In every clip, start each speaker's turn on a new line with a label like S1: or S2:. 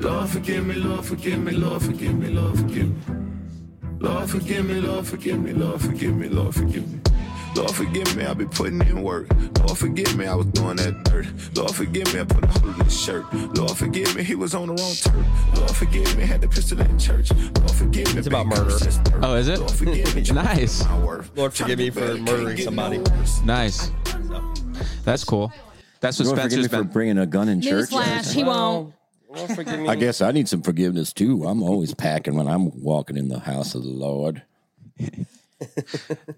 S1: Lord, forgive me, Lord, forgive me, Lord, forgive me, Lord, forgive me. Lord, forgive me, Lord, forgive me, Lord, forgive me, Lord, forgive me. Lord, forgive me, I be putting in work. Lord, forgive me, I was doing that dirt. Lord, forgive me, I put a hole in his shirt. Lord, forgive me, he was on the wrong turn. Lord, forgive me, had the pistol in church. Lord, forgive me.
S2: It's about
S1: big
S2: murder.
S1: curse, that's dirt.
S3: Oh, is it?
S1: Lord, forgive me, trying to
S3: Nice.
S1: get my worth.
S2: Lord, forgive me
S1: Trying to
S2: for
S1: beg, can't
S2: murdering
S1: get no
S2: somebody.
S1: worse.
S3: Nice. That's cool. That's what
S4: Lord, forgive
S3: Spencer's
S4: me for
S3: been.
S4: bringing a gun in church.
S5: Newsflash, he won't.
S2: Lord, forgive me.
S4: I guess I need some forgiveness too. I'm always packing when I'm walking in the house of the Lord,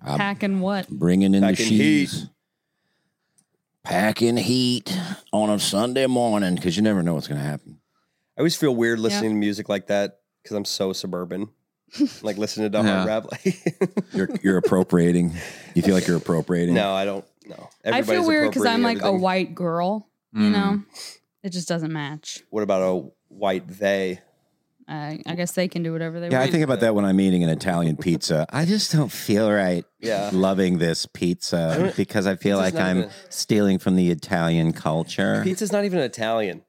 S5: Packing what?
S4: bringing in
S2: Packing
S4: the sheaves, packing heat on a Sunday morning because you never know what's going to happen.
S2: I always feel weird
S5: Yeah.
S2: listening to music like that because I'm so suburban. like listening to
S3: Yeah.
S2: hard rap. Like,
S4: You're you're appropriating. You feel like you're appropriating.
S2: no, I don't. No,
S5: I feel
S2: Everybody's
S5: weird because I'm
S2: appropriating
S5: like a
S2: everything.
S5: white girl. You
S3: Mm.
S5: know, it just doesn't match.
S2: What about a white they?
S5: I I guess they can do whatever they
S4: Yeah, I
S5: want.
S4: think about that when I'm eating an Italian pizza. I just don't feel right
S2: Yeah.
S4: loving this pizza because I feel
S2: Pizza's
S4: like
S2: not
S4: I'm
S2: even-
S4: stealing from the Italian culture.
S2: Pizza's not even Italian.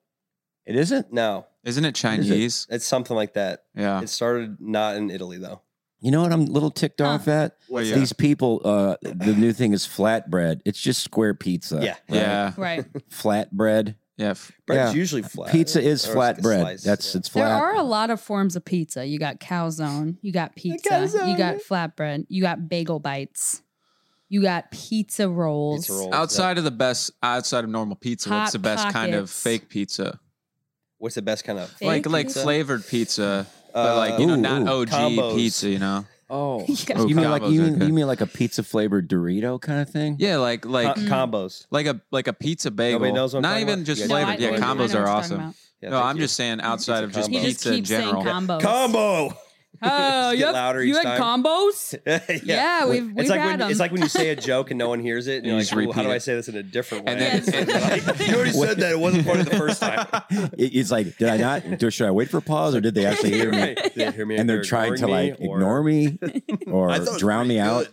S4: It isn't.
S2: No,
S3: Isn't it Chinese?
S2: it's something like that.
S3: Yeah.
S2: It started not in Italy though.
S4: You know what I'm a little ticked
S5: Huh.
S4: off at?
S3: Well, yeah.
S4: These people, uh, the new thing is flatbread. It's just square pizza.
S2: Yeah.
S3: yeah.
S5: Right.
S4: Flatbread.
S3: Yeah. f-
S2: Bread's
S4: Yeah.
S2: usually flat.
S4: Pizza is
S2: Or it's like a
S4: flatbread.
S2: slice,
S4: That's
S2: yeah.
S4: it's
S5: There
S4: flat.
S5: are a lot of forms of pizza. You got calzone, you got pizza, you
S2: calzone.
S5: got flatbread, you got bagel bites, you got pizza rolls.
S2: Pizza rolls, yeah.
S3: Outside of the best, outside of normal pizza,
S5: Hot
S3: what's the best kind of
S5: Pockets.
S3: fake pizza?
S2: What's the best kind of
S5: Fake
S3: like like
S5: pizza?
S3: flavored pizza,
S2: Uh,
S3: but like you know,
S4: Ooh, ooh.
S3: not OG
S2: Combos.
S3: pizza. You know,
S4: oh,
S5: Yeah.
S3: Oh,
S4: you mean like
S3: combos
S4: you
S3: are
S4: mean,
S3: good.
S4: you mean like a pizza flavored Dorito kind of thing?
S3: yeah, like
S2: co-
S3: like
S2: combos?
S3: like a like a pizza bagel.
S2: knows what I'm
S3: not
S2: talking
S3: even
S2: about.
S3: just
S2: You guys
S3: flavored.
S2: don't
S3: yeah,
S2: know what
S3: combos
S2: you're
S3: are
S5: talking
S3: awesome.
S5: about.
S2: Yeah,
S3: no,
S2: thank
S3: I'm
S2: you.
S3: just saying outside of just
S2: combo.
S5: He
S3: pizza
S5: just keeps
S3: in
S5: saying
S3: general.
S5: combos.
S2: combo.
S5: Oh,
S2: Get
S5: you had,
S2: louder
S5: you
S2: each
S5: had
S2: time.
S5: combos? Yeah, we've-
S2: it's
S5: we've
S2: like
S5: had
S2: when,
S5: 'em.
S2: It's like when you say a joke and no one hears it, and you're
S3: You
S2: like,
S3: just
S2: "Ooh, "How do
S3: repeat
S2: I
S3: it.
S2: say this in a different way?"
S3: And then-
S5: and-
S2: Like, you already said that; it wasn't funny the first time.
S4: It- it's like did I not? do- Should I wait for pause or did they actually hear me?
S2: Right. Did they hear me
S4: And they're trying to like ignore me or drown me out.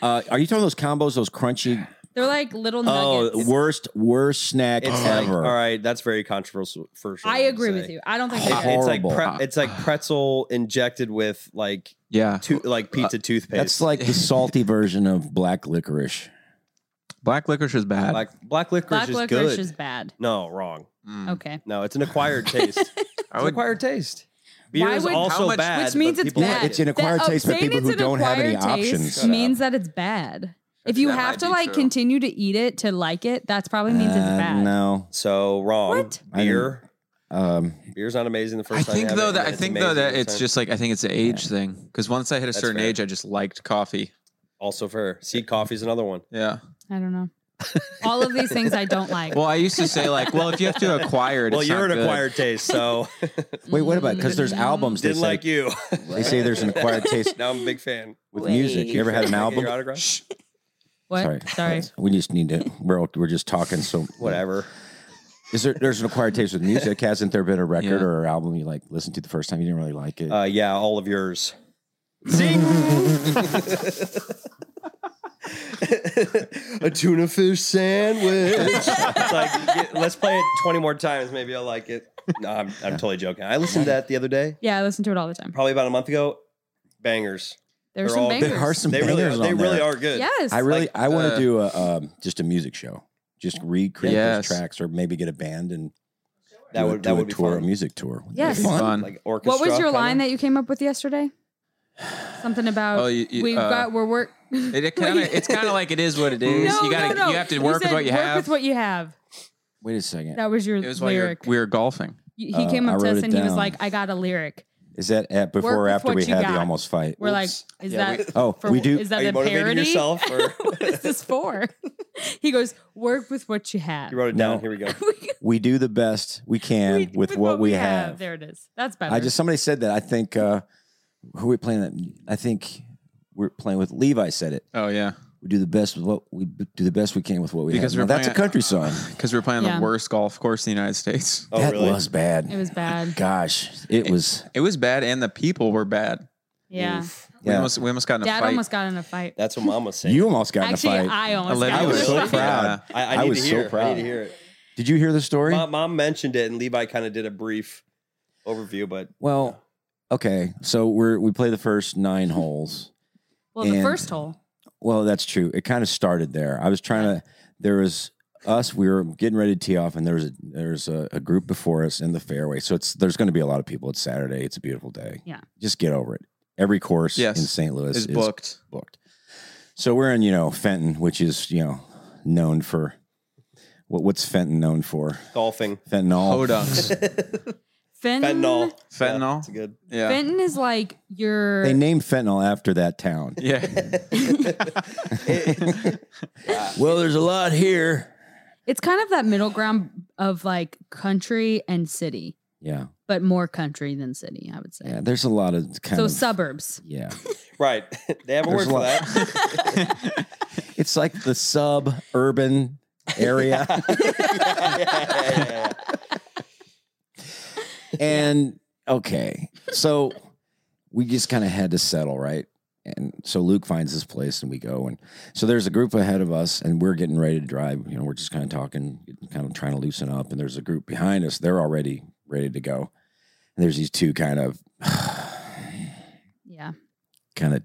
S4: Uh, are you talking those combos? Those crunchy?
S5: They're like little
S4: Oh,
S5: nuggets.
S4: worst worst snack
S2: It's like,
S4: ever.
S2: all right, that's very controversial. For sure,
S5: I
S2: I'd
S5: agree with
S2: say.
S5: you. I don't think
S2: It-
S5: they're
S2: it's
S5: good.
S2: like
S4: Horrible.
S2: pre- it's like pretzel injected with like
S3: Yeah,
S2: to- like pizza toothpaste.
S4: Uh, That's like the salty version of black licorice.
S3: black licorice is bad.
S2: black black licorice
S5: black
S2: is
S5: licorice
S2: good.
S5: is bad.
S2: no, wrong.
S4: Mm-hmm.
S3: Mm.
S5: Okay.
S2: No, it's an acquired taste. it's an
S3: would-
S2: acquired taste. Beer
S5: Why
S2: is
S5: would-
S2: also
S3: How much-
S2: bad,
S5: Which means
S2: but
S5: it's
S2: people
S5: bad.
S2: like
S4: It's
S2: it.
S4: an acquired
S5: That- oh,
S4: taste, but
S5: saying
S4: people
S5: it's
S4: who
S5: an
S4: don't have any
S5: acquired taste
S4: options.
S5: means that it's bad. If you
S3: That
S5: have
S3: might
S5: to
S3: be
S5: like
S3: true.
S5: continue to eat it to like it, that's probably means it's
S4: Uh,
S5: bad.
S4: No.
S2: so wrong.
S5: What?
S4: I didn't-
S2: Beer,
S4: Um,
S2: beer's not amazing the
S3: I
S2: first time.
S3: think
S2: you have
S3: though
S2: it,
S3: that
S2: and
S3: I
S2: it's
S3: think
S2: amazing
S3: though that
S2: the
S3: it's
S2: time.
S3: just like I think it's an age thing because once I hit a
S2: That's
S3: certain
S2: fair.
S3: age, I just liked coffee.
S2: also fair. Seed coffee's another one.
S3: Yeah.
S5: I don't know. All of these things I don't like.
S3: Well, I used to say like, well, if you have to acquire it,
S2: Well,
S3: it's
S2: you're
S3: not
S2: an
S3: good.
S2: acquired taste, so
S4: wait, what
S5: Mm.
S4: about? Because there's albums. They
S2: didn't
S4: say,
S2: like you.
S4: They say there's an acquired taste
S2: now I'm a big fan.
S4: with music. You ever had an
S2: Can I get
S4: album?
S2: your autograph?
S5: what?
S4: Sorry.
S5: Sorry.
S4: We just need to. We're all- we're just talking. So
S2: Whatever.
S4: Is there? There's an acquired taste with music. Hasn't there been a record
S3: Yeah.
S4: or album you like listened to the first time you didn't really like it?
S2: Uh, yeah, all of yours. a tuna fish sandwich. it's like, get- let's play it 20 more times. Maybe I'll like it. No, I'm, I'm totally joking. I listened to that the other day,
S5: Yeah, I listen to it all the time.
S2: probably about a month ago. Bangers.
S5: There's
S2: They're
S5: some
S2: all-
S5: bangers.
S4: there are some
S2: They really,
S4: bangers
S2: they
S4: on
S2: really
S4: there.
S2: are good.
S5: Yes.
S4: I really, I want to
S3: uh,
S4: do a um, just a music show. Just recreate
S3: Yes.
S4: those tracks, or maybe get a band and
S2: That
S4: do a-
S2: would
S4: do
S2: that
S4: a
S2: would be
S4: tour, a
S2: fun.
S4: music tour. Wouldn't that
S5: Yes.
S4: be fun?
S3: Fun.
S2: Like orchestra.
S5: what was your line
S2: kinda?
S5: that you came up with yesterday? Something about
S3: Oh, you- you-
S5: we've
S3: uh,
S5: got we're work.
S3: It, it kind of it's kind of like it is what it is.
S5: no,
S3: you gotta
S5: no, no.
S3: you have to work
S5: said,
S3: with what you
S5: work
S3: have.
S5: with what you have.
S4: Wait a second.
S5: That was your
S3: it was while you were,
S5: lyric.
S3: we were golfing.
S5: he
S4: Uh,
S5: came
S4: I
S5: up to
S4: wrote
S5: us
S4: it
S5: and he was
S4: down.
S5: like, "I got a lyric."
S4: Is that at, before
S5: Work
S4: or
S5: with
S4: after
S5: what
S4: we
S5: you
S4: had
S5: got.
S4: the almost fight?
S5: We're like,
S2: Oops.
S5: "Is
S2: Yeah,
S5: that
S4: Oh,
S5: for-
S4: we do-
S5: Is
S2: Are
S5: that
S2: you
S5: a
S2: motivating
S5: parody?
S2: yourself, or-
S5: what is this for?" he goes, "Work with what you have."
S2: You wrote it
S4: No.
S2: down. Here we go.
S4: we do the best we can
S5: We-
S4: with, what, we have.
S5: There it is. That's better.
S4: I just somebody said that. I think uh, who are we playing that? I think we're playing with Levi. Said it.
S3: Oh yeah,
S4: We do the best with what we do the best we can with what we
S3: Because
S4: have.
S3: we're
S4: Now, that's a
S3: playing- Oh,
S4: country song.
S3: because we were playing
S5: Yeah.
S3: the worst golf course in the United States.
S2: Oh,
S4: that
S2: really?
S4: was bad.
S5: It was bad.
S4: Gosh, it was.
S3: It was bad, and the people were bad.
S5: Yeah.
S3: We
S4: Yeah,
S3: almost we almost got in a
S5: Dad
S3: fight.
S5: almost got in a fight.
S2: That's what Mom was saying.
S4: you almost got in a
S5: Actually,
S4: fight.
S5: I almost
S3: Olivia
S5: got in a
S4: was so
S5: fight.
S4: proud.
S2: I, I,
S4: I
S2: need
S4: was
S2: to
S4: so
S2: hear. it. I
S4: proud.
S2: need to hear it.
S4: Did you hear the story?
S2: Mom, mom mentioned it, and Levi kind of did a brief overview, but
S4: Well, okay. So we're we play the first nine holes.
S5: Well, the
S4: And-
S5: first hole.
S4: Well, that's true. It kind of started there. I was trying to. There was us. We were getting ready to tee off, and there was a, there was a, a group before us in the fairway. So it's there's going to be a lot of people. It's Saturday. It's a beautiful day.
S5: Yeah.
S4: Just get over it. Every course
S3: Yes.
S4: in St. Louis
S3: It's
S4: is,
S3: booked.
S4: booked. So we're in you know Fenton, which is you know known for what what's Fenton known for?
S2: golfing.
S4: Fentanyl.
S3: Hodunks.
S5: Fenton.
S2: Fentanyl.
S3: Fentanyl?
S2: It's good.
S3: Yeah.
S5: Fenton is like your.
S4: They named fentanyl after that town.
S3: yeah.
S4: Well, there's a lot here.
S5: it's kind of that middle ground of like country and city,
S4: Yeah,
S5: but more country than city, I would say.
S4: yeah. There's a lot of kind
S5: so
S4: of
S5: suburbs.
S4: Yeah,
S2: Right. they have a word
S4: There's a
S2: for
S4: lot.
S2: that.
S4: it's like the suburban area,
S2: yeah, yeah, yeah, yeah.
S4: and okay, so we just kind of had to settle, right? And so Luke finds this place, and we go, and so there's a group ahead of us, and we're getting ready to drive. You know, we're just kind of talking, kind of trying to loosen up, and there's a group behind us. They're already ready to go, and there's these two kind of,
S5: Yeah.
S4: kind of,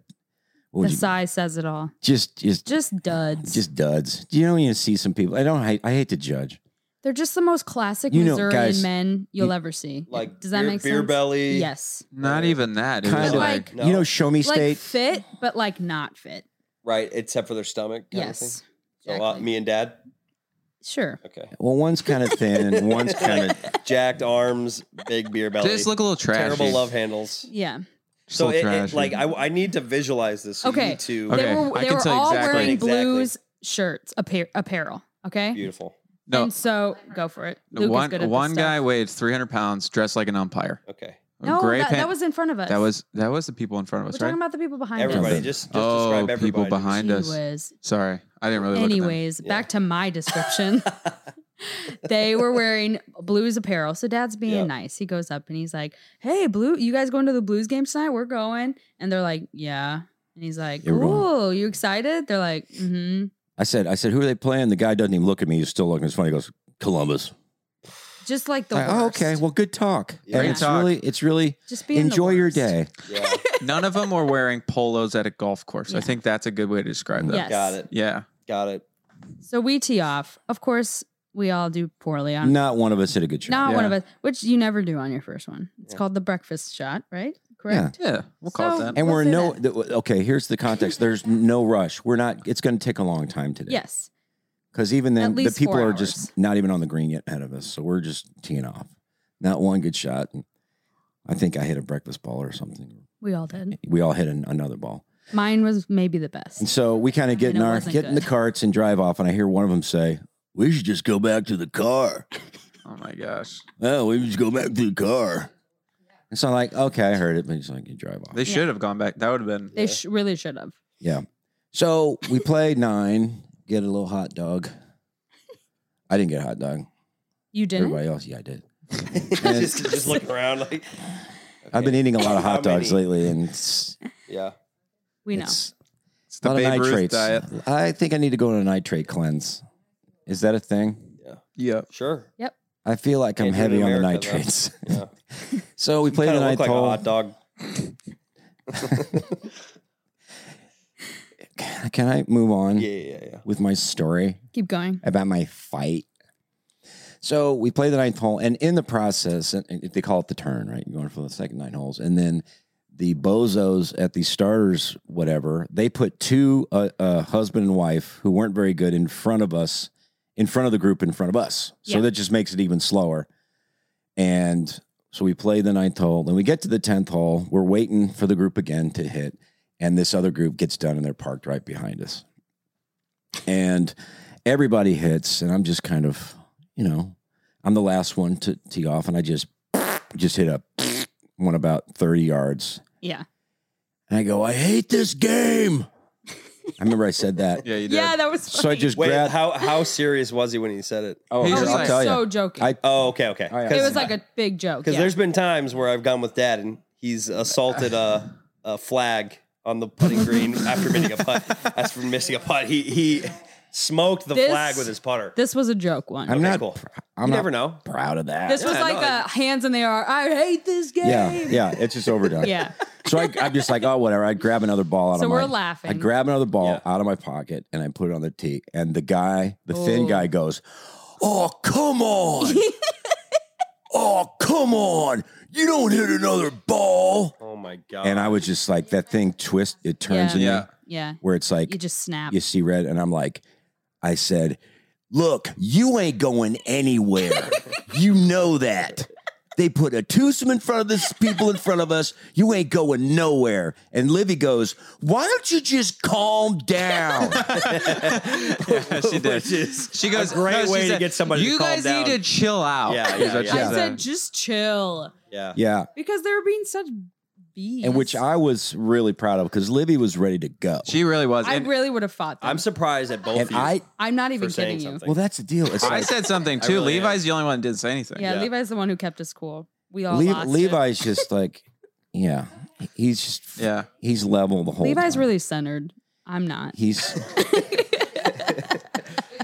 S4: what
S5: The
S4: would you
S5: size says it all.
S4: just just
S5: Just duds.
S4: just duds. Do you know when you see some people? I don't. I, I hate to judge.
S5: They're just the most classic
S4: You know,
S5: Missouri
S4: guys,
S5: men you'll
S4: you-
S5: ever see.
S2: Like
S5: Does that
S2: beer,
S5: make
S2: beer
S5: sense?
S2: belly.
S5: Yes.
S3: Not even that. It
S4: Kind
S3: was
S4: of
S3: like,
S5: like-
S2: No.
S4: You know, Show Me
S5: Like
S4: State.
S5: fit, but like not fit.
S2: Right, except for their stomach. kind of thing.
S5: yes.
S2: So, uh,
S5: Exactly.
S2: me and dad.
S5: Sure.
S2: Okay.
S4: well, one's kind of thin, and one's kind of
S2: Jacked arms, big beer belly.
S3: just look a little trashy.
S2: terrible love handles.
S5: Yeah.
S3: Just a
S2: so it,
S3: little
S2: it,
S3: trashy.
S2: like I, I need to visualize this. So you
S5: Okay.
S2: need to
S3: Okay.
S5: They were,
S3: I
S5: they
S3: can
S5: were
S3: tell
S5: all
S3: exactly.
S5: wearing
S2: Exactly.
S5: blues shirts, appa- apparel. Okay.
S2: beautiful.
S3: no,
S5: And so go for it. Luke is
S3: one
S5: good at this
S3: one
S5: stuff.
S3: guy weighed 300 pounds, dressed like an umpire.
S2: Okay.
S5: No,
S3: Gray
S5: that,
S3: pant-
S5: that was in front of us.
S3: that was that was the people in front of
S5: We're
S3: us, right?
S5: talking about the people behind
S2: Everybody,
S5: us.
S2: just, just
S3: oh,
S2: describe everybody.
S3: people behind
S5: Gee
S3: us.
S5: whiz.
S3: Sorry, I didn't really.
S5: Anyways, back to my description. they were wearing blues apparel. So dad's being
S2: Yeah.
S5: nice. He goes up and he's like, Hey, blue, you guys going to the blues game tonight? We're going. And they're like, Yeah. And he's like,
S4: Yeah, we're going.
S5: Cool, you excited? They're like, Mm-hmm.
S4: I said, I said, who are they playing? The guy doesn't even look at me. He's still looking. It's funny. He goes, Columbus.
S5: Just like the
S4: I- oh,
S5: worst.
S4: okay. Well, good talk.
S2: Yeah.
S4: And
S3: Great
S4: it's
S3: talk.
S4: really, it's really
S5: Just being the
S4: enjoy your
S5: worst.
S4: day.
S2: Yeah.
S3: look at them. None of them were wearing polos at a golf course.
S5: Yeah.
S3: I think that's a good way to describe that.
S5: Yes.
S2: Got it.
S3: Yeah.
S2: Got it.
S5: So we tee off. Of course, we all do poorly on
S4: Not one of us hit a good shot.
S5: not one
S3: Yeah.
S5: of us, which you never do on your first one. It's
S2: Yeah.
S5: called the breakfast shot, right? Correct.
S4: Yeah.
S3: Yeah, we'll call
S5: So-
S3: it that.
S4: And
S5: Let's
S4: we're in
S5: do
S4: no.
S5: that.
S4: th- okay. Here's the context. There's no rush. We're not. It's going to take a long time today.
S5: Yes.
S4: Because even
S5: At
S4: then, the
S5: least
S4: people
S5: four
S4: are
S5: hours.
S4: just not even on the green yet ahead of us. So we're just teeing off. Not one good shot. And I think I hit a breakfast ball or something.
S5: We all did.
S4: We all hit an, another ball.
S5: Mine was maybe the best.
S4: And so we kind of get
S5: And
S4: in
S5: it
S4: our
S5: wasn't
S4: get in the
S5: good.
S4: carts and drive off. And I hear one of them say, "We should just go back to the car."
S3: Oh my gosh,
S4: Oh, we just go back to the car. And so I'm like, okay, I heard it, but he's like, you drive off.
S3: they should have gone back. That would have been.
S5: They sh- really should have.
S4: Yeah. So we play nine, get a little hot dog. I didn't get a hot dog.
S5: You didn't.
S4: Everybody else, yeah, I did.
S2: just, just looking around like.
S4: I've been eating a lot of
S2: How
S4: hot dogs
S2: many?
S4: lately, and it's,
S2: Yeah.
S5: We know.
S4: it's
S3: It's the
S4: a lot of
S3: Babe Ruth
S4: nitrates.
S3: diet.
S4: I think I need to go on a nitrate cleanse. Is that a thing?
S3: Yeah.
S2: Sure.
S4: I feel like I'm
S2: Can't do it in
S4: heavy on the
S2: America, though.
S4: nitrates.
S2: Yeah.
S4: so we played
S2: Kind
S4: the
S2: of
S4: ninth
S2: look like a
S4: hole.
S2: hot dog.
S4: Can I move on
S2: Yeah, yeah, yeah.
S4: with my story?
S5: Keep going.
S4: about my fight. So we play the ninth hole, and in the process, and and they call it the turn, right? You're going for the second nine holes, and then the bozos at the starters, whatever, they put two uh, uh, husband and wife who weren't very good in front of us, in front of the group, in front of us. So
S5: Yeah.
S4: that just makes it even slower. And so we play the ninth hole, then we get to the tenth hole. We're waiting for the group again to hit, and this other group gets done, and they're parked right behind us. And everybody hits, and I'm just kind of, you know, I'm the last one to tee off, and I just just hit a one about thirty yards,
S5: Yeah.
S4: and I go, I hate this game. I remember I said that,
S3: Yeah, you did.
S5: Yeah, that was.
S4: so I
S5: funny.
S4: just
S2: Wait,
S4: grabbed.
S2: how how serious was he when he said it?
S4: Oh,
S3: He
S4: here,
S5: Oh, he
S3: was
S4: I'll
S5: was
S4: tell
S5: so
S4: you.
S5: joking.
S4: I
S2: Oh, okay, okay.
S4: Oh, yeah.
S5: it
S4: Because-
S5: was like a big joke.
S2: because
S5: yeah.
S2: there's been times where I've gone with dad and he's assaulted a, a flag on the putting green after missing a putt. As for missing a putt, he he smoked the
S5: This-
S2: flag with his putter.
S5: This was a joke one.
S4: I'm
S2: Okay,
S4: not.
S2: cool.
S4: pr- I'm
S2: you
S4: not
S2: never know.
S4: proud of that.
S5: this was
S2: Yeah,
S5: like
S2: no,
S5: a hands in the air. I hate this game.
S4: yeah, yeah. It's just overdone.
S5: Yeah.
S4: So I, I'm just like, oh, whatever. I'd grab another ball out
S5: So
S4: of
S5: we're
S4: my.
S5: laughing.
S4: I grab another ball
S2: Yeah.
S4: out of my pocket and I put it on the tee. And the guy, the thin
S5: Oh.
S4: guy, goes, "Oh come on! oh come on! You don't hit another ball!"
S2: Oh my god.
S4: And I was just like, that thing twist. It turns
S5: Yeah.
S4: in
S3: Yeah.
S4: me
S5: yeah.
S4: where it's like
S5: You just snap.
S4: you see red, and I'm like, I said, "Look, you ain't going anywhere. you know that." They put a twosome in front of this people in front of us. You ain't going nowhere. And Livy goes, "Why don't you just calm down?"
S3: Yeah, she did.
S2: Which is
S3: She goes.
S2: a great
S3: no, she
S2: way to
S3: said,
S2: get somebody to
S3: You
S2: calm
S3: guys
S2: down."
S3: need to chill out.
S2: Yeah,
S3: is
S2: yeah,
S3: what she
S5: I
S2: yeah.
S5: said, just chill.
S2: yeah.
S4: yeah,
S5: Because they were being such bees.
S4: and which I was really proud of because Livy was ready to go.
S3: She really was.
S5: I
S3: And
S5: really would have fought them.
S2: I'm
S5: I'm,
S2: surprised at both
S4: and
S2: of you
S4: I,
S5: not even
S2: for saying
S5: kidding you.
S2: something.
S4: well, that's the deal. It's
S3: I
S4: like
S3: said something
S2: I
S3: too.
S2: really
S3: Levi's the only one that didn't say anything.
S5: Yeah,
S2: Yeah.
S5: Levi's the one who kept us cool. We all
S4: Le-
S5: lost it.
S4: Levi's just like, yeah, he's just
S3: Yeah.
S4: he's level the whole.
S5: Levi's
S4: time.
S5: really centered. I'm not.
S4: he's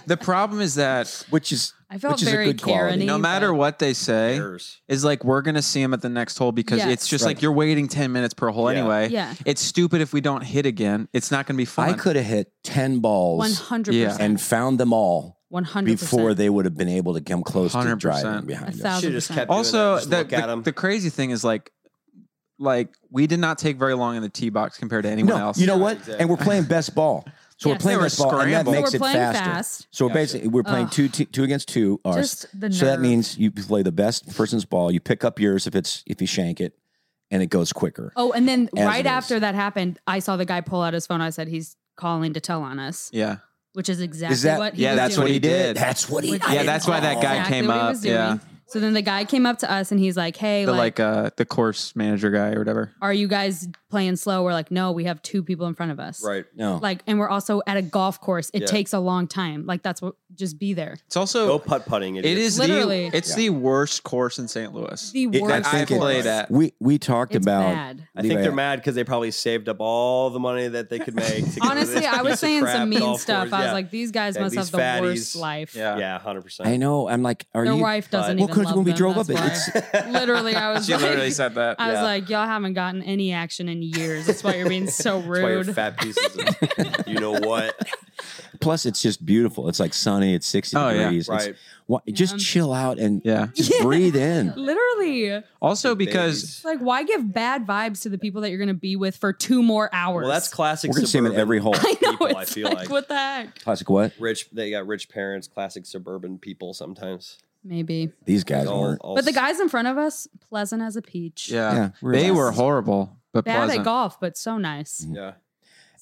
S3: The problem is that
S4: which is
S5: I felt
S4: which is
S5: very
S4: a good quality.
S5: Karen-y.
S3: no
S5: Levi.
S3: matter what they say,
S2: Errors.
S3: is like we're gonna see him at the next hole because
S5: Yes.
S3: it's just
S4: Right.
S3: like you're waiting ten minutes per hole
S2: Yeah.
S3: anyway.
S5: Yeah.
S3: It's stupid if we don't hit again. It's not gonna be fun.
S4: I could have hit ten balls
S5: 100%.
S3: Yeah.
S4: and found them all
S5: 100%.
S4: before they would have been able to come close to
S3: 100%.
S4: driving
S5: A
S4: behind us.
S5: thousand
S2: Should just
S5: percent.
S2: kept
S3: also
S2: doing that. Just
S3: the-
S2: look at
S3: the,
S2: him.
S3: the crazy thing is like like we did not take very long in the tee box compared to anyone
S4: No,
S3: else.
S4: you know
S2: Yeah,
S4: what?
S2: exactly.
S4: And we're playing best ball, so
S5: Yes.
S4: we're playing
S3: They were
S4: best ball, and that
S3: scrambled.
S4: makes
S5: So
S4: it
S5: we're playing
S4: faster.
S5: fast.
S4: So
S2: Gotcha.
S4: basically, we're playing
S5: Ugh.
S4: two t- two against two. Or
S5: Just the
S4: so that
S5: nerve.
S4: means you play the best person's ball. You pick up yours if it's if you shank it, and it goes quicker.
S5: Oh, and then
S4: As
S5: right
S4: it is.
S5: after that happened, I saw the guy pull out his phone. I said, he's calling to tell on us,
S3: Yeah.
S5: which is exactly
S4: Is that-
S5: what he
S3: yeah,
S5: was
S3: that's
S5: doing.
S3: what he did.
S4: That's what he. Oh,
S5: Which
S4: I
S5: is
S3: Yeah, that's why that guy
S5: exactly
S3: came
S5: what he
S3: up,
S5: was doing.
S3: yeah.
S5: So then the guy came up to us and he's like, hey,
S3: The like
S5: like,
S3: uh the course manager guy or whatever.
S5: are you guys playing slow? We're like, no, we have two people in front of us.
S2: right.
S4: No.
S5: Like, and we're also at a golf course. It
S2: Yeah.
S5: takes a long time. Like, that's what, just be there.
S3: It's also
S2: Go putt putting.
S3: it is
S5: Literally.
S3: the it's
S4: Yeah.
S3: the worst course in St. Louis.
S5: The
S4: It-
S5: worst.
S3: that I
S4: think it-
S3: played at.
S4: we we talked
S5: it's
S4: about.
S5: bad.
S2: I think
S4: Levi-
S2: they're mad because they probably saved up all the money that they could make. To go to
S5: Honestly,
S2: this
S5: I
S2: piece
S5: was
S2: of
S5: saying
S2: crap
S5: some mean
S2: golf
S5: stuff.
S2: course.
S5: I was
S2: Yeah.
S5: like, these guys
S2: Yeah,
S5: must
S2: these
S5: have the worst
S2: fatties.
S5: life.
S3: Yeah.
S2: yeah, hundred percent.
S4: I know. I'm like, are
S5: Their
S4: you?
S5: wife doesn't
S2: Well,
S5: even
S4: 'cause
S5: love
S4: when we
S5: them,
S4: drove
S5: that's
S4: up,
S5: why. literally, I was
S3: She
S5: like,
S3: literally said that.
S5: I was
S2: Yeah.
S5: like, y'all haven't gotten any action in years. That's why you're being so
S2: That's why you're
S5: rude.
S2: fat pieces. Of, you know what?
S4: Plus, it's just beautiful. It's like sunny. It's 60
S3: Oh, yeah.
S4: degrees. It's-
S2: Right.
S4: wha- just
S5: Yeah.
S4: chill out and
S3: Yeah.
S4: just breathe in.
S5: Literally, it's
S3: Also
S2: Big
S3: because
S2: babies.
S5: like, why give bad vibes to the people that you're going to be with for two more hours?
S2: well, that's classic.
S4: We're gonna see him in
S2: suburban
S4: every hole.
S5: I know.
S2: people, I
S5: it's
S2: feel
S5: like,
S2: like.
S5: what the heck?
S4: Classic what?
S2: rich. They got rich parents. Classic suburban people. Sometimes.
S5: Maybe,
S4: These guys
S2: All-
S4: weren't.
S2: all
S5: but the guys in front of us, pleasant as a peach.
S3: yeah,
S4: Yeah, we're
S3: they
S4: nice.
S3: were horrible, but
S5: bad
S3: pleasant.
S5: at golf, but so nice.
S2: Yeah.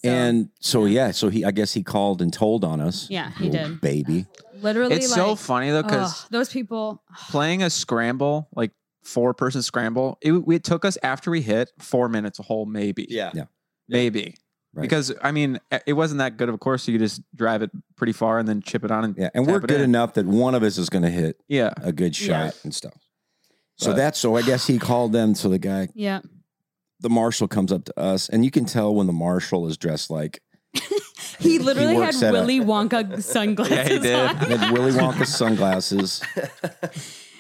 S5: So,
S4: and so yeah, so he I guess he called and told on us.
S5: Yeah, he
S4: Little
S5: did.
S4: Baby.
S5: literally,
S3: it's
S5: like,
S3: so funny though because
S5: ugh, those people.
S3: playing a scramble, like four person scramble, it, it took us after we hit four minutes a hole, maybe.
S2: Yeah.
S3: Maybe.
S4: Right.
S3: Because I mean, e- it wasn't that good of a course. So you could just drive it pretty far and then chip it on. And
S4: Yeah. And
S3: Tap
S4: we're
S3: it
S4: good
S3: in.
S4: enough that one of us is gonna hit
S3: yeah,
S4: a good
S5: Yeah.
S4: shot and stuff. So
S2: But-
S4: that's so I guess he called them. So the guy
S5: Yeah,
S4: the marshal comes up to us and you can tell when the marshal is dressed like
S5: he literally had
S4: works at a-
S5: Willy Wonka sunglasses.
S3: Yeah, he did.
S5: on.
S4: He had Willy Wonka sunglasses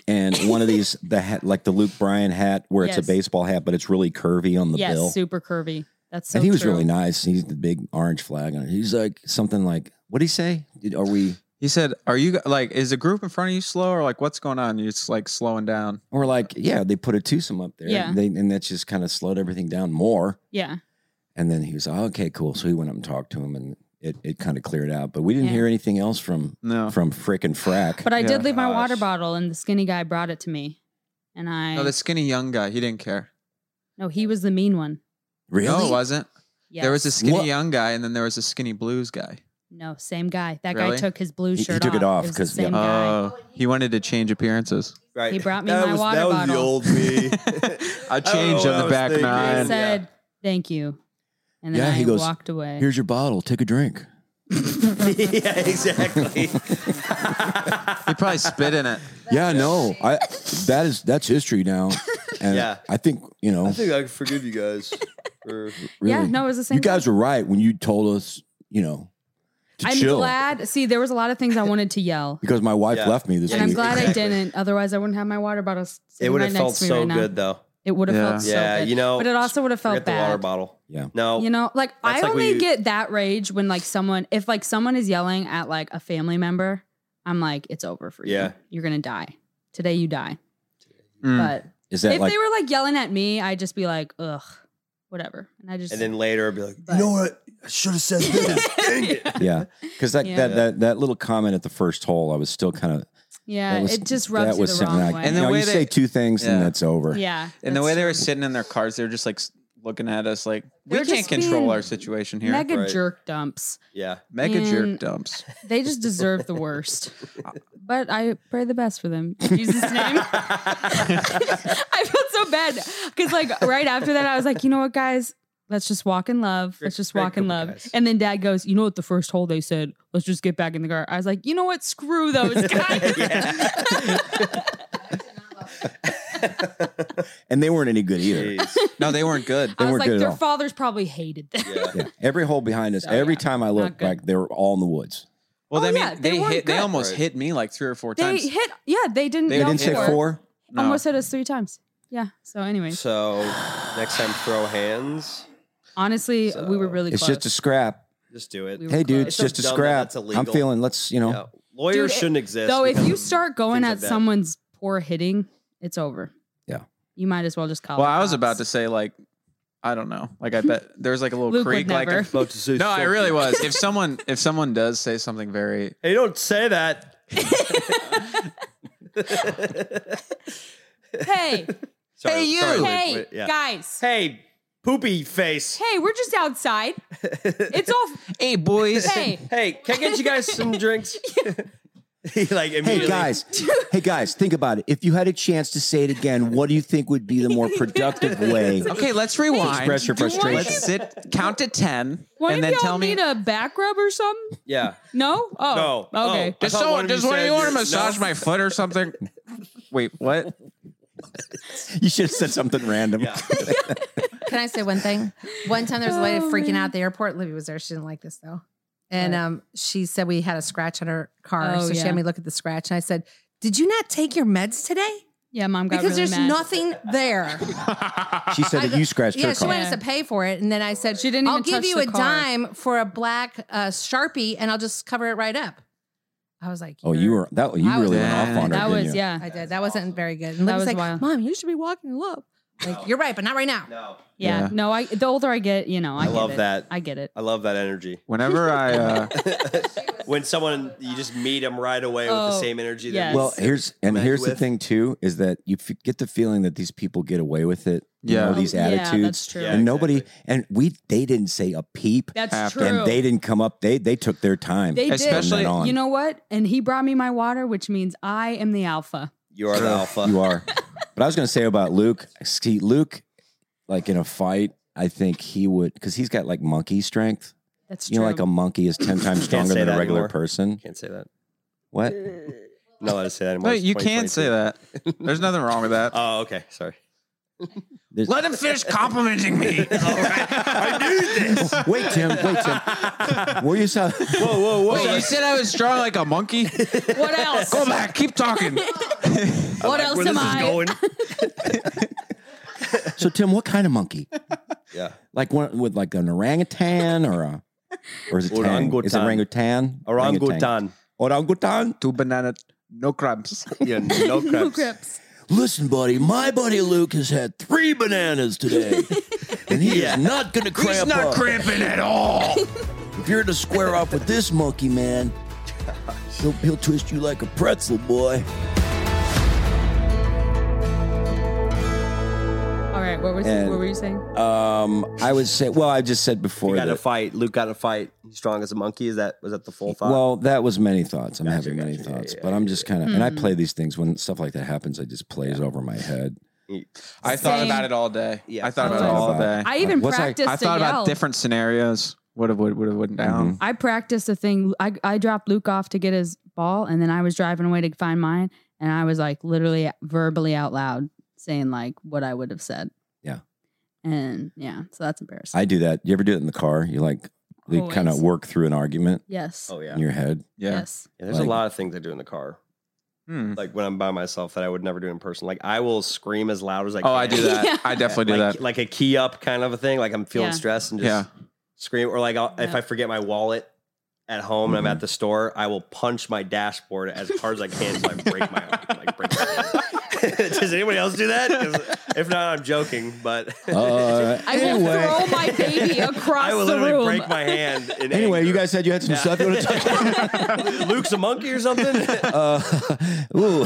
S4: and one of these the hat like the Luke Bryan hat where it's
S5: Yes.
S4: a baseball hat but it's really curvy on the
S5: yes,
S4: bill.
S5: super curvy. That's so.
S4: and he was
S5: true.
S4: really nice. He's the big orange flag on it. He's like something like what did he say? Did, are we? And
S3: he said, "Are you g- like is the group in front of you slow or like what's going on? You're just like slowing down."
S4: We're like yeah, they put a twosome up there.
S5: Yeah.
S4: They, and that just kind of slowed everything down more.
S5: Yeah,
S4: And then he was like, okay, cool. So he went up and talked to him, and it, it kind of cleared out. But we didn't
S5: Yeah.
S4: hear anything else from
S3: No,
S4: from frickin' frack.
S5: but I
S3: Yeah.
S5: did leave my water
S2: Gosh.
S5: bottle, and the skinny guy brought it to me, and I
S3: no, the skinny young guy, he didn't care.
S5: No, he was the mean one.
S4: really?
S3: No, it wasn't.
S5: Yeah.
S3: There was a skinny
S4: What?
S3: young guy, and then there was a skinny blues guy.
S5: no same guy. That guy
S3: Really?
S5: took his blue
S4: He- he
S5: shirt.
S4: took it off
S5: was the
S4: 'cause- yeah.
S5: same
S3: Oh,
S5: guy.
S3: he wanted to change appearances.
S2: Right.
S5: He brought me
S2: that
S5: my
S2: was,
S5: water
S2: that
S5: bottle.
S2: was the old me.
S3: I
S2: don't
S3: changed
S2: know
S3: on
S2: what I
S3: the
S2: was
S3: back
S2: thinking.
S5: I
S3: nine.
S2: Yeah.
S5: said, "Thank you," and then
S4: Yeah,
S5: I
S4: he goes,
S5: walked away.
S4: Here's your bottle. Take a drink.
S2: yeah, exactly.
S3: He probably spit in it.
S4: yeah, no, I that is that's history now. And
S2: Yeah.
S4: I think you know.
S2: I think I can forgive you guys. For,
S4: Really,
S5: Yeah, no, it was the same.
S4: you guys were right when you told us. You know, to
S5: I'm
S4: chill
S5: glad. See, there was a lot of things I wanted to yell,
S4: because my wife
S2: Yeah.
S4: left me this
S5: and I'm
S4: week.
S5: glad I
S2: Exactly.
S5: didn't. Otherwise, I wouldn't have my water bottle. s-
S2: It
S5: sitting
S2: would
S5: right
S2: have
S5: next
S2: felt
S5: to me
S2: so
S5: right now.
S2: good though.
S5: It would have
S3: Yeah.
S5: felt so
S2: yeah,
S5: good.
S2: you know.
S5: but it also would have felt
S2: forget the water
S5: bad.
S2: bottle.
S4: Yeah.
S2: No.
S5: You know, like I
S2: That's like
S5: only
S2: we-
S5: get that rage when like someone, if like someone is yelling at like a family member, I'm like, it's over for you.
S2: Yeah.
S5: You're gonna die today. You die.
S3: Mm.
S5: But
S4: Is
S5: if
S4: that like
S5: they were like yelling at me, I'd just be like, ugh, whatever, and I just
S2: and then later I'd be like,
S5: But-
S2: what? I should have said
S5: yeah.
S4: yeah? Because that,
S5: Yeah.
S4: that that that little comment at the first hole, I was still kind of
S5: Yeah,
S4: that was
S5: it just rubs
S4: that
S5: you
S4: was
S5: the
S4: something
S5: wrong
S4: I-
S5: way.
S4: you
S3: And the
S4: know,
S3: way
S4: you
S3: they-
S4: say two things
S3: Yeah.
S4: and that's over.
S5: yeah,
S3: And the
S5: that's
S3: way they
S5: true.
S3: were sitting in their cars, they were just like s- looking at us like, we
S5: They're
S3: can't
S5: just
S3: control
S5: being
S3: our situation here.
S5: mega
S2: Right.
S5: jerk dumps.
S2: yeah.
S3: Mega jerk
S5: And-
S3: dumps.
S5: They just deserve the worst. But I pray the best for them. In Jesus' name. I felt so bad because, like, right after that, I was like, you know what, guys, let's just walk in love. Let's just
S2: Great
S5: walk in
S2: couple,
S5: love.
S2: guys.
S5: And then Dad goes, you know what? The first hole they said, let's just get back in the car. I was like, you know what? Screw those guys.
S4: And they weren't any good either.
S2: Jeez.
S3: No, they weren't good.
S5: I was
S4: weren't good
S5: like,
S4: at
S5: their
S4: all.
S5: fathers probably hated them.
S2: Yeah.
S4: Yeah. Every hole behind us,
S5: So,
S4: every
S5: yeah,
S4: time I
S5: not
S4: look
S5: good.
S4: back, they were all in the woods.
S3: Well,
S5: Oh,
S3: I mean,
S5: yeah,
S3: they,
S5: they weren't
S3: hit. They
S5: good.
S3: almost
S2: Right.
S3: hit me like three or four
S5: They
S3: times.
S5: hit, yeah, they didn't.
S3: They
S4: They
S5: yell
S4: didn't say
S5: for it.
S4: four.
S3: No.
S5: Almost hit us three times. Yeah. So, anyways,
S2: So next time, throw hands.
S5: honestly, we were
S2: So-
S5: really
S4: It's
S5: close.
S4: just a scrap.
S2: Just do it.
S5: We were
S4: Hey, dude, it's
S5: close.
S2: It's so
S4: just a
S2: dumb that
S4: scrap.
S2: that's
S4: I'm
S2: illegal.
S4: feeling. Let's you know.
S2: Yeah. Lawyers
S5: Dude, it-
S2: shouldn't exist.
S5: Though, if
S2: because
S5: you
S2: of
S5: start going
S2: things
S5: at
S2: like that.
S5: someone's poor hitting, it's over.
S4: Yeah.
S5: You might as well just call.
S3: Well,
S5: the
S3: I was about
S5: cops.
S3: to say like, I don't know. Like I bet there's like a little
S5: Luke would
S3: creek. Like
S5: never.
S3: if- no, I really was. If someone if someone does say something very
S2: Hey, don't say that.
S5: Hey,
S2: Sorry,
S3: Hey, you.
S2: sorry, Luke,
S5: hey,
S2: but yeah.
S5: guys.
S2: Hey, poopy face.
S5: Hey, we're just outside. It's all.
S3: hey boys.
S5: hey,
S2: Hey, can I get you guys some drinks? he like
S4: Hey
S2: immediately.
S4: guys, hey guys, think about it. If you had a chance to say it again, what do you think would be the more productive way?
S3: Okay, let's rewind.
S4: Express your
S5: Why
S4: frustration.
S3: Let's sit, count to ten,
S5: why
S3: and
S5: do
S3: then
S5: y'all
S3: tell me.
S5: need a uh, back rub or something?
S2: Yeah.
S5: No. Oh.
S2: No. Oh.
S5: Okay.
S2: I
S3: Does
S2: thought one
S3: someone,
S2: of you
S3: does one of
S2: said
S3: you want
S2: you-
S3: to massage
S2: no.
S3: my foot or something? Wait, what?
S4: You should have said something random.
S2: Yeah.
S6: Can I say one thing? One time there was a lady
S5: Oh,
S6: freaking out at the airport. Libby was there. She didn't like this though. And
S5: What?
S6: um, she said we had a scratch on her car.
S5: Oh,
S6: so she
S5: yeah.
S6: had me look at the scratch. And I said, Did you not take your meds today?
S5: Yeah, mom got
S6: Because
S5: really
S6: there's
S5: mad.
S6: nothing there.
S4: She said that you scratched
S6: yeah,
S4: her
S6: she
S4: car.
S6: wanted us to pay for it. And then I said,
S5: She didn't
S6: I'll
S5: even
S6: give
S5: touch
S6: you
S5: the
S6: a
S5: car."
S6: dime for a black uh, Sharpie and I'll just cover it right up. I was like,
S4: oh, you
S6: "You're-
S4: were that. You
S6: I was
S4: really went
S3: mad.
S4: off on her.
S5: That
S4: didn't
S5: was
S4: you?
S5: yeah.
S6: I did. That wasn't very good. And
S5: That
S6: Libby's
S5: was
S6: like,
S5: wild.
S6: Mom, you should be walking in love. Like, you're right, but not right now.
S2: No.
S5: yeah,
S3: Yeah.
S5: No, I. The older I get, you know, I,
S2: I
S5: get
S2: love
S5: it.
S2: that.
S5: I get it.
S2: I love that energy.
S3: Whenever I uh,
S2: when someone you just meet them right away with the
S5: Oh,
S2: same energy.
S5: yes.
S2: That
S4: Well, here's and
S2: Met
S4: here's the
S2: with.
S4: thing too is that you f- get the feeling that these people get away with it. you
S3: Yeah.
S4: know, these
S5: Yeah, that's
S4: attitudes.
S5: true.
S2: Yeah,
S4: And nobody
S2: exactly.
S4: and we they didn't say a peep.
S5: That's
S3: After-
S5: true.
S4: and they didn't come up. They they took their time.
S5: They did.
S3: Especially-
S4: on.
S5: You know what? And he brought me my water, which means I am the alpha.
S2: you are the alpha.
S4: you are. But I was going to say about Luke. See, Luke, like in a fight, I think he would because he's got like monkey strength.
S5: That's
S4: You
S5: true.
S4: know, like a monkey is ten times stronger
S2: say
S4: than a
S2: that
S4: regular
S2: anymore.
S4: person.
S2: Can't say that.
S4: What?
S2: No, I didn't say that anymore.
S3: no,
S2: It's
S3: you
S2: 2022.
S3: can't say that. There's nothing wrong with that.
S2: Oh, okay. Sorry.
S4: There's-
S3: Let him finish complimenting me. Oh,
S4: wait, Tim. Wait, Tim. Were you so?
S2: Whoa, whoa, whoa.
S3: Wait, you said I was strong like a monkey?
S5: what else?
S3: Go back, keep talking.
S5: what else am I?
S4: So Tim, what kind of monkey?
S2: yeah.
S4: Like one with like an orangutan or a or is it tang? Is it
S2: Orangutan.
S4: orangutan?
S2: Orangutan.
S4: Orangutan.
S3: Two banana, no crumbs.
S2: Yeah, no
S5: No
S2: crap.
S5: grips.
S4: Listen, buddy, my buddy Luke has had three bananas today. And he
S2: Yeah.
S4: is not going to cramp up.
S3: cramping at all.
S4: If you're to square off with this monkey man, he'll, he'll twist you like a pretzel, boy.
S5: All right. What was?
S4: And-
S5: what were you saying?
S4: Um, I would say, well, I just said
S2: You
S4: before
S2: got to
S4: that.
S2: fight. Luke got to fight. He's strong as a monkey. Is that was that the full thought?
S4: Well, that was many thoughts. I'm
S2: Gotcha,
S4: having many
S2: gotcha. Yeah,
S4: thoughts,
S2: yeah, Mm-hmm.
S4: but I'm just kind of, and I play these things when stuff like that happens. I just plays over my head.
S3: I thought
S5: Same.
S3: about it all day.
S2: Yeah.
S3: I thought
S5: I
S3: about it
S5: thought
S3: all
S4: about
S3: day.
S5: I even
S4: What's I-
S5: practiced.
S3: I thought
S5: a
S3: about
S5: yell.
S3: different scenarios. Would have would would have went down.
S5: I practiced a thing. I, I dropped Luke off to get his ball, and then I was driving away to find mine, and I was like literally verbally out loud saying like what I would have said.
S4: Yeah.
S5: And yeah, so that's embarrassing.
S4: I do that. You ever do it in the car? You're like, They kind of
S5: Always.
S4: work through an argument
S5: Yes.
S2: Oh yeah.
S4: in your head.
S3: Yeah.
S5: Yes.
S2: Yeah, there's
S4: Like-
S2: a lot of things I do in the car,
S3: Hmm.
S2: like when I'm by myself that I would never do in person. Like I will scream as loud as I.
S3: Oh,
S2: can.
S3: I do that.
S5: Yeah.
S3: I definitely do
S2: like,
S3: that.
S2: Like a key up kind of a thing. Like I'm feeling
S5: Yeah.
S2: stressed and just scream. Or like I'll, if
S5: Yeah.
S2: I forget my wallet at home and I'm
S4: Mm-hmm.
S2: at the store, I will punch my dashboard as hard as I can so I break my like break my. arm. Does anybody else do that? 'Cause if not, I'm joking. But
S4: Uh,
S5: I
S4: anyway,
S5: will throw my baby across
S2: I will
S5: the
S2: literally
S5: room.
S2: break my hand. In
S4: anyway, you
S2: anger.
S4: guys said you had some stuff you want to talk about.
S2: Luke's a monkey or something.
S4: Uh, ooh.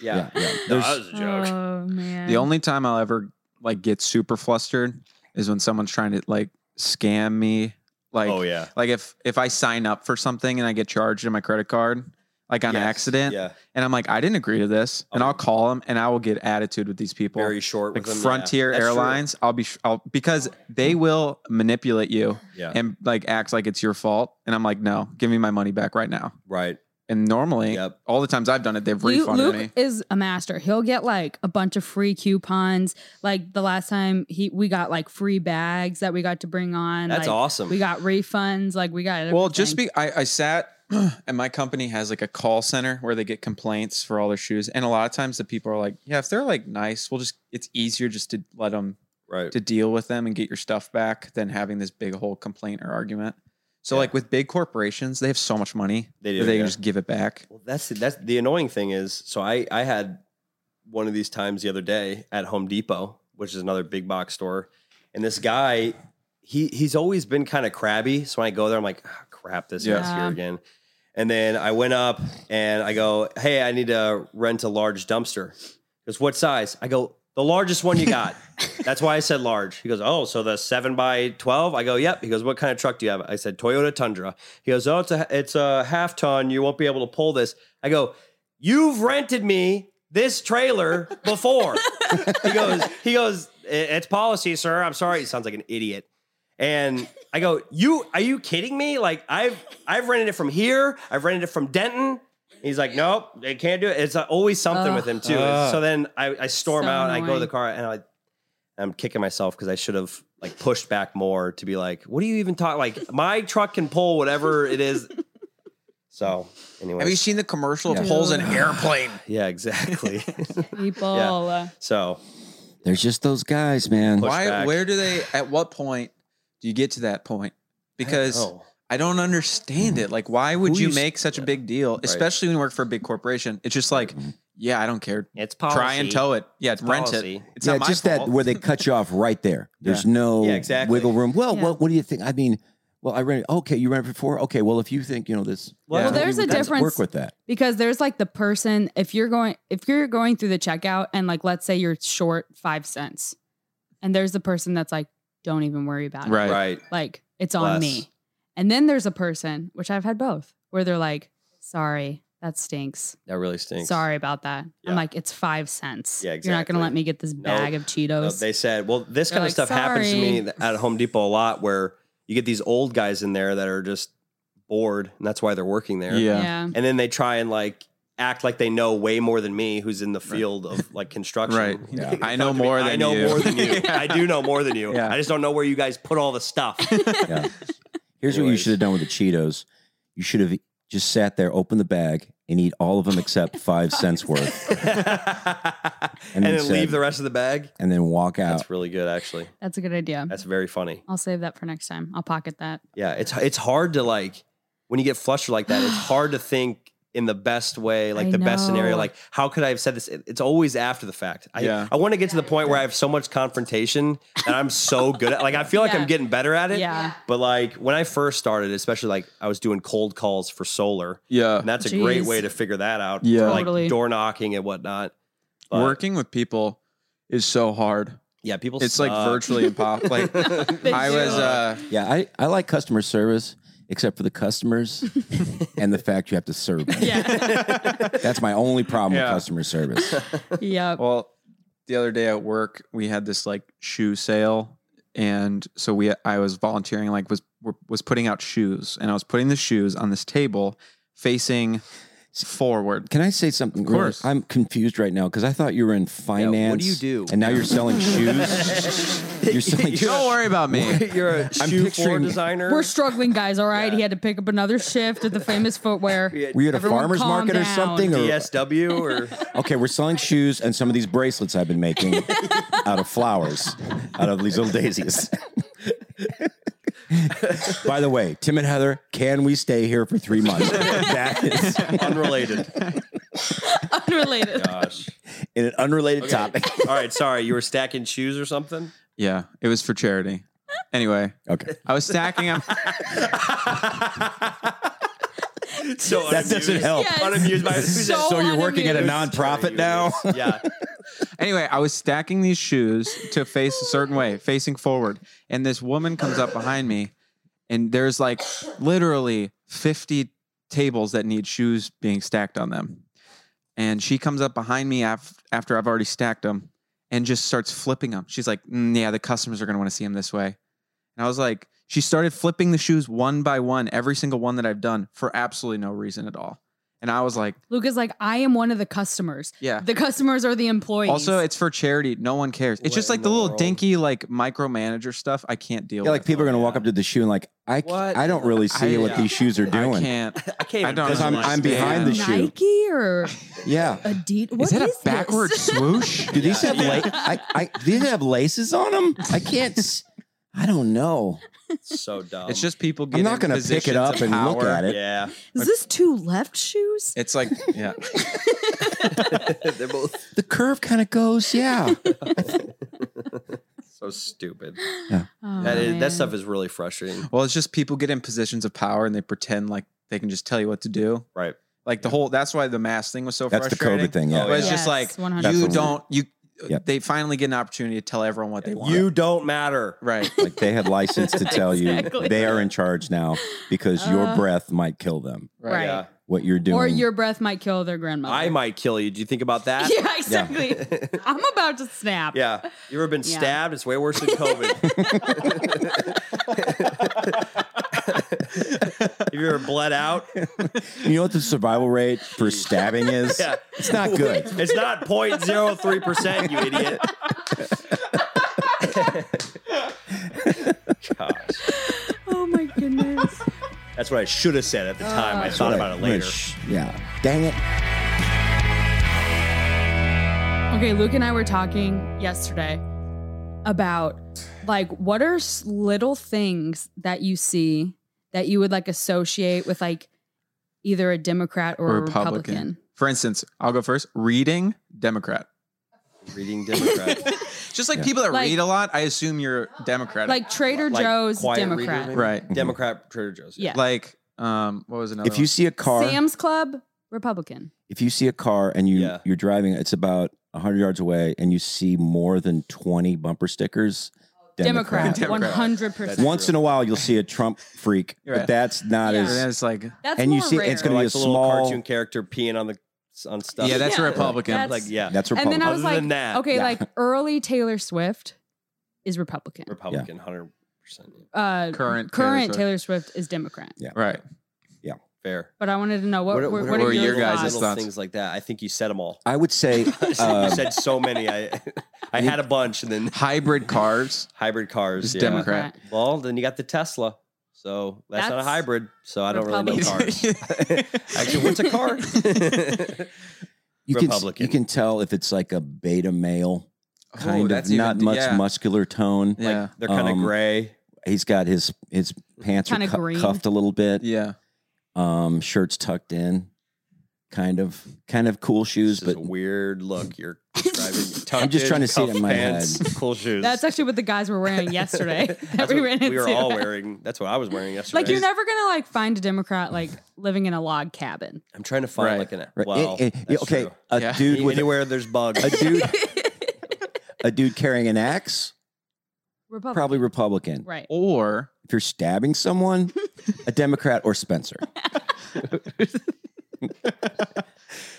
S2: yeah, No,
S4: There's-
S2: that was a joke.
S5: Oh man.
S3: The only time I'll ever like get super flustered is when someone's trying to like scam me. Like,
S2: oh yeah,
S3: like if if I sign up for something and I get charged in my credit card, like on
S2: Yes,
S3: accident,
S2: Yeah,
S3: and I'm like, I didn't agree to this, and
S2: Oh.
S3: I'll call them and I will get attitude with these people.
S2: very short.
S3: like
S2: with them, yeah.
S3: Frontier
S2: That's true.
S3: Airlines, I'll be, sh- I'll because they will manipulate you
S2: Yeah,
S3: and like act like it's your fault, and I'm like, no, give me my money back right now.
S2: right.
S3: And normally,
S2: Yep.
S3: all the times I've done it, they've
S5: Lu-
S3: refunded
S5: Luke
S3: me.
S5: is a master. He'll get like a bunch of free coupons. Like the last time he we got like free bags that we got to bring on.
S2: That's
S5: Like,
S2: awesome.
S5: We got refunds. Like we got
S3: Well, just
S5: everything.
S3: be I, I sat and my company has like a call center where they get complaints for all their shoes, and a lot of times the people are like, "Yeah, if they're like nice, we'll just it's easier just to let them
S2: right.
S3: to deal with them and get your stuff back than having this big whole complaint or argument." So
S2: Yeah.
S3: like with big corporations, they have so much money
S2: They
S3: that
S2: do,
S3: they
S2: yeah.
S3: can just give it back.
S2: Well, that's that's the annoying thing is. So I I had one of these times the other day at Home Depot, which is another big box store, and this guy he he's always been kind of crabby. So when I go there, I'm like, "Ah, crap, this guy's
S5: Yeah.
S2: here again. And then I went up and I go, hey, I need to rent a large dumpster. He goes, what size? I go, the largest one you got. That's why I said large. He goes, oh, so the seven by twelve? I go, yep. He goes, what kind of truck do you have? I said Toyota Tundra. He goes, oh, it's a it's a half ton. You won't be able to pull this. I go, you've rented me this trailer before. he goes, he goes, "It- it's policy, sir. I'm sorry. He sounds like an idiot. And I go, you are you kidding me? Like I've I've rented it from here. I've rented it from Denton. He's like, nope, they can't do it. It's uh, always something with him too.
S3: Ugh.
S2: so then I, I storm
S5: So
S2: out. and I go to the
S5: annoying.
S2: car and I, I'm kicking myself because I should have like pushed back more to be like, what are you even talking? Like my truck can pull whatever it is. So anyway,
S3: Have you seen the commercial
S4: Yeah.
S3: of holes in airplane?
S2: yeah, exactly.
S5: people.
S2: Yeah.
S5: uh,
S2: so
S4: there's just those guys, man.
S2: Push
S3: Why?
S2: back.
S3: Where do they? At what point do you get to that point? Because
S2: oh,
S3: I don't understand it. Like, why would
S2: Who
S3: you
S2: you s-
S3: make such a big deal, especially when you work for a big corporation? It's just like, yeah, I don't care.
S2: it's Mm-hmm. policy.
S3: Try and tow it. Yeah, rent
S2: policy.
S3: it. It's
S4: yeah,
S3: not my
S4: just
S3: fault.
S4: that where they cut you off right there. There's no
S2: Yeah, exactly.
S4: wiggle room. Well,
S5: Yeah.
S4: what, what do you think? I mean, well, I rented. Okay, you rented before. Okay, well, if you think you know this,
S2: Well,
S4: yeah,
S5: there's
S4: we
S5: a
S4: can
S5: difference.
S4: Work with that.
S5: because there's like the person if you're going if you're going through the checkout and like let's say you're short five cents and there's the person that's like don't even worry about it
S3: Right.
S2: Right.
S5: like it's
S2: Bless.
S5: on me and then there's a person which i've had both where they're like sorry that stinks
S2: That really stinks.
S5: sorry about that
S2: Yeah.
S5: i'm like it's five cents
S2: Yeah,
S5: you're not gonna
S2: exactly.
S5: let me get this bag of
S2: Uh,
S5: cheetos
S2: they said, well, this
S5: They're
S2: kind
S5: like,
S2: of stuff happens to me
S5: "Sorry."
S2: at Home Depot a lot where you get these old guys in there that are just bored and that's why they're working there.
S3: yeah.
S5: yeah
S2: And then they try and like act like they know way more than me who's in the field of like construction.
S3: Right.
S4: Yeah.
S2: They
S3: I know
S2: come to me,
S3: more
S2: I
S3: than
S2: know
S3: you."
S2: more than you. I do know more than you.
S3: Yeah.
S2: I just don't know where you guys put all the stuff.
S4: Yeah. Here's what you
S2: Anyways.
S4: should have done with the Cheetos. You should have just sat there, opened the bag, and eat all of them except five cents worth,
S2: and
S4: then
S2: then
S3: uh,
S4: said-
S2: leave the rest of the bag.
S4: and then walk out.
S2: That's really good actually.
S5: that's a good idea
S2: That's very funny.
S5: i'll save that for next time i'll pocket that
S2: Yeah, it's it's hard to like when you get flustered like that. It's hard to think in the best way, like
S5: I
S2: the best scenario.
S5: know.
S2: Like, how could I have said this? It- It's always after the fact. I
S3: Yeah.
S2: I want to get to the point where I have so much confrontation that I'm so good at. Like, I feel like
S5: Yeah.
S2: I'm getting better at it.
S5: yeah
S2: But like when I first started, especially like I was doing cold calls for solar,
S3: Yeah.
S2: and that's a great
S5: Jeez.
S2: way to figure that out.
S3: Uh, Yeah.
S5: Totally.
S2: like door knocking and whatnot. But,
S3: Working with people is so hard.
S2: yeah, people.
S3: It's like
S2: suck.
S3: virtually impossible. Like,
S5: They
S3: I
S5: do.
S3: was, uh,
S4: Yeah, I, I like customer service, except for the customers and the fact you have to serve. them.
S5: yeah
S4: That's my only problem
S3: Yeah.
S4: with customer service.
S5: yeah
S3: well, the other day at work, we had this like shoe sale. And so we, I was volunteering, like was was putting out shoes, and I was putting the shoes on this table facing forward.
S4: Can I say something? Of
S3: course.
S4: I'm confused right now because I thought you were in finance.
S2: do you do?
S4: And now you're selling shoes. you're selling shoes.
S3: Don't worry about me.
S2: You're a
S4: I'm
S2: shoe floor
S4: picturing-
S2: designer.
S5: We're struggling, guys. All right, he had to pick up another shift at the famous footwear.
S2: Yeah.
S4: Were you at a
S5: Everyone
S4: farmer's
S5: calm
S4: market or
S5: down.
S4: something? Or,
S2: DSW or
S4: Okay, we're selling shoes and some of these bracelets I've been making out of flowers, out of these little daisies. By the way, Tim and Heather, can we stay here for three months? that is
S2: unrelated.
S5: Unrelated.
S2: Gosh.
S4: in an unrelated topic.
S2: All right, sorry. You were stacking shoes or something?
S3: Yeah, it was for charity. Anyway,
S4: Okay.
S3: I was stacking them.
S2: So
S4: That doesn't help.
S5: Yes.
S2: Unamused by
S5: So
S4: So you're
S5: unamused.
S4: working at a nonprofit now?
S2: Yeah.
S3: Anyway, I was stacking these shoes to face a certain way, facing forward. And this woman comes up behind me, and there's like literally 50 tables that need shoes being stacked on them. And she comes up behind me af- after I've already stacked them and just starts flipping them. She's like, "Mm, Yeah, the customers are going to want to see them this way. And I was like, She started flipping the shoes one by one, every single one that I've done for absolutely no reason at all. And I was like,
S5: Luke is like, I am one of the customers.
S3: Yeah.
S5: The customers are the employees.
S3: Also, it's for charity. No one cares. It's
S2: What
S3: just
S2: in
S3: like the,
S2: the
S3: little
S2: world?
S3: dinky, like micromanager stuff. I can't deal
S4: Yeah,
S3: with.
S4: like people are going to walk up to the shoe and like, I, c-
S2: What?
S4: I don't really see
S3: I-
S4: what these shoes are
S3: I
S4: doing.
S3: can't.
S2: I can't.
S3: I
S2: even
S3: don't
S4: Because I'm, I'm
S2: understand.
S4: behind the shoe.
S5: Nike or
S4: Yeah.
S5: Adidas.
S3: Is
S5: What
S3: that a
S5: this?
S3: backward swoosh?
S4: Do these have la- I, I, do these have laces on them? I can't. s- I don't know.
S2: So dumb.
S3: It's just people.
S4: I'm
S3: Getting
S4: not going to pick it up and look at it.
S2: Yeah.
S5: Is this two left shoes?
S3: It's like yeah.
S2: They're both
S4: The curve kind of goes, yeah.
S2: so stupid.
S5: Oh,
S2: That is
S5: man.
S2: that stuff is really frustrating.
S3: Well, it's just people get in positions of power and they pretend like they can just tell you what to do.
S2: Right.
S3: Like the whole. That's why the mask thing was so.
S4: That's the
S3: frustrating.
S4: COVID thing, yeah.
S2: Oh,
S3: But it's
S2: yeah.
S3: just like
S5: Yes, 100%.
S3: you
S4: That's the one.
S3: don't you. uh,
S4: Yeah.
S3: They finally get an opportunity to tell everyone what they want.
S2: You don't matter.
S3: right.
S4: like they had license to tell
S5: Exactly.
S4: you they are in charge now because your
S5: Uh.
S4: breath might kill them.
S5: Right.
S2: Yeah.
S4: What you're doing.
S5: Or your breath might kill their grandmother.
S2: I might kill you. Do you think about that?
S5: Yeah, exactly. I'm about to snap.
S2: Yeah. You ever been
S5: Yeah.
S2: stabbed? It's way worse than COVID. Have you ever bled out?
S4: you know what the survival rate for stabbing is?
S2: Yeah.
S4: It's not good.
S2: It's not 0.03%, you idiot. Gosh.
S5: Oh my goodness.
S2: That's what I should have said at
S5: Uh,
S2: the time. I thought about it later.
S4: Sh- Yeah. Dang it.
S5: Okay, Luke and I were talking yesterday about like what are s- little things that you see that you would like associate with like either a Democrat or, a Republican.
S3: For instance, I'll go first. Reading Democrat.
S2: Reading Democrat.
S3: Just like people that
S5: Like-
S3: read a lot, I assume you're Democratic.
S5: Like Trader
S2: Like
S5: Joe's
S2: quiet reader,
S5: Democrat.
S2: maybe?
S3: right.
S2: Democrat Trader Joe's.
S5: Yeah.
S3: Like um what was another
S4: If you see a car,
S5: Sam's Club, Republican.
S4: if you see a car and you
S2: Yeah.
S4: you're driving, it's about 100 yards away and you see more than 20 bumper stickers,
S5: Democrat.
S3: Democrat.
S5: 100%.
S4: Once in a while, you'll see a Trump freak,
S3: You're
S4: but
S3: right.
S4: that's not
S5: Yeah.
S3: one?
S4: as.
S3: And it's like
S5: That's
S4: and you
S5: more
S4: see-
S5: rare.
S4: it's
S2: Or
S4: gonna
S2: like
S4: be a
S2: the little
S4: small-
S2: cartoon character peeing on the on stuff.
S3: Yeah, that's
S5: Yeah.
S3: a Republican.
S5: That's-
S2: like yeah,
S4: That's
S5: and
S4: Republican.
S5: then I was
S2: Other
S5: like,
S2: than that,
S5: okay,
S4: yeah.
S5: like early Taylor Swift is Republican.
S2: Republican, hundred percent
S5: Uh,
S3: Current Taylor
S5: current
S3: Swift.
S5: Taylor Swift. is Democrat.
S3: right.
S2: fair.
S5: But I wanted to know what what, what,
S3: were
S5: are
S3: your
S5: your
S3: guys'
S5: guys'
S2: little
S3: thoughts?
S2: things like that? I think you said them all.
S4: I would say
S2: you
S4: um,
S2: said so many. I I had a bunch, and then
S3: Hybrid cars.
S2: hybrid
S3: It's
S2: cars. Yeah.
S3: Democrat.
S2: Well, then you got the Tesla. So that's, not a
S5: That's
S2: hybrid. So I don't really know
S5: Republican.
S2: cars. Actually, what's a car?
S4: you can
S2: Republican.
S4: you can tell if it's like a beta male
S3: Oh,
S4: kind of
S3: that's even-
S4: not much
S3: yeah.
S4: muscular tone.
S3: Yeah.
S2: They're kind of
S4: Um,
S2: gray.
S4: He's got his his pants are
S5: Kinda
S4: cu-
S5: green.
S4: cuffed a little bit.
S3: yeah.
S4: Um, shirts tucked in, kind of kind of cool shoes,
S2: This is
S4: but
S2: a weird look. You're describing.
S4: I'm just
S2: Tucked
S4: trying to see it
S2: cuff
S4: in my
S2: pants, Cool shoes.
S5: That's actually what the guys were wearing yesterday that
S2: That's
S5: we
S2: what
S5: ran into.
S2: we were all wearing. That's what I was wearing yesterday.
S5: Like you're never gonna like find a Democrat like living in a log cabin.
S2: I'm trying to find
S3: Right.
S2: like an
S4: right,
S2: wow.
S4: it- it-
S2: that's
S4: okay,
S2: true.
S4: a
S3: Yeah.
S4: dude with a,
S2: anywhere there's bugs.
S4: a dude a dude carrying an axe,
S5: Republican.
S4: probably Republican.
S5: right.
S3: Or
S4: If you're stabbing someone, a Democrat or Spencer. right?
S3: So-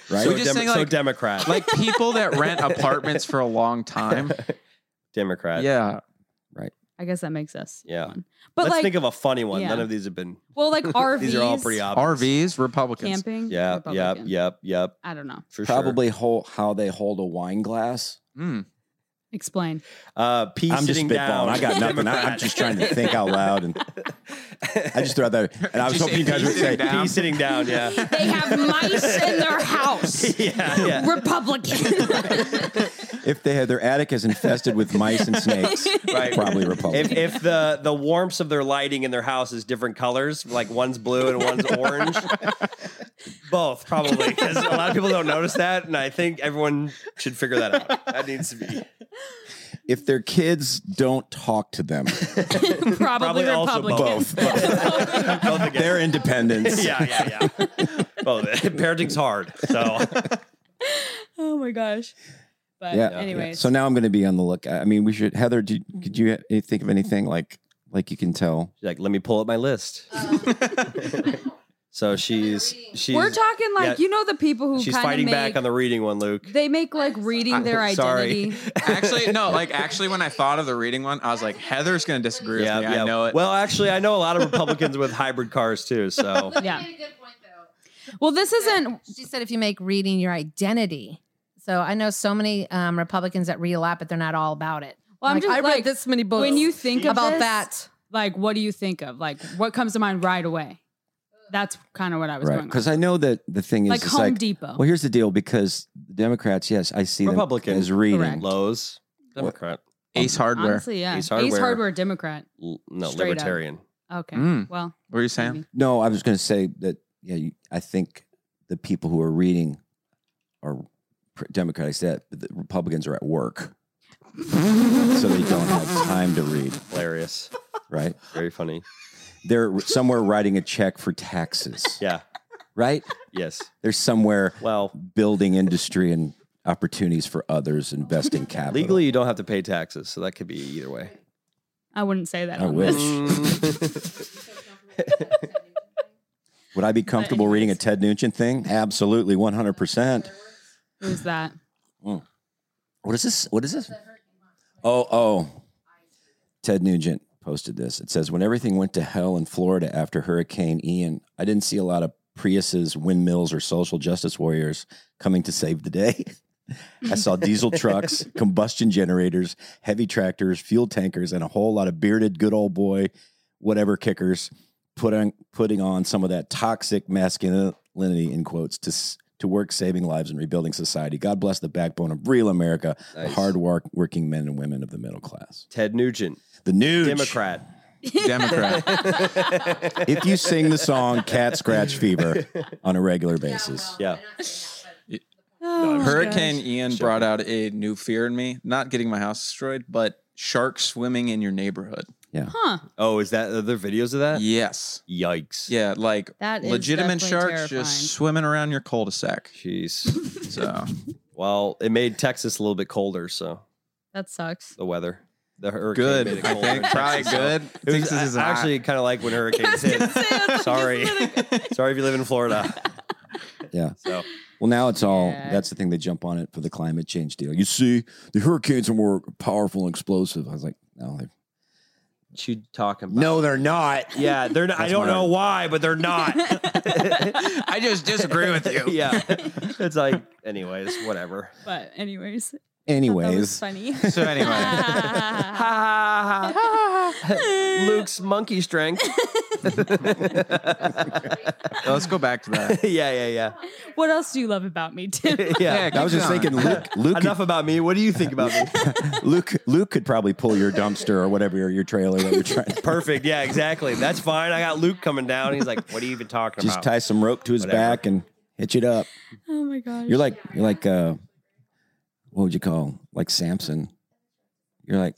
S3: We're just saying,
S2: so
S3: like-
S2: Democrat,
S3: like people that rent apartments for a long time.
S2: Democrat.
S3: Yeah.
S5: I guess that makes us.
S2: Yeah.
S5: one. But
S2: Let's
S5: like,
S2: think of a funny one.
S5: yeah.
S2: None of these have been.
S5: well, like RVs,
S2: These are all pretty obvious.
S3: RVs, Republicans.
S5: camping.
S2: Yeah, yep,
S5: Republican.
S2: yep, yep.
S5: I don't know.
S2: For
S4: Probably hol- how they hold a wine glass.
S3: Mm.
S5: Explain.
S2: sure. Uh, P
S4: I'm just
S2: sitting
S4: spitballing.
S2: down.
S4: I got nothing. I, am
S2: Democrat.
S4: just trying to think out loud, and I just throw out that. And I was
S3: Did you
S4: hoping
S3: say
S4: you guys would
S3: sitting
S4: say,
S3: down?
S2: P sitting down. Yeah,
S5: They have mice in their house.
S2: yeah, yeah.
S5: Republican.
S4: if they had their attic is infested with mice and snakes,
S2: Right.
S4: probably
S2: If,
S4: Republican.
S2: if the the warmth of their lighting in their house is different colors, like one's blue and one's orange, both probably because a lot of people don't notice that, and I think everyone should figure that out. That needs to be
S4: If, their kids don't talk to them,
S5: Probably,
S2: Probably also
S5: Republican.
S4: both.
S2: both again.
S4: their independence.
S2: yeah, yeah, yeah. Both. Parenting's hard, so
S5: Oh my gosh. But
S4: Yeah.
S5: anyways.
S4: So now I'm going to be on the lookout. I mean, we should. Heather, do, could you think of anything like like you can tell?
S2: she's like, let me pull up my list. so she's she's
S5: Oh. We're talking
S2: yeah.
S5: like you know the people who
S2: she's
S5: kind of
S2: fighting
S5: make,
S2: back on the reading one, Luke.
S5: they make like reading their
S2: I'm
S5: identity.
S2: sorry.
S3: Actually, no. Like, actually, when I thought of the reading one, I was like, Heather's going to disagree with me. I know it.
S2: Well, actually, I know a lot of Republicans with hybrid cars too. So
S5: Yeah.
S6: made a good point though.
S5: Well, this isn't
S6: She said if you make reading your identity. So I know so many um, Republicans that read a lot, but they're not all about it.
S5: Well, I'm
S6: Like,
S5: just
S6: I read
S5: like,
S6: this many books.
S5: when you think
S6: about
S5: of this,
S6: that,
S5: Like, what do you think of? Like, what comes to mind right away? That's kind of what I was
S4: Right.
S5: going. With.
S4: Because I know that the thing is
S5: Like
S4: it's
S5: Home Depot.
S4: Well, here's the deal. Because Democrats, yes, I see
S2: Republican.
S4: them as reading.
S5: Correct.
S2: Lowe's Democrat,
S3: Ace Hardware.
S5: Honestly, yeah.
S2: Ace
S5: Ace
S2: Hardware.
S5: Hardware, Democrat.
S2: L- no
S5: Straight up.
S2: libertarian.
S5: Okay.
S3: Mm.
S5: Well,
S3: What were you saying?
S4: No, I was going to say that. Yeah, you, I think the people who are reading are pr- Democrat. I said, but the Republicans are at work, so they don't have time to read.
S2: Hilarious,
S4: Right?
S2: very funny.
S4: They're somewhere writing a check for taxes.
S2: Yeah.
S4: Right?
S2: Yes.
S4: They're somewhere
S2: Well,
S4: building industry and opportunities for others, investing capital.
S2: legally you don't have to pay taxes, so that could be either way.
S5: I wouldn't say that.
S4: I
S5: on
S4: wish.
S5: this.
S3: Mm.
S4: Would I be comfortable reading a Ted Nugent thing? Absolutely, one hundred percent.
S5: Who's that?
S4: What is this? What is this? Oh, oh. Ted Nugent posted this. It says, When everything went to hell in Florida after Hurricane Ian, I didn't see a lot of Priuses, windmills, or social justice warriors coming to save the day. I saw diesel trucks, combustion generators, heavy tractors, fuel tankers, and a whole lot of bearded good old boy, whatever kickers, put on, putting on some of that toxic masculinity in quotes to s- to work saving lives and rebuilding society. God bless the backbone of real America, the
S2: Nice.
S4: hard work, working men and women of the middle class.
S2: Ted Nugent,
S4: The new
S2: Democrat.
S3: Democrat.
S4: if you sing the song "Cat Scratch Fever" on a regular basis,
S2: Yeah.
S5: Oh, my
S3: Hurricane
S5: gosh.
S3: Ian brought out a new fear in me. Not getting my house destroyed, but sharks swimming in your neighborhood.
S5: Huh.
S2: Oh, is that are there videos of that?
S3: Yes.
S2: Yikes.
S3: Yeah, like
S5: Uh, That is
S3: legitimate
S5: definitely
S3: sharks
S5: terrifying.
S3: just swimming around your cul-de-sac.
S2: Jeez.
S3: So
S2: well, it made Texas a little bit colder, so
S5: That sucks.
S2: the weather. The hurricane.
S3: good,
S2: made it
S3: I
S2: colder
S3: think
S2: in
S3: probably
S2: Texas, so-
S3: good.
S2: It was-
S3: Texas
S2: I-
S3: is
S2: I
S3: hot.
S2: actually kind of like when hurricanes hit. Sorry. Sorry if you live in Florida.
S4: yeah.
S2: So
S4: Well, now it's all
S5: Yeah.
S4: that's the thing they jump on it for the climate change deal. You see, the hurricanes are more powerful and explosive. I was like, no, they're,
S2: what you talking about?
S4: no, they're not.
S2: Yeah, they're not. I
S4: That's
S2: don't
S4: my-
S2: know why, but they're not.
S3: I just disagree with you.
S2: yeah. It's like, anyways, whatever.
S5: But anyways. That was
S4: Anyways,
S5: funny.
S3: So anyway,
S2: Luke's monkey strength.
S3: let's go back to that.
S2: yeah, yeah,
S5: what else do you love about me, Tim?
S2: yeah. Yeah.
S4: I was just thinking, Luke, Luke,
S2: Enough about me. What do you think about me?
S4: Luke, Luke could probably pull your dumpster or whatever your, your trailer that you're trying. to
S2: Perfect. Yeah, exactly. That's fine. I got Luke coming down. He's like, what are you even talking
S4: Just
S2: about?
S4: tie some rope to his
S2: Whatever.
S4: back and hitch it up.
S5: oh my gosh.
S4: You're like, you're like, uh, what would you call like Samson? You're like,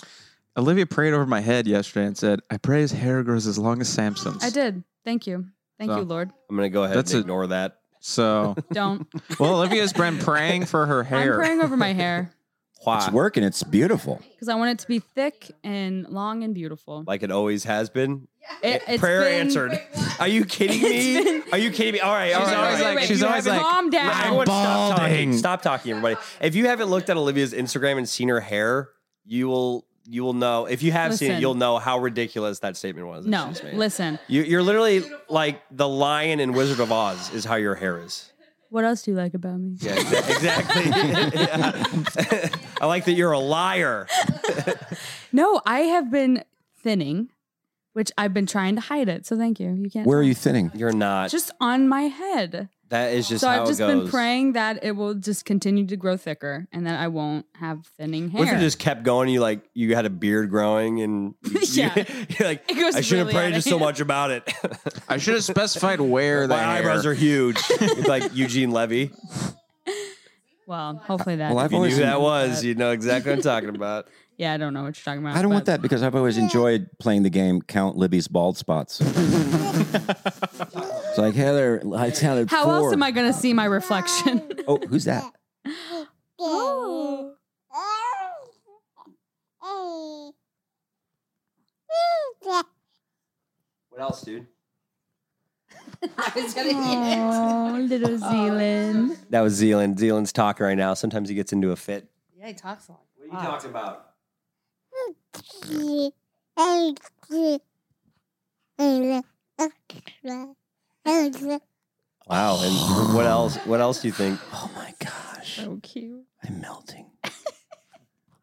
S3: Olivia prayed over my head yesterday and said, "I pray his hair grows as long as Samson's."
S5: I did. Thank you. Thank
S3: So-
S5: you, Lord.
S2: I'm going to go ahead
S3: That's
S2: and
S3: a-
S2: ignore that.
S3: So,
S5: Don't.
S3: well, Olivia's been praying for her
S5: I'm
S3: hair.
S5: praying over my hair
S2: Why?
S4: it's working. It's beautiful.
S5: because I want it to be thick and long and beautiful.
S2: Like it always has been.
S5: It, it's
S2: Prayer
S5: been-
S2: answered. Are you kidding me? Are you kidding me? All right, all
S3: She's
S2: right.
S3: always
S2: all right.
S3: like- she's
S5: you
S3: always
S5: haven't-
S3: like,
S5: calm down.
S2: Everyone stop
S3: balding.
S2: talking. Stop talking, everybody. If you haven't looked at Olivia's Instagram and seen her hair, you will you will know if you have seen it.
S5: Listen.
S2: You'll know how ridiculous that statement was. that
S5: No,
S2: she's made.
S5: listen.
S2: you, you're literally like the Lion in Wizard of Oz is how your hair is.
S5: What else do you like about me?
S2: Yeah, exa- exactly. Yeah. I like that you're a liar.
S5: No, I have been thinning, which I've been trying to hide it. So thank you. You can't.
S4: Where are you thinning?
S2: You're not.
S5: Just on my head.
S2: that is just
S5: so
S2: how
S5: I've just
S2: it goes.
S5: been praying that it will just continue to grow thicker and that I won't have thinning hair.
S2: What if you just kept going? You like you had a beard growing, and you-
S5: Yeah.
S2: you're like
S5: It goes
S2: I should have
S5: really
S2: prayed
S5: out of
S2: just so
S5: hand."
S2: much about it.
S3: I should have specified where the
S2: My eyebrows
S3: hair-
S2: are huge, It's like Eugene Levy.
S5: well, hopefully that.
S4: Well, I've
S2: If you knew
S4: always
S2: who that was,
S5: But-
S2: you know exactly what I'm talking about.
S5: yeah, I don't know what you're talking about.
S4: I don't want
S5: but
S4: that because I've always enjoyed playing the game Count Libby's Bald Spots. it's like Heather, I counted
S5: How
S4: four.
S5: else am I going to see my reflection?
S4: Oh, who's that?
S5: oh.
S2: What else, dude?
S5: little Zealand.
S2: That was Zealand. Zealand's talking right now. Sometimes he gets into a fit.
S6: Yeah, he talks a lot.
S2: What are you talking about? Wow. And what else? What else do you think?
S4: Oh my gosh.
S5: So cute.
S4: I'm melting.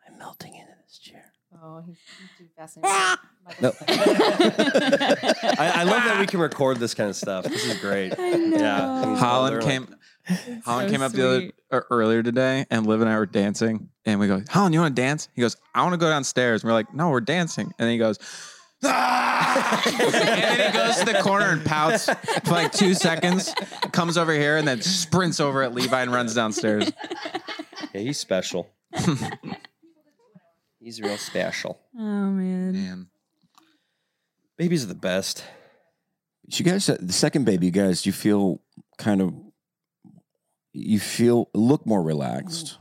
S4: I'm melting into this chair.
S6: Oh, he's, he's too fascinating.
S4: No.
S2: I, I love that we can record this kind of stuff. This is great.
S5: I know.
S2: Yeah. They're
S3: Holland
S2: like-
S3: came. Holland
S5: so
S3: came up the other
S5: sweet.
S3: or earlier today, and Liv and I were dancing, and we go, "Holland, you want to dance?" He goes, "I want to go downstairs." And we're like, "No, we're dancing," and then he goes. "Ah!" and then he goes to the corner and pouts for like two seconds, comes over here, and then sprints over at Levi and runs downstairs.
S2: Yeah, he's special. he's real special.
S5: Oh man.
S3: Man,
S2: Babies are the best.
S4: You guys, uh, the second baby, you guys, you feel kind of, you feel, look more relaxed.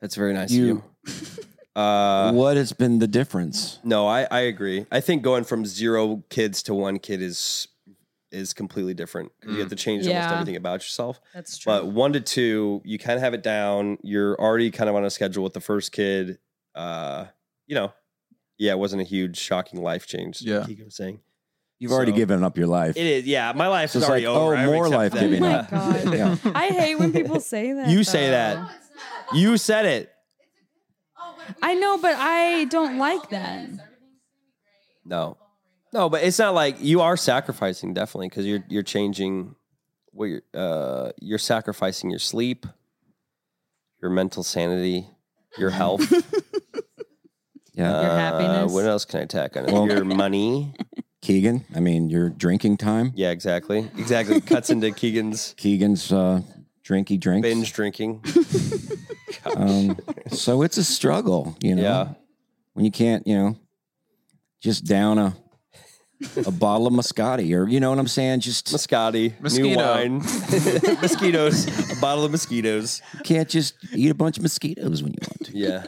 S2: That's very nice
S4: You-
S2: of you. Uh,
S4: what has been the difference?
S2: no, I, I agree. I think going from zero kids to one kid is is completely different. 'Cause
S4: Mm.
S2: You have to change almost
S5: Yeah.
S2: everything about yourself.
S5: That's true.
S2: But one to two, you kind of have it down. You're already kind of on a schedule with the first kid. Uh, you know, yeah, it wasn't a huge shocking life change.
S3: Yeah.
S2: keep saying
S4: You've already
S2: So-
S4: given up your life.
S2: it is. Yeah, my life
S4: So
S2: is
S4: it's
S2: already
S4: like,
S2: over.
S4: oh,
S2: I
S4: more
S2: accept
S4: life
S2: that.
S4: giving
S5: Oh my
S4: up.
S5: God.
S4: Yeah.
S5: I hate when people say that.
S2: You say
S5: though.
S2: that. You said it.
S5: I know, but I don't like that.
S2: No, no, but it's not like you are sacrificing definitely because you're you're changing what you're uh you're sacrificing your sleep, your mental sanity, your health,
S4: Yeah.
S5: Your happiness.
S2: Uh, what else can I tack on it?
S4: Well-
S2: your money.
S4: Keegan, I mean, your drinking time.
S2: Yeah, exactly, exactly. Cuts into Keegan's
S4: Keegan's uh, drinky drinks.
S2: binge drinking.
S4: Um, so it's a struggle, you know.
S2: Yeah.
S4: When you can't, you know, just down a a bottle of Moscati or you know what I'm saying? Just
S2: Moscati, new
S3: Mosquito.
S2: wine, mosquitoes, a bottle of mosquitoes.
S4: you can't just eat a bunch of mosquitoes when you want to.
S2: Yeah.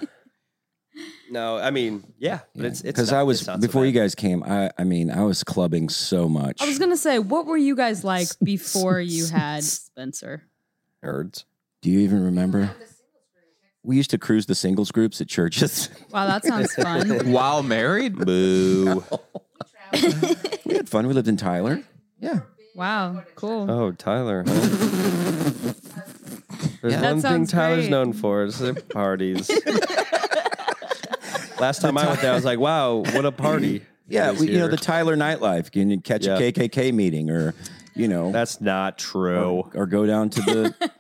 S2: No, I mean, yeah, but it's it's
S4: Because
S2: not-
S4: I was
S2: it's not so
S4: before you
S2: bad.
S4: guys came, I I mean, I was clubbing so much.
S5: I was gonna say, what were you guys like before you had Spencer?
S2: nerds.
S4: Do you even remember? We used to cruise the singles groups at churches.
S5: Wow, that sounds fun.
S3: while married,
S2: Boo.
S4: we had fun. We lived in Tyler. Yeah.
S5: Wow, cool.
S2: Oh, Tyler. Huh? There's
S4: Yeah.
S2: one
S5: That
S2: thing
S5: sounds
S2: Tyler's
S5: great.
S2: known for is their parties. Last time I went there, I was like, "Wow, what a party!"
S4: Yeah,
S2: is
S4: we, you know
S2: here.
S4: the Tyler nightlife. You can catch
S2: Yeah.
S4: a KKK meeting, or you know,
S2: That's not true.
S4: or go down to the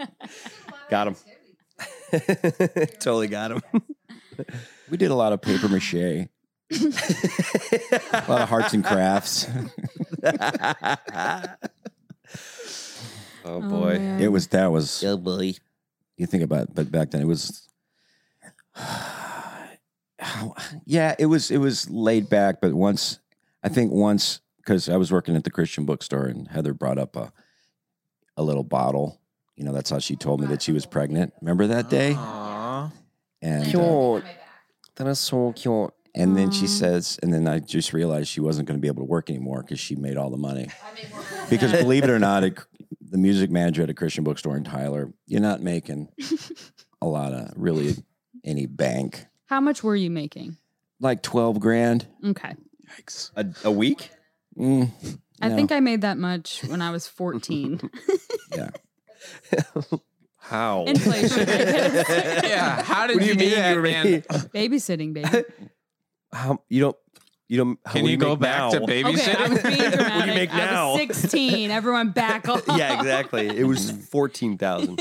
S2: Got him. totally got him.
S4: We did a lot of paper mache, a lot of hearts and crafts.
S2: Oh boy.
S4: It was that was
S2: oh boy.
S4: you think about, it, but back then it was. yeah, it was it was laid back, but once I think once because I was working at the Christian bookstore and Heather brought up a a little bottle. You know, that's how she told me that she was pregnant. Remember that day?
S3: Aw.
S4: And uh,
S2: Cute. That is so cute.
S4: and then she says, and then I just realized she wasn't going to be able to work anymore because she made all the money. Because believe it or not, at, the music manager at a Christian bookstore in Tyler, you're not making a lot of really any bank.
S5: How much were you making?
S4: like 12 grand.
S5: Okay.
S3: Yikes.
S2: A, a week?
S4: Mm,
S5: I
S4: no.
S5: think I made that much when I was 14.
S2: How?
S5: Inflation. I guess.
S3: yeah. How did
S2: What do you
S3: do
S2: mean
S3: that,
S2: you were
S3: man?
S2: making-
S5: Babysitting, baby.
S2: How you don't you don't how
S3: Can
S2: what do
S3: you go
S2: make
S3: back
S2: now?
S3: to
S5: Okay, I
S3: babysitting?
S5: was being dramatic.
S2: What do you make now?
S5: I was 16. Everyone back off.
S2: yeah, exactly. It was fourteen thousand.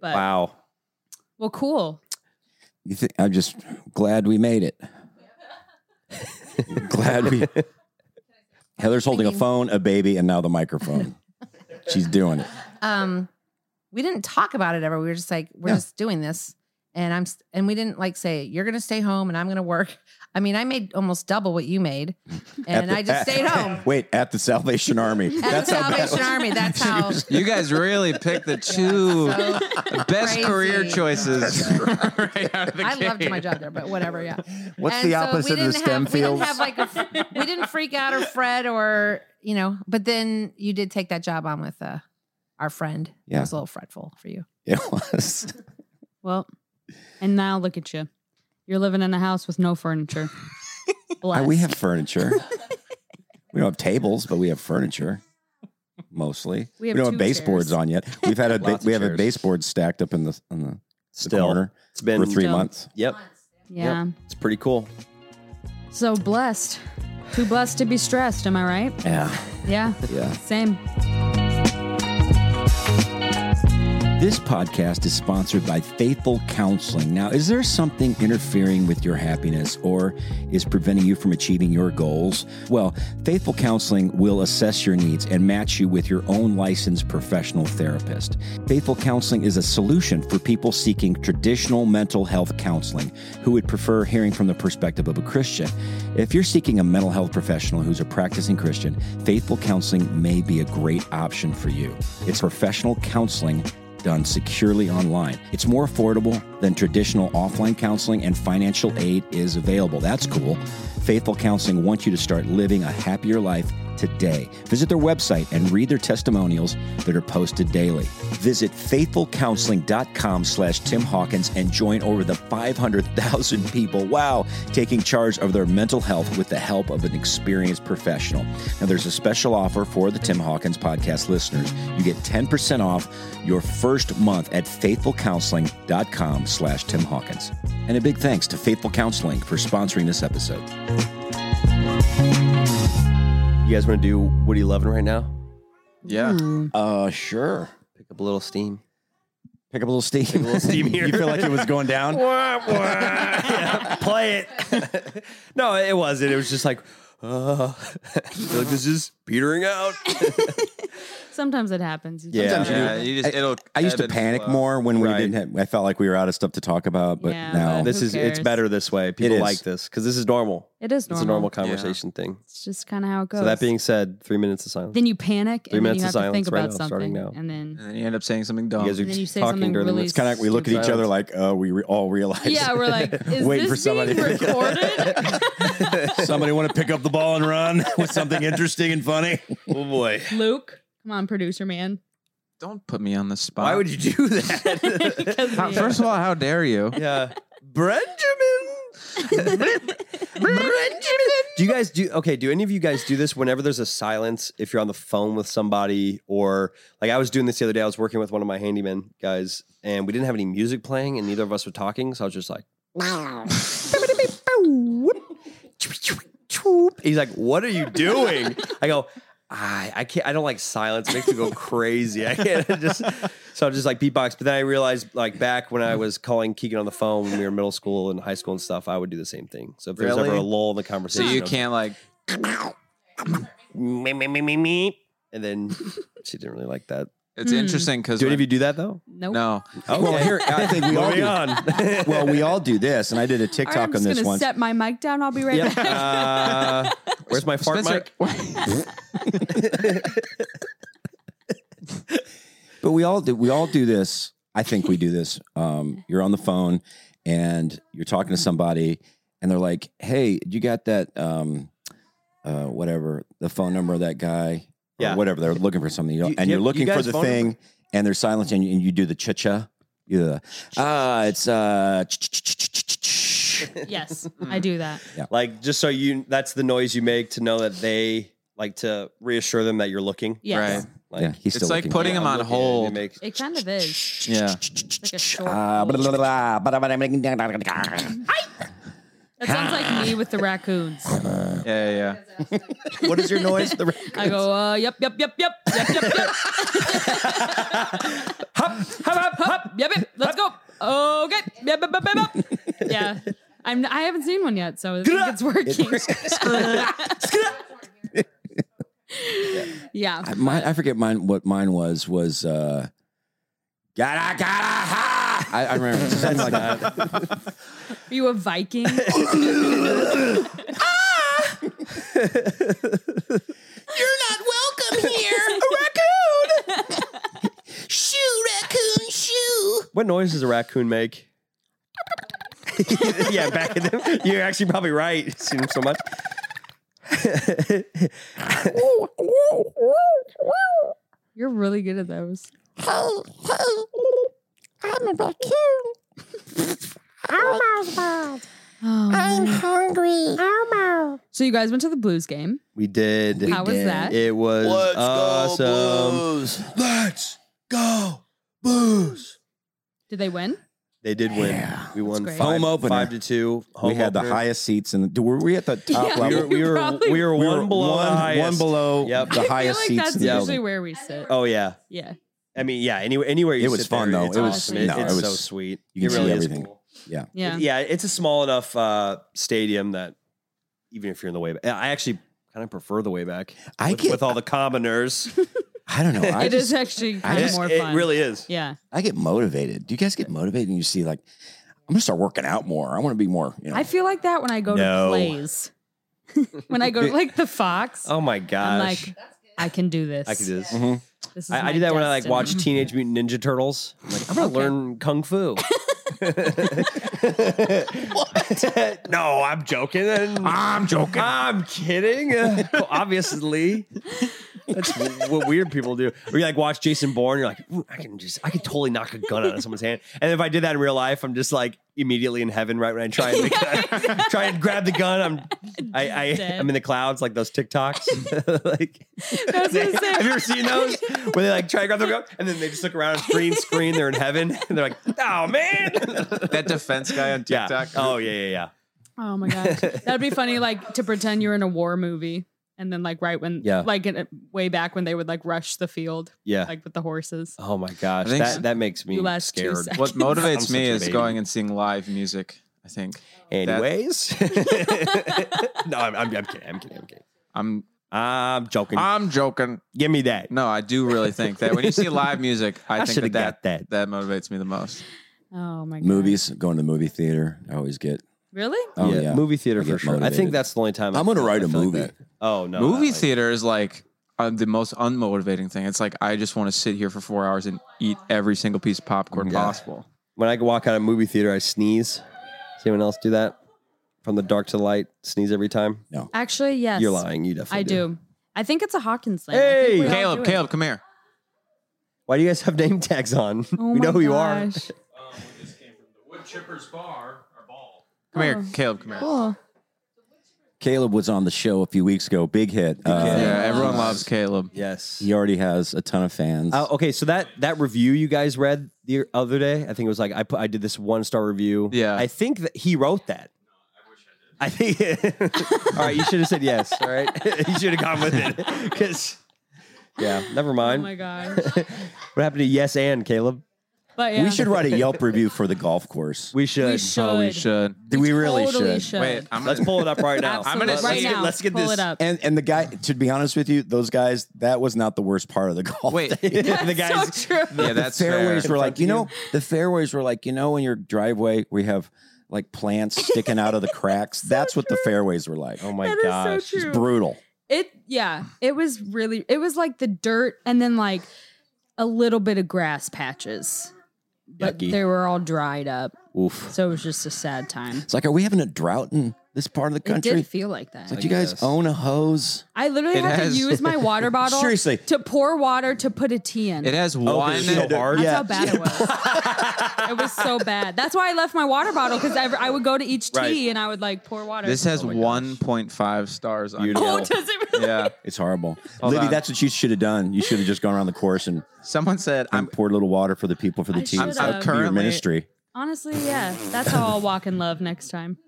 S5: But,
S2: Wow.
S5: Well, cool.
S4: You think I'm just glad we made it. glad we. Heather's holding a phone, a baby, and now the microphone. She's doing it.
S6: um we didn't talk about it ever we were just like we're
S4: Yeah.
S6: just doing this and i'm s- and we didn't like say you're gonna stay home and i'm gonna work i mean i made almost double what you made
S4: At
S6: and
S4: the-
S6: i just stayed home
S4: Wait, at the Salvation Army.
S6: at
S4: That's
S6: the
S4: how bad it
S6: salvation
S4: was.
S6: army that's how
S3: You guys really picked the two
S6: so
S3: best
S6: crazy.
S3: career choices. right out of the
S6: i loved my
S3: gate.
S6: job there but whatever yeah
S7: What's
S6: And
S7: the
S6: so we
S7: opposite of
S6: didn't
S7: the STEM
S6: have-
S7: fields?
S6: We didn't have like a f- we didn't freak out or fret or you know. But then you did take that job on with uh, our friend.
S4: Yeah.
S6: It was a little fretful for you.
S4: It was.
S5: Well, and now look at you. You're living in a house with no furniture.
S4: Uh,
S5: Blessed.
S4: we have furniture. we don't have tables, but we have furniture. Mostly,
S5: We have
S4: don't
S5: two
S4: have baseboards
S5: chairs.
S4: on yet. We've had a ba-
S2: Lots of
S4: we have a
S2: chairs.
S4: baseboard stacked up in the, in the, the
S2: Still.
S4: corner
S2: It's been
S4: for three
S5: Still.
S4: months.
S2: Yep.
S5: yeah.
S2: It's pretty cool.
S5: So blessed. Too blessed to be stressed. Am I right?
S4: Yeah,
S5: Yeah.
S4: yeah.
S5: Same.
S4: This podcast is sponsored by Faithful Counseling. Now, is there something interfering with your happiness or is preventing you from achieving your goals? Well, Faithful Counseling will assess your needs and match you with your own licensed professional therapist. Faithful Counseling is a solution for people seeking traditional mental health counseling who would prefer hearing from the perspective of a Christian. If you're seeking a mental health professional who's a practicing Christian, Faithful Counseling may be a great option for you. It's professional counseling done securely online. It's more affordable than traditional offline counseling, and financial aid is available. That's cool. Faithful Counseling wants you to start living a happier life today. Visit their website and read their testimonials that are posted daily. Visit faithfulcounseling.com slash Tim Hawkins and join over the 500,000 people, wow, taking charge of their mental health with the help of an experienced professional. Now, there's a special offer for the Tim Hawkins podcast listeners. You get 10% off your first month at faithfulcounseling.com slash Tim Hawkins. And a big thanks to Faithful Counseling for sponsoring this episode.
S2: You guys want to do what are you loving right now?
S3: Yeah.
S4: Uh, sure.
S2: Pick up a little steam.
S4: Pick up a little steam. Pick a
S2: little steam here.
S4: you feel like it was going down?
S2: Yeah, play it. no, it wasn't. It was just like, uh, like this is petering out.
S5: Sometimes it happens.
S2: Yeah.
S4: Sometimes you do.
S3: Yeah, you just, it'll
S4: I used
S3: ebb
S4: to
S3: and
S4: panic
S3: flow.
S4: more when we
S2: Right.
S4: didn't have, I felt like we were out of stuff to talk about, but
S5: Yeah,
S4: now.
S5: but-
S2: This
S5: Who
S2: is it's
S5: cares?
S2: better this way. People
S4: is.
S2: like this because this is normal.
S5: It is normal.
S2: It's a normal conversation thing.
S5: It's just kind of how it goes.
S2: So that being said, three minutes of silence.
S5: then you panic
S2: Three
S5: and then
S2: minutes
S5: you
S2: of
S5: have to think
S2: silence right
S5: about
S2: now, starting
S5: something.
S2: now.
S5: And then
S3: And then you end up saying something dumb.
S2: you guys are
S5: And then you
S2: just
S5: say
S2: talking
S5: something
S2: during the
S5: really
S2: minutes.
S4: kind of we look at each other like, oh, we re- all realize.
S5: Yeah, we're like, is
S4: Waiting
S5: this
S4: for somebody
S5: being
S4: to pick up.
S5: recorded?
S4: somebody want to pick up the ball and run with something interesting and funny.
S2: Oh boy,
S5: Luke, come on, producer man.
S3: Don't put me on the spot.
S2: why would you do that?
S5: 'Cause
S3: How,
S5: we-
S3: first of all, how dare you?
S2: yeah, Benjamin. Benjamin. Do you guys do okay? Do any of you guys do this whenever there's a silence? If you're on the phone with somebody, or like I was doing this the other day, I was working with one of my handyman guys, and we didn't have any music playing, and neither of us were talking, so I was just like, he's like, "What are you doing?" I go. I, I can't I don't like silence. It makes me go crazy. I can't just so I'm just like beatbox. But then I realized like back when I was calling Keegan on the phone when we were in middle school and high school and stuff, I would do the same thing. So if there's
S3: Really?
S2: ever a lull in the
S3: So
S2: conversation,
S3: you
S2: I'm
S3: can't like.
S2: me, me, me, me, me. And then she didn't really like that.
S3: It's
S5: Hmm.
S3: interesting because
S2: Do any of you do that though?
S5: nope.
S3: no,
S4: Well, here I think we all
S2: Moving
S4: do.
S2: on.
S4: Well, we all do this, and I did a
S5: All right, I'm
S4: TikTok on
S5: just
S4: this
S5: gonna
S4: one.
S5: set my mic down. I'll be right
S2: Yep.
S5: back.
S2: Uh, where's my fart
S3: Spencer-
S2: mic?
S4: But we all do. We all do this. I think we do this. Um, you're on the phone, and you're talking to somebody, and they're like, "Hey, you got that? Um, uh, whatever the phone number of that guy, or
S2: Yeah.
S4: whatever. They're looking for something, you don't-
S2: You-
S4: and
S2: you-
S4: you're
S2: you
S4: looking for
S2: guys
S4: the
S2: phone
S4: thing, and they're silent, and you, and you do the cha cha. Either the, ah, it's uh,
S5: Yes, I do that.
S2: Like just so you that's the noise you make to know that they like to reassure them that you're looking.
S3: Right.
S5: Yes.
S2: Like,
S4: yeah, he's
S3: It's
S4: still
S3: like
S4: looking.
S3: putting him
S2: I'm
S3: on
S2: looking and
S3: hold.
S2: you make-
S5: It kind of is.
S3: Yeah.
S5: Like a short.
S4: Ah, blah,
S5: hold.
S4: blah, blah, blah, blah, blah, blah, blah.
S5: That sounds like me with the raccoons.
S3: Yeah, yeah, yeah.
S2: what is your noise? The ra-
S5: I go, uh, yep, yep, yep, yep, yep, yep, yep.
S2: Hop, hop, hop.
S5: Hup, yep, yep, let's go. Okay. Yep, yep, yep, yep, yep. Yeah. I'm, I haven't seen one yet, so I think it's working. yeah.
S4: I- mine, I forget mine. What mine was was uh, gotta gotta ha. I, I remember something like that.
S5: Are you a Viking?
S2: What noise does a raccoon make? yeah, back at them. You're actually probably right. You've Seen them so much.
S5: You're really good at those.
S7: I'm a raccoon. Elmo's bald.
S4: Oh,
S7: I'm hungry. Elmo.
S5: Um, So you guys went to the Blues game.
S2: We did.
S5: How was that?
S2: It was awesome.
S4: blues. Let's go blues.
S5: Did they win?
S2: They did win. We won
S5: great.
S2: five,
S4: Home opener.
S2: five to two. Home
S4: we had the
S2: opener.
S4: highest seats in the. Were we at the top
S5: Yeah,
S2: We
S4: level?
S2: were, we were,
S5: Probably.
S2: we were
S4: We
S2: one
S4: were
S2: below. the
S4: One, one
S2: highest.
S4: below
S2: Yep.
S4: the highest
S5: I feel like
S4: seats
S5: that's
S4: in the
S5: usually
S4: building.
S5: where we sit.
S2: Oh yeah.
S5: Yeah.
S2: I mean, yeah. Anywhere, anywhere you
S4: It was
S2: sit there,
S4: fun, though.
S2: It's
S5: It was-
S2: awesome.
S5: no,
S2: it's
S5: it
S2: so
S4: was-
S2: sweet.
S4: you can
S2: it really
S4: see
S2: is
S4: everything.
S2: cool.
S5: Yeah.
S2: yeah, it's a small enough uh, stadium that even if you're in the way back, I actually kind of prefer the way back.
S4: I
S2: with,
S4: get-
S2: with all the commoners.
S4: I don't know. I
S5: It is
S4: just,
S5: actually kind
S4: It
S5: of
S4: is-
S5: more
S2: it
S5: fun.
S2: really is.
S5: Yeah.
S4: I get motivated. Do you guys get motivated and you see like, I'm gonna start working out more. I want to be more. You know,
S5: I feel like that when I go
S2: No.
S5: to plays. when I go to like the Fox,
S2: Oh my gosh.
S5: I'm like, I can do this.
S2: I could do this.
S4: Mm-hmm.
S5: This is
S2: I, I
S5: my
S2: do that when I like
S5: destiny.
S2: watch Teenage Mutant Ninja Turtles. I'm like, I'm gonna learn kung fu. no, I'm joking. I'm joking. I'm kidding. Uh, obviously, that's w- what weird people do. Or you like watch Jason Bourne. You're like, Ooh, I can just, I could totally knock a gun out of someone's hand. And if I did that in real life, I'm just like immediately in heaven right when I try and make that, try and grab the gun. I'm, I, I,
S5: Dead.
S2: I'm in the clouds like those TikToks. like.
S5: I was gonna say,
S2: Have you ever seen those where they like try to grab their gun and then they just look around, it's green screen, they're in heaven, and they're like, "Oh man,
S3: That defense guy on
S2: yeah,
S3: TikTok.
S2: oh yeah, yeah, yeah."
S5: Oh my god, that'd be funny. Like to pretend you're in a war movie, and then like right when,
S2: Yeah.
S5: like in, way back when they would like rush the field,
S2: Yeah.
S5: like with the horses.
S2: oh my gosh,
S3: I think
S2: that
S3: so.
S2: that makes me
S5: You last two
S2: scared.
S5: seconds.
S3: What motivates
S2: I'm
S3: me
S2: such a
S3: is
S2: baby.
S3: going and seeing live music. I think
S2: Anyways, no, I'm, I'm, I'm kidding, I'm kidding, I'm kidding.
S3: I'm.
S2: I'm joking.
S3: I'm joking.
S2: Give me that.
S3: No, I do really think that when you see live music, I,
S2: I
S3: think
S2: shoulda
S3: that that,
S2: got that.
S3: that motivates me the most.
S5: Oh my god,
S4: movies, going to the movie theater. I always get.
S5: Really?
S4: Oh yeah,
S2: movie theater
S4: I
S2: for
S4: get
S2: sure. I
S4: motivated.
S2: think that's the only time I
S4: I'm gonna
S2: feel- I
S4: write a
S2: feel like
S4: movie.
S2: that. oh no,
S3: Movie
S2: not like-
S3: theater is like uh, the most unmotivating thing. It's like I just want to sit here for four hours and eat every single piece of popcorn possible.
S2: When I walk out of movie theater, I sneeze. Does anyone else do that? From the dark to the light, sneeze every time.
S5: Actually, yes.
S2: You're lying. You definitely
S5: I do. I think it's a Hawkins thing. I
S2: Hey!
S5: think we all do
S3: Caleb,
S5: it.
S3: Caleb, come here.
S2: Why do you guys have name tags on?
S5: Oh
S2: we
S5: my
S2: know who you are.
S5: gosh.
S2: Oh.
S3: Come here, Caleb, come here.
S5: Cool.
S4: Caleb was on the show a few weeks ago. Big hit. Uh,
S3: Yeah,
S2: Oh.
S3: everyone loves Caleb.
S2: Yes.
S4: He already has a ton of fans.
S2: Uh, okay, so that that review you guys read the other day, I think it was like I put I did this one star review.
S3: Yeah.
S2: I think that he wrote that. I wish I did. I think. all right, you should have said yes. All right, you should have gone with it because. Yeah, never
S5: Oh
S2: mind.
S5: my god.
S2: what happened to yes and Caleb?
S5: But yeah,
S4: We should write a Yelp review for the golf course.
S2: We should.
S5: We should.
S3: Oh, we should.
S4: We, really
S5: totally
S4: should.
S5: should.
S3: Wait, I'm
S2: Let's
S3: gonna-
S2: pull it up right now.
S5: Absolutely.
S3: I'm gonna-
S5: right
S3: let's
S5: now.
S3: get-
S2: let's get
S5: Pull
S2: this-
S5: It up.
S4: And and the guy, to be honest with you, those guys, that was not the worst part of the golf.
S3: Wait.
S4: day.
S2: the guys.
S5: so true.
S3: Yeah, that's
S4: the fairways
S3: fair.
S4: were like, you know, the fairways were like, you know, in your driveway, we have like plants sticking out of the cracks. That's what the fairways were like.
S2: oh my
S5: That is so
S2: gosh.
S5: true.
S4: It's brutal.
S5: It yeah, it was really it was like the dirt and then like a little bit of grass patches. But
S2: Yucky.
S5: they were all dried up.
S2: Oof.
S5: So it was just a sad time.
S4: It's like, are we having a drought in this part of the
S5: It
S4: country.
S5: did
S4: It's
S5: feel like that.
S4: like you guys
S2: guess.
S4: own a hose.
S5: I literally
S3: It
S5: had
S3: has-
S5: to use my water bottle
S4: Seriously.
S5: to pour water to put a tea in.
S3: It has
S2: Oh,
S3: one.
S2: 'cause it's so hard.
S5: That's how bad it was. it was so bad. That's why I left my water bottle because I, I would go to each tea
S2: Right.
S5: and I would like pour water.
S3: This has
S2: Oh my gosh.
S3: 1.5 stars on
S4: You
S3: it.
S4: know.
S5: Oh, does it really?
S3: Yeah.
S4: It's horrible.
S3: Hold
S4: Libby,
S3: on.
S4: that's what you should have done. You should have just gone around the course and,
S3: Someone said
S4: and
S3: I'm
S4: poured a little water for the people for the
S5: I
S4: tea.
S5: I'm-
S4: It's
S5: I'm
S4: up to your
S3: currently-
S4: ministry.
S5: Honestly, yeah. That's how I'll walk in love next time.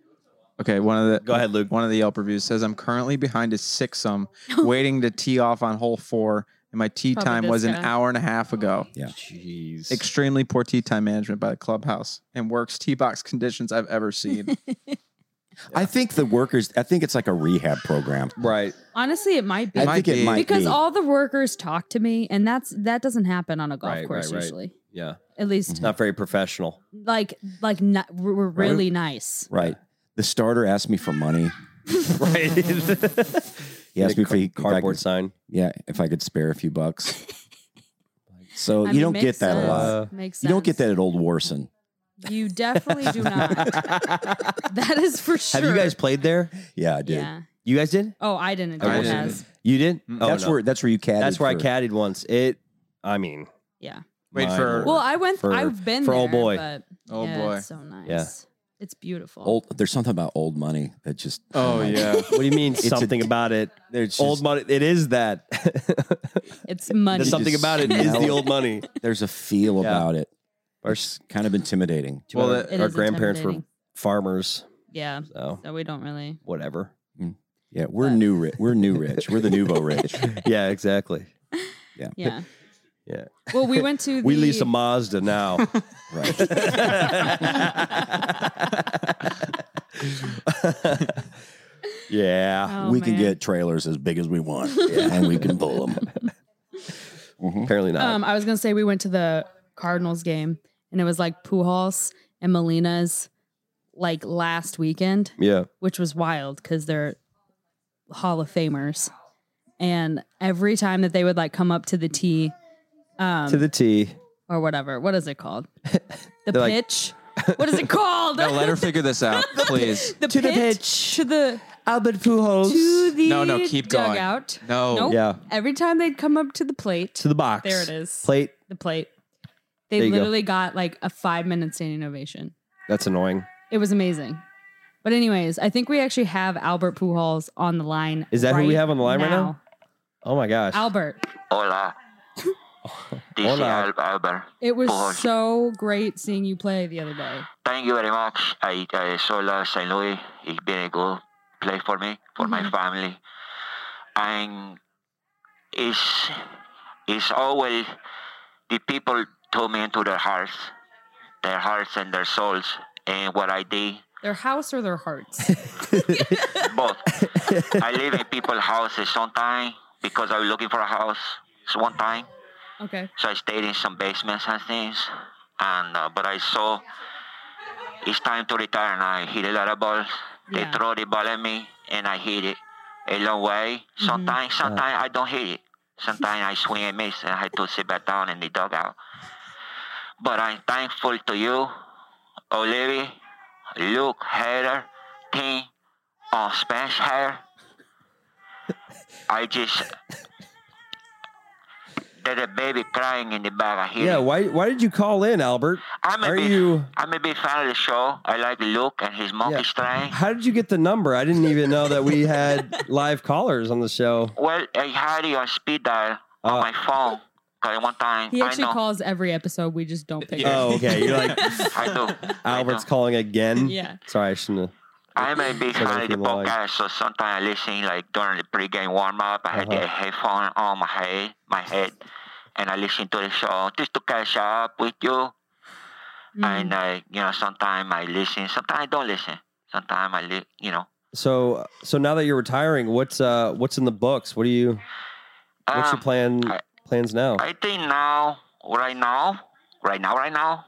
S3: Okay, one of the
S2: Go ahead, Luke.
S3: One of the Yelp reviews says I'm currently behind a sixum, waiting to tee off on hole four, and my tee
S5: Probably
S3: time
S5: this
S3: was an
S5: guy.
S3: hour and a half ago.
S2: Jeez.
S3: Extremely poor tee time management by the clubhouse and worst tee box conditions I've ever seen.
S4: I think the workers, I think it's like a rehab program.
S2: right.
S5: Honestly, it might be.
S4: I
S3: might
S4: think
S3: be.
S4: it might
S5: because
S4: be.
S5: all the workers talk to me, and that's that doesn't happen on a golf
S2: Right,
S5: course
S2: right, right.
S5: usually.
S2: Yeah.
S5: At least,
S2: Not very professional.
S5: like, like ni- we're we're really nice.
S4: right. The starter asked me for money.
S2: Right.
S4: He asked me if, he, if I
S2: Cardboard
S4: could,
S2: sign.
S4: yeah, if I could spare a few bucks. So
S5: I
S4: you
S5: mean,
S4: don't
S5: makes
S4: get that
S5: sense.
S4: a lot.
S2: Uh,
S5: Makes
S4: You don't get
S5: sense.
S4: that at Old Warson.
S5: You definitely do not. that is for sure.
S2: Have you guys played there?
S4: Yeah, I did.
S5: Yeah.
S2: You guys did?
S5: Oh, I didn't.
S3: I
S5: Dan
S3: didn't.
S5: has.
S2: You did? Oh,
S4: that's
S2: no.
S4: where that's where you caddied.
S2: That's where I
S4: for-
S2: caddied once. It. I mean,
S5: Yeah.
S3: Wait
S2: My
S3: for
S2: lord.
S5: Well, I went.
S2: For-
S5: I've been
S2: for
S5: there,
S2: old boy.
S5: But
S3: oh
S5: yeah,
S3: boy.
S5: it's so nice.
S2: Yeah.
S5: It's beautiful.
S4: Old, there's something about old money that just.
S3: Oh yeah.
S2: what do you mean
S4: a-
S2: something about it?
S4: There's just,
S2: Old money. It is that.
S5: It's money.
S2: There's something
S4: just
S2: about it. It is
S4: smell
S2: the
S4: it.
S2: old money.
S4: There's a feel
S2: Yeah.
S4: about it.
S2: Our,
S4: It's kind of intimidating.
S3: Well,
S2: well,
S3: that-
S5: It
S2: our
S5: is
S2: grandparents were
S5: intimidating.
S2: farmers,
S5: yeah.
S2: so
S5: So we don't really.
S2: whatever.
S4: Yeah, we're new rich. We're new rich. We're the nouveau rich.
S2: Yeah, exactly.
S5: Yeah.
S2: Yeah.
S5: Well, we went to. The,
S2: We lease a Mazda now.
S4: Right.
S2: yeah.
S5: Oh,
S4: we can
S5: man.
S4: get trailers as big as we want, and we can pull them.
S2: Apparently not.
S5: Um, I was gonna say we went to the Cardinals game, and it was like Pujols and Molina's, like last weekend,
S2: yeah.
S5: which was wild because they're Hall of Famers, and every time that they would like come up to the tee, um,
S2: To the T.
S5: or whatever, what is it called? The
S2: They're like-
S5: pitch. what is it called?
S3: No, let her figure this out, please.
S5: the
S2: To the
S5: pit,
S2: pitch.
S5: to the
S2: Albert Pujols.
S5: to the
S3: No, no, keep going.
S5: dugout.
S3: No.
S5: Nope.
S2: Yeah.
S5: Every time they'd come up to the plate,
S2: To the box.
S5: There it is.
S2: Plate.
S5: the plate, they
S2: There you go.
S5: literally got like a five minute standing ovation.
S2: That's annoying.
S5: It was amazing. But anyways, I think we actually have Albert Pujols on the line.
S2: Is that who we have on the line right now? Oh my gosh.
S5: Albert.
S8: Hola. This is
S2: Hola.
S8: Al- Albert.
S5: It was
S8: Pujols.
S5: so great seeing you play the other day.
S8: Thank you very much. I, I saw last St. Louis. It's been a good place for me, for my family. And it's, it's always the people took me into their hearts, their hearts and their souls. And what I did,
S5: Their house or their hearts?
S8: both. I live in people's houses sometimes because I was looking for a house so one time.
S5: okay.
S8: So I stayed in some basements and things. And uh, but I saw it's time to retire, and I hit a lot of balls.
S5: Yeah.
S8: They throw the ball at me, and I hit it a long way. Sometimes, sometimes I don't hit it. Sometimes I swing and miss, and I had to sit back down in the dugout. But I'm thankful to you, Olivia, Luke, Heather, team, on Spanish hair. I just there's a baby crying in the back. I hear
S2: yeah.
S8: it.
S2: Why? Why did you call in, Albert?
S8: I'm a
S2: Are
S8: big,
S2: you?
S8: I'm a big fan of the show. I like Luke and his monkey
S2: Yeah.
S8: strain.
S2: How did you get the number? I didn't even know that we had live callers on the show.
S8: Well, I had it on speed dial
S2: Uh,
S8: on my phone. Cause one time
S5: He
S8: I
S5: actually
S8: know
S5: calls every episode. We just don't pick up.
S2: Oh, okay. You're like
S8: I do.
S2: Albert's
S8: I do.
S2: calling again.
S5: Yeah.
S2: Sorry, I shouldn't. have-
S8: I'm a big
S2: Sounds
S8: fan
S2: like
S8: of the
S2: you lied.
S8: podcast, so sometimes I listen like during the pregame warm up. I had
S2: Uh-huh.
S8: the headphone on my head, my head, and I listen to the show just to catch up with you.
S5: Mm.
S8: And I, you know, sometimes I listen, sometimes I don't listen. Sometimes I, li- you know.
S2: So, so now that you're retiring, what's uh, what's in the books? What do you? What's your
S8: Um,
S2: plan?
S8: I-
S2: Plans now?
S8: I think now, right now, right now, right now,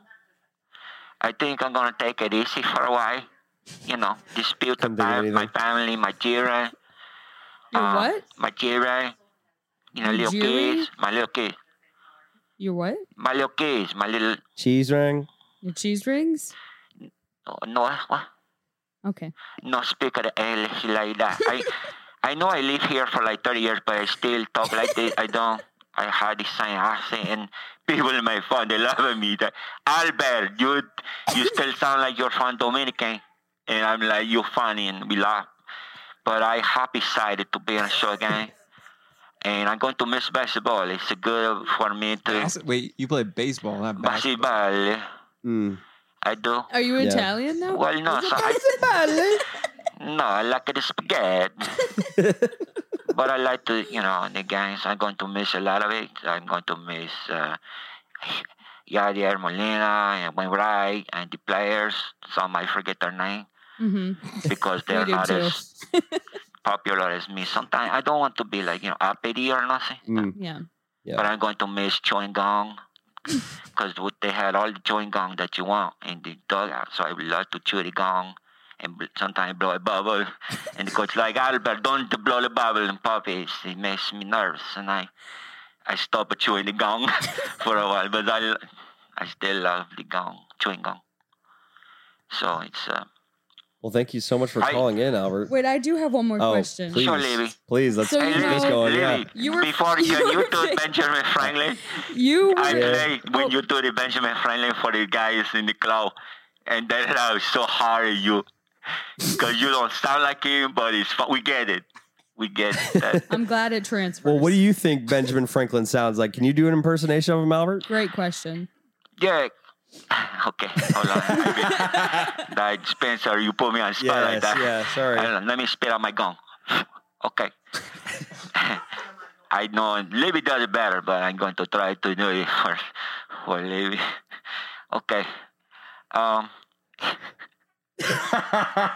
S8: I think I'm gonna take it easy for a while. You know, dispute
S2: Couldn't think of
S8: about my
S2: anything.
S8: family, my children,
S5: Your
S8: uh,
S5: what?
S8: my children, you know, little
S5: Jewelry?
S8: kids, my little kids,
S5: Your what?
S8: my little kids, my little
S2: Cheese ring?
S5: Your cheese rings?
S8: no, what?
S5: Okay.
S8: no speak of English like that. I I know I live here for like 30 years, but I still talk like this. I don't. I had this same accent, and people in my phone they love me. That Albert, you you still sound like you're from Dominican, and I'm like you funny, and we laugh. But I happy sided to be on show again, and I'm going to miss basketball. It's good for me to
S3: Bas- Wait, you play baseball, not basketball.
S8: basketball.
S2: Mm.
S8: I do.
S5: Are you Italian now?
S8: Well, no, so I, no, I like the spaghetti. but I like to, you know, the games. I'm going to miss a lot of it. I'm going to miss uh, Yadier Molina and Wainwright and the players. Some I forget their name
S5: Mm-hmm.
S8: because
S5: We
S8: they're
S5: do
S8: not
S5: too.
S8: as popular as me. Sometimes I don't want to be like, you know, uppity or nothing.
S2: Mm.
S5: Yeah.
S2: Yeah.
S8: But I'm going to miss chewing gum because they had all the chewing gum that you want in the dugout. So I would love to chew the gum and bl- sometimes blow a bubble. and the coach like, Albert, don't blow the bubble and pop it. It makes me nervous. And I, I stopped chewing the gum for a while, but I, I still love the gum, chewing gum. So it's, uh,
S2: Well, thank you so much for
S8: I-
S2: calling in, Albert.
S5: Wait, I do have one more
S2: oh,
S5: question.
S2: please,
S8: Sure, Levy.
S2: please let's
S5: So
S2: keep
S5: you
S2: this
S5: know-
S2: going. Yeah.
S8: Lily,
S5: You were-
S8: before
S5: you
S8: you,
S5: were
S8: you do
S5: big-
S8: Benjamin Franklin,
S5: You
S8: I
S5: were.
S8: play when
S5: Oh.
S8: you do the Benjamin Franklin for the guys in the club, and that how so hard you, because you don't sound like him, but it's fu- we get it, we get that.
S5: I'm glad it transfers.
S2: Well, what do you think Benjamin Franklin sounds like? Can you do an impersonation of him, Albert?
S5: Great question.
S8: yeah. Okay, hold on. I mean, that Spencer, you put me on the spot like that.
S2: yeah. Sorry.
S8: Hold on, let me spit out my gum. Okay. I know Libby does it better, but I'm going to try to do it for for Libby. Okay. Um. hey,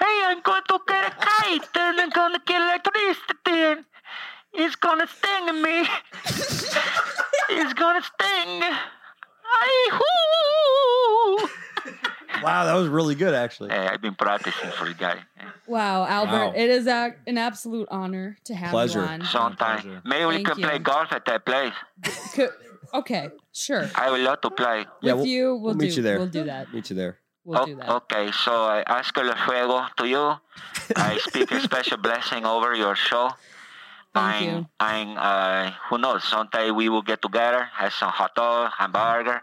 S8: I'm going to get a kite and I'm going to get electricity and it's going to sting me. it's going to sting. I
S2: Wow, that was really good, actually.
S8: Hey, I've been practicing for the guy.
S5: Wow, Albert,
S2: Wow.
S5: it is a, an absolute honor to have
S2: Pleasure.
S5: you on.
S8: Sometime.
S3: pleasure.
S8: Maybe we
S5: Thank
S8: can
S5: you.
S8: play golf at that place.
S5: Could- okay, sure.
S8: I would love to play.
S2: Yeah,
S5: With
S2: we'll-
S5: you, we'll,
S2: we'll
S5: do.
S2: meet you there.
S5: We'll do that.
S2: Meet you there.
S5: We'll
S8: O-
S5: do that.
S8: Okay, so I ask el fuego to you. I speak a special blessing over your show.
S5: Thank
S8: and,
S5: you.
S8: And uh, who knows? Someday we will get together, have some hot dog, hamburger,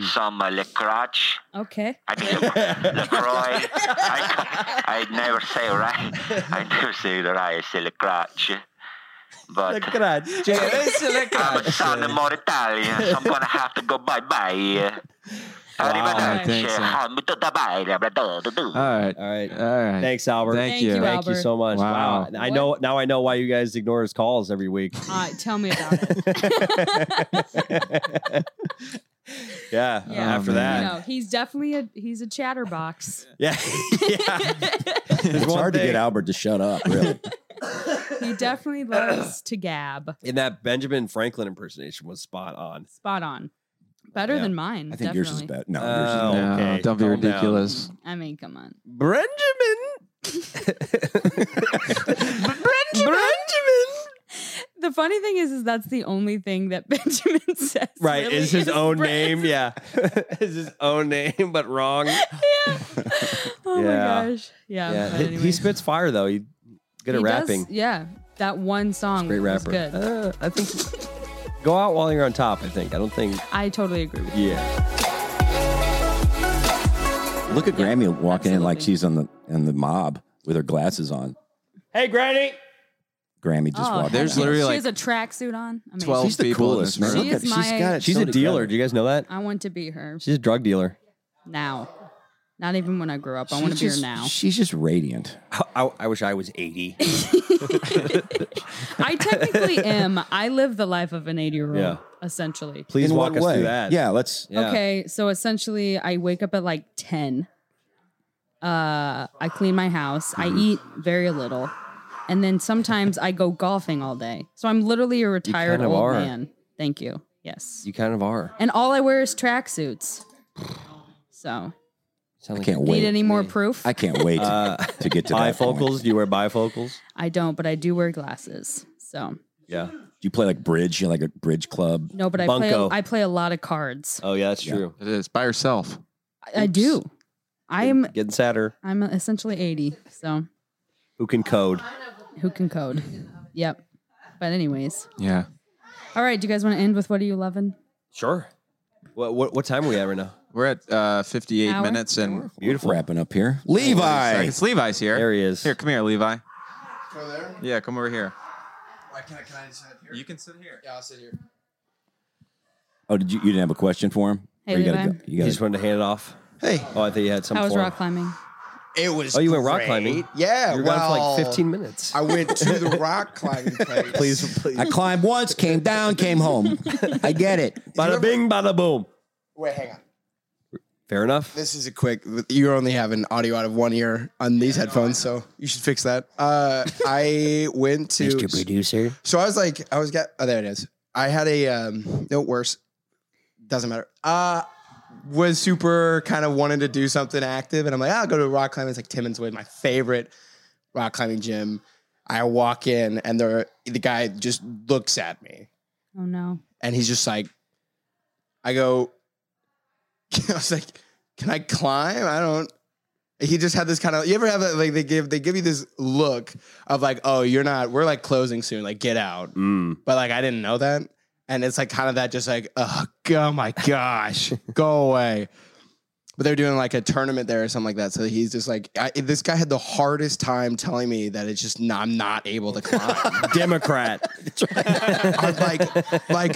S8: some uh, lacroix.
S5: Okay.
S8: I mean, LaCroix. I, I never say it right. I never say it right. I say lacroix. But I'm a sounding more Italian, so I'm gonna have to go bye bye. Oh,
S3: I think so.
S8: Ah,
S3: All
S8: Uh,
S3: right.
S2: All right.
S3: All right.
S2: Thanks, Albert.
S3: Thank
S5: Thank
S3: you.
S5: you,
S2: Thank
S5: Albert.
S2: you so much. Wow.
S3: Wow.
S2: I know now I know why you guys ignore his calls every week.
S5: Uh, tell me about it.
S2: yeah. uh,
S5: Yeah.
S2: After
S3: Oh,
S2: that.
S3: man.
S5: No, he's definitely a he's a chatterbox.
S2: Yeah. yeah.
S4: It's
S2: one
S4: hard to
S2: thing.
S4: get Albert to shut up, really.
S5: He definitely loves to gab.
S2: And that Benjamin Franklin impersonation was spot on.
S5: Spot on. Better
S2: Yeah.
S5: than mine.
S4: I think
S5: definitely.
S4: yours is better. No,
S2: Oh,
S4: yours is better.
S3: No,
S2: okay.
S3: Don't be
S2: Calm down.
S3: ridiculous.
S5: I mean, come on.
S2: Benjamin. Benjamin.
S5: The funny thing is, is that's the only thing that Benjamin says.
S2: Right,
S5: really
S2: is his own
S5: Bren-
S2: name, yeah, is his own name, but wrong.
S5: Oh
S2: Yeah.
S5: my gosh. Yeah.
S2: Yeah,
S5: but
S2: he,
S5: anyway.
S2: he spits fire though. He good at
S5: He does-
S2: rapping.
S5: yeah. That one song
S2: Great
S5: was
S2: rapper.
S5: good.
S2: Uh, I think go out while you're on top. I think. I don't think.
S5: I totally agree with you.
S2: Yeah.
S4: Look at Grammy walking in like
S5: absolutely.
S4: she's on the in the mob with her glasses on.
S2: Hey, Granny.
S4: Grammy just
S5: oh,
S4: walked.
S3: There's
S4: in.
S5: heck yeah.
S3: literally
S5: she
S3: like
S5: has a tracksuit on. Amazing.
S3: 12
S4: She's the
S3: people in
S4: coolest
S3: this
S4: man.
S5: room.
S4: Look at,
S5: She is
S4: she's
S5: my-
S4: got it.
S2: She's
S4: so
S2: a dealer.
S4: together.
S2: Do you guys know that?
S5: I want to be her
S2: She's a drug dealer.
S5: now. Not even when I grow up. I want
S4: She's
S5: to be her
S4: just-
S5: now.
S4: She's just radiant.
S2: I, I wish I was 80.
S5: I technically am. I live the life of an 80 year old,
S2: Yeah.
S5: essentially.
S2: Please
S4: in
S2: walk
S4: what
S2: us
S4: way?
S2: through that.
S4: Yeah, let's.
S2: Yeah.
S5: Okay, so essentially, I wake up at like 10. Uh, I clean my house.
S2: Mm-hmm.
S5: I eat very little. And then sometimes I go golfing all day. So I'm literally a retired
S2: kind of
S5: old
S2: are.
S5: man. Thank you. Yes.
S2: You kind of are.
S5: And all I wear is tracksuits. So,
S4: I
S2: Sound
S4: can't
S5: need
S4: wait.
S5: any more proof?
S4: I can't wait to,
S2: Uh,
S4: to get to that point.
S2: bifocals. Do you wear bifocals?
S5: I don't, but I do wear glasses. So
S2: Yeah.
S4: Do you play like bridge? You're like a bridge club.
S5: no, but I play.
S2: Bunko.
S4: Oh,
S5: I play a lot of cards.
S2: Oh yeah, that's
S4: Yeah.
S2: true.
S3: It is by yourself.
S5: I, I do. I am
S2: Getting sadder.
S5: I'm essentially 80, so
S2: Who can code?
S5: who can code? Yep. But anyways.
S3: Yeah.
S5: All right, do you guys want to end with what are you loving?
S2: Sure. What what, what time are we at right now?
S3: We're at uh, 58
S5: Hour?
S3: minutes and
S2: Beautiful.
S4: Wrapping up here. Levi.
S3: It's Levi's here.
S2: There he is.
S3: Here, come here, Levi. Yeah, come over here. You can sit here.
S8: Yeah, I'll sit here.
S4: Oh, did you? You didn't have a question for him?
S5: Hey,
S4: Or you
S5: Levi.
S4: gotta go. You
S2: You
S4: gotta,
S2: just wanted to hand it off.
S8: Hey.
S2: Oh, I thought you had some.
S5: How was
S2: form.
S5: rock climbing?
S8: It was.
S2: Oh, you went rock
S8: great.
S2: climbing?
S8: Yeah.
S2: You were
S8: well,
S2: gone for like 15 minutes.
S8: I went to the rock climbing place.
S2: please, please.
S4: I climbed once, came down, came home. I get it.
S2: Bada bing, bada boom.
S8: Wait, hang on.
S2: Fair enough.
S8: This is a quick. You're only having audio out of one ear on these headphones, so you should fix that. Uh, I went to
S2: producer.
S8: So I was like, I was got. Oh, there it is. I had a um, no worse. Doesn't matter. Uh was super kind of wanted to do something active, and I'm like, I'll go to rock climbing. It's like ten minutes away, my favorite rock climbing gym. I walk in, and there the guy just looks at me,
S5: Oh no.
S8: and he's just like, I go. I was like, can I climb? I don't. He just had this kind of. You ever have that? Like they give they give you this look of like, oh, you're not. We're like closing soon. Like get out
S2: Mm.
S8: but like I didn't know that. And it's like kind of that just like, oh, oh my gosh, go away. But they're doing like a tournament there or something like that. So he's just like, I, this guy had the hardest time telling me that it's just not, I'm not able to climb.
S2: Democrat.
S8: I'm like, like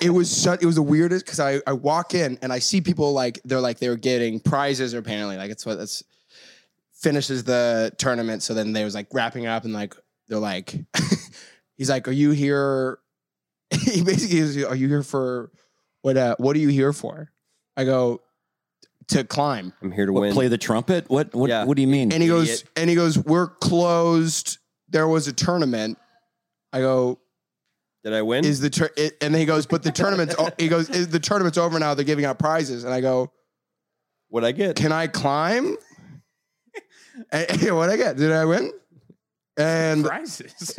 S8: it was such, it was the weirdest because I, I walk in and I see people like they're like they're getting prizes apparently like it's what that's finishes the tournament. So then they was like wrapping up and like they're like, he's like, are you here? he basically is, are you here for what? Uh, what are you here for? I go to climb,
S2: I'm here to
S4: What,
S2: win.
S4: play the trumpet? What? What?
S2: Yeah.
S4: What do you mean?
S8: and he goes,
S2: Idiot.
S8: and he goes, we're closed. There was a tournament. I go,
S2: Did I win?
S8: is the tur- it, and he goes, but the tournament's o-, he goes, is the tournament's over now? They're giving out prizes, and I go,
S2: What'd I get?
S8: can I climb? what I get? Did I win? And
S9: Prizes.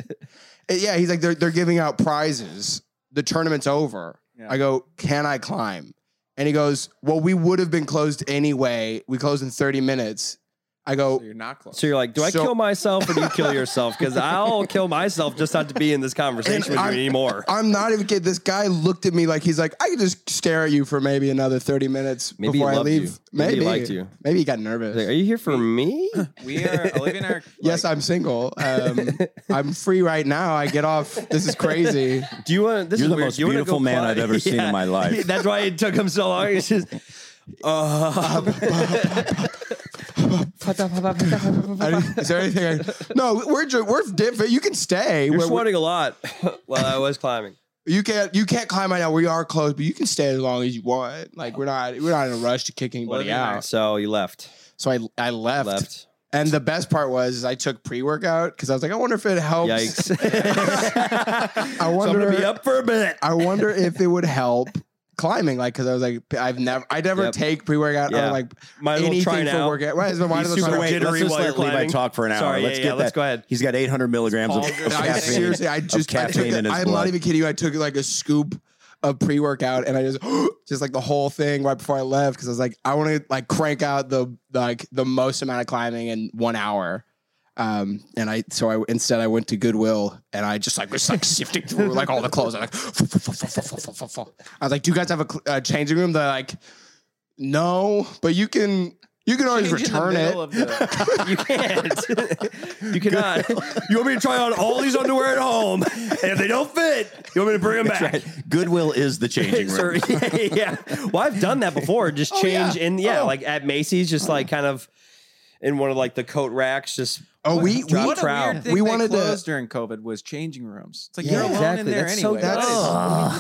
S8: Uh, Yeah, he's like, they're, they're giving out prizes. The tournament's over. I go, can I climb? And he goes, well, we would have been closed anyway. We closed in 30 minutes. I
S2: oh,
S8: go,
S9: You're not close.
S2: So you're like, do I
S8: So-
S2: kill myself or do you kill yourself? Because I'll kill myself just not to be in this conversation with you
S8: I'm-
S2: anymore.
S8: I'm not even kidding. This guy looked at me like he's like, I can just stare at you for maybe another 30 minutes
S2: Maybe he
S8: before I
S2: loved
S8: leave.
S2: you. Maybe he liked you.
S8: Maybe he got
S2: He's
S8: nervous.
S2: like, Are you here for me?
S3: We are, Olivia and I are. Like,
S8: yes, I'm single. Um, I'm free right now. I get off. This is crazy.
S2: Do you want? This
S4: You're
S2: is
S4: the
S2: weird.
S4: most
S2: Do you wanna
S4: beautiful
S2: go
S4: man
S2: climb?
S4: I've ever seen in my life.
S2: That's why it took him so long. He's just, uh,
S8: I didn't- is there anything? I, no, we're ju- we're different. You can stay.
S2: you're
S8: We're- we're-
S2: sweating a lot while I was climbing.
S8: You can't you can't climb right now. We are closed, but you can stay as long as you want. Like we're not we're not in a rush to kick anybody
S3: Living
S8: out.
S2: So you left.
S8: So I I left.
S2: Left.
S8: And the best part was is I took pre workout because I was like, I wonder if it helps.
S2: Yikes.
S8: I
S2: so I'm
S8: Oh. wonder.
S2: gonna be up for a bit.
S8: I wonder if it would help climbing. Like because I was like, I've never I never
S2: Yep.
S8: take pre workout.
S2: Yeah.
S8: I'm like
S2: Might as well
S8: anything
S2: try
S8: for
S2: now.
S8: workout. Right, so might
S2: Be
S8: as well
S2: super
S8: try
S2: wait,
S8: it.
S2: jittery.
S4: let's just
S2: while
S4: let
S2: you're
S4: Levi
S2: climbing.
S4: talk for an hour.
S2: Sorry,
S4: let's
S2: yeah,
S4: get
S2: yeah,
S4: that.
S2: let's go ahead.
S4: He's got 800 milligrams of,
S9: Paul
S4: of
S9: just-
S8: I
S4: caffeine.
S8: seriously, I just I took
S4: caffeine
S8: the-
S4: in his
S8: I'm
S4: blood.
S8: not even kidding you. I took like a scoop of pre workout, and I just just like the whole thing right before I left because I was like, I want to like crank out the like the most amount of climbing in one hour. Um, and I so I instead I went to Goodwill and I just like was like sifting through like all the clothes. I'm like, I was like, do you guys have a, cl- a changing room? They're like, no, but you can you can always return it.
S2: You can't. you cannot. You want me to try on all these underwear at home, and if they don't fit, you want me to bring them back.
S4: Goodwill is the changing
S2: Sir,
S4: room.
S2: yeah, yeah. Well, I've done that before. Just
S8: Oh,
S2: change in, yeah, like at Macy's, just like kind of in one of like the coat racks. Just
S8: Oh, we we,
S2: Drop
S3: what a
S2: trout.
S3: weird thing
S8: We
S3: we
S8: wanted
S3: wanted
S8: to-
S3: closed during COVID was changing rooms. It's like
S8: Yeah,
S3: you're alone in
S2: exactly.
S3: there
S2: That's so
S3: anyway. That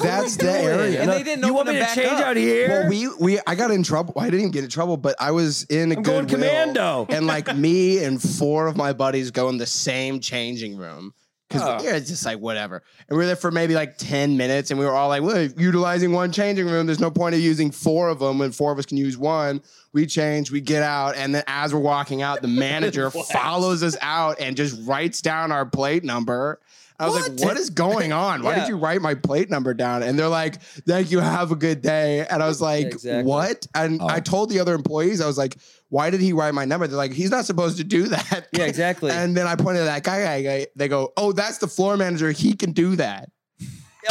S8: that's
S3: is-
S8: that's the area.
S3: And they didn't
S2: Oh, You want me
S3: open them
S2: to
S3: back
S2: change
S3: up.
S2: out here?
S8: Well, we we I got in trouble. I didn't get in trouble, but I was in a
S2: I'm going
S8: Goodwill,
S2: commando.
S8: and like me and four of my buddies go in the same changing room because yeah, it's just like whatever. And we were there for maybe like ten minutes, and we were all like, "Well, utilizing one changing room, there's no point of using four of them when four of us can use one." We change, we get out, and then as we're walking out, the manager follows us out and just writes down our plate number.
S10: I was like, what is going on? Why
S2: Yeah.
S10: did you write my plate number down? And they're like, thank you, have a good day. And I was like,
S2: exactly.
S10: what? And
S4: Oh.
S10: I told the other employees, I was like, why did he write my number? They're like, he's not supposed to do that.
S2: Yeah, exactly.
S10: and then I pointed at that guy. I- I- They go, oh, that's the floor manager. He can do that.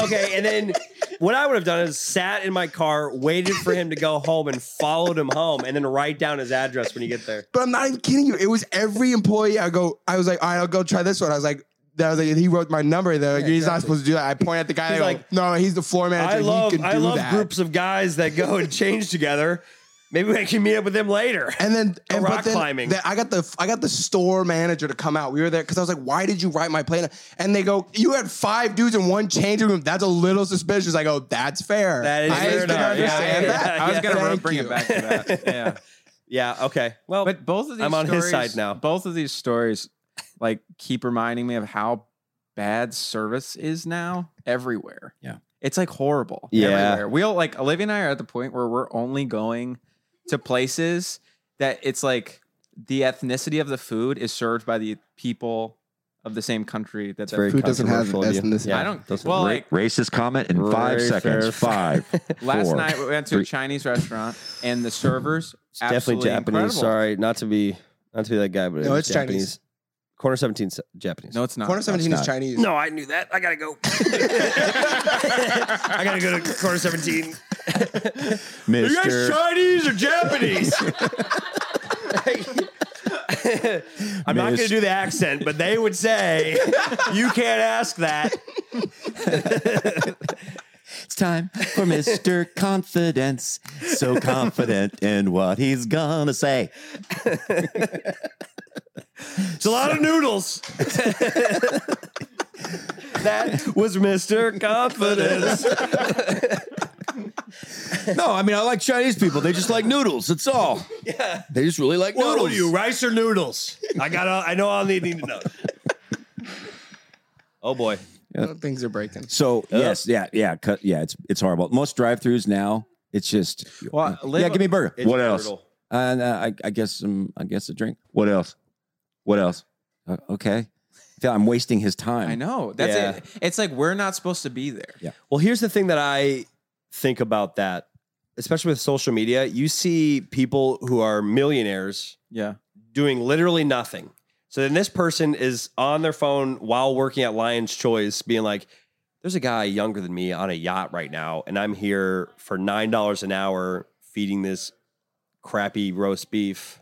S2: okay, and then what I would have done is sat in my car, waited for him to go home, and followed him home, and then write down his address when you get there.
S10: But I'm not even kidding you. It was every employee. I go, I was like, all right, I'll go try this one. I was like, that was like, he wrote my number. They're like,
S2: Yeah,
S10: he's not
S2: exactly.
S10: supposed to do that. I point at the guy.
S2: He's
S10: I go,
S2: like,
S10: no, he's the floor manager.
S2: I love
S10: he can do
S2: I love
S10: that.
S2: groups of guys that go and change together. Maybe I can meet up with them later.
S10: And then,
S2: Go
S10: and,
S2: rock
S10: but then
S2: climbing.
S10: that- I got the I got the store manager to come out. We were there because I was like, "Why did you write my plan?" And they go, "You had five dudes in one changing room. That's a little suspicious." I go, "That's fair.
S2: That is
S10: I
S2: fair
S10: just didn't
S2: enough. Yeah,
S10: understand
S2: yeah,
S10: that."
S2: yeah.
S3: I was gonna
S10: Thank
S3: bring
S10: you.
S3: it back to that. Yeah.
S2: Yeah. Okay. Well,
S3: But both of these
S2: I'm on his
S3: stories-
S2: side now.
S3: Both of these stories like keep reminding me of how bad service is now everywhere.
S4: Yeah.
S3: It's like horrible.
S2: Yeah.
S3: Everywhere. We'll like Olivia and I are at the point where we're only going to places that it's like the ethnicity of the food is served by the people of the same country that the
S10: Who doesn't have
S2: controversial of you.
S10: ethnicity?
S3: I don't well like
S1: Racist comment in five
S2: Very
S1: seconds.
S2: fair.
S1: Five.
S3: last
S1: four,
S3: night we went to a
S1: three.
S3: Chinese restaurant and the servers
S2: It's definitely
S3: absolutely
S2: Japanese.
S3: incredible.
S2: Sorry, not to be not to be that guy, but
S10: No,
S2: it was
S10: it's Chinese.
S2: Japanese. Corner 17 's Japanese.
S3: No, it's not.
S10: Corner seventeen is
S4: not-
S10: Chinese.
S2: No, I knew that. I gotta go. I gotta go to corner 17.
S4: Mister.
S2: Chinese or Japanese? I'm not gonna
S4: Miss-
S2: do the accent, but they would say you can't ask that.
S4: It's time for Mister Confidence. So confident in what he's gonna say.
S2: It's a lot of noodles. that was Mr. Confidence.
S4: No, I mean I like Chinese people. They just like noodles. That's all. Yeah. They just really like
S2: What are
S4: noodles.
S2: you, rice or noodles? I gotta. I know I'll need, need to know. Oh boy,
S10: Things are breaking.
S4: So yes, yeah, yeah, cut, yeah. It's it's horrible. Most drive-throughs now, it's just
S3: Well,
S4: yeah.
S3: live-
S4: Give me a burger
S2: It's
S1: What else?
S2: brutal.
S4: and uh, I, I guess some, I guess a drink.
S1: What else? What else?
S4: Uh, okay, I feel I'm wasting his time.
S3: I know. That's
S2: Yeah.
S3: it. It's like we're not supposed to be there.
S2: Well, here's the thing that I think about that, especially with social media. You see people who are millionaires
S3: Yeah.
S2: doing literally nothing. So then this person is on their phone while working at Lion's Choice, being like, there's a guy younger than me on a yacht right now, and I'm here for $9 an hour feeding this crappy roast beef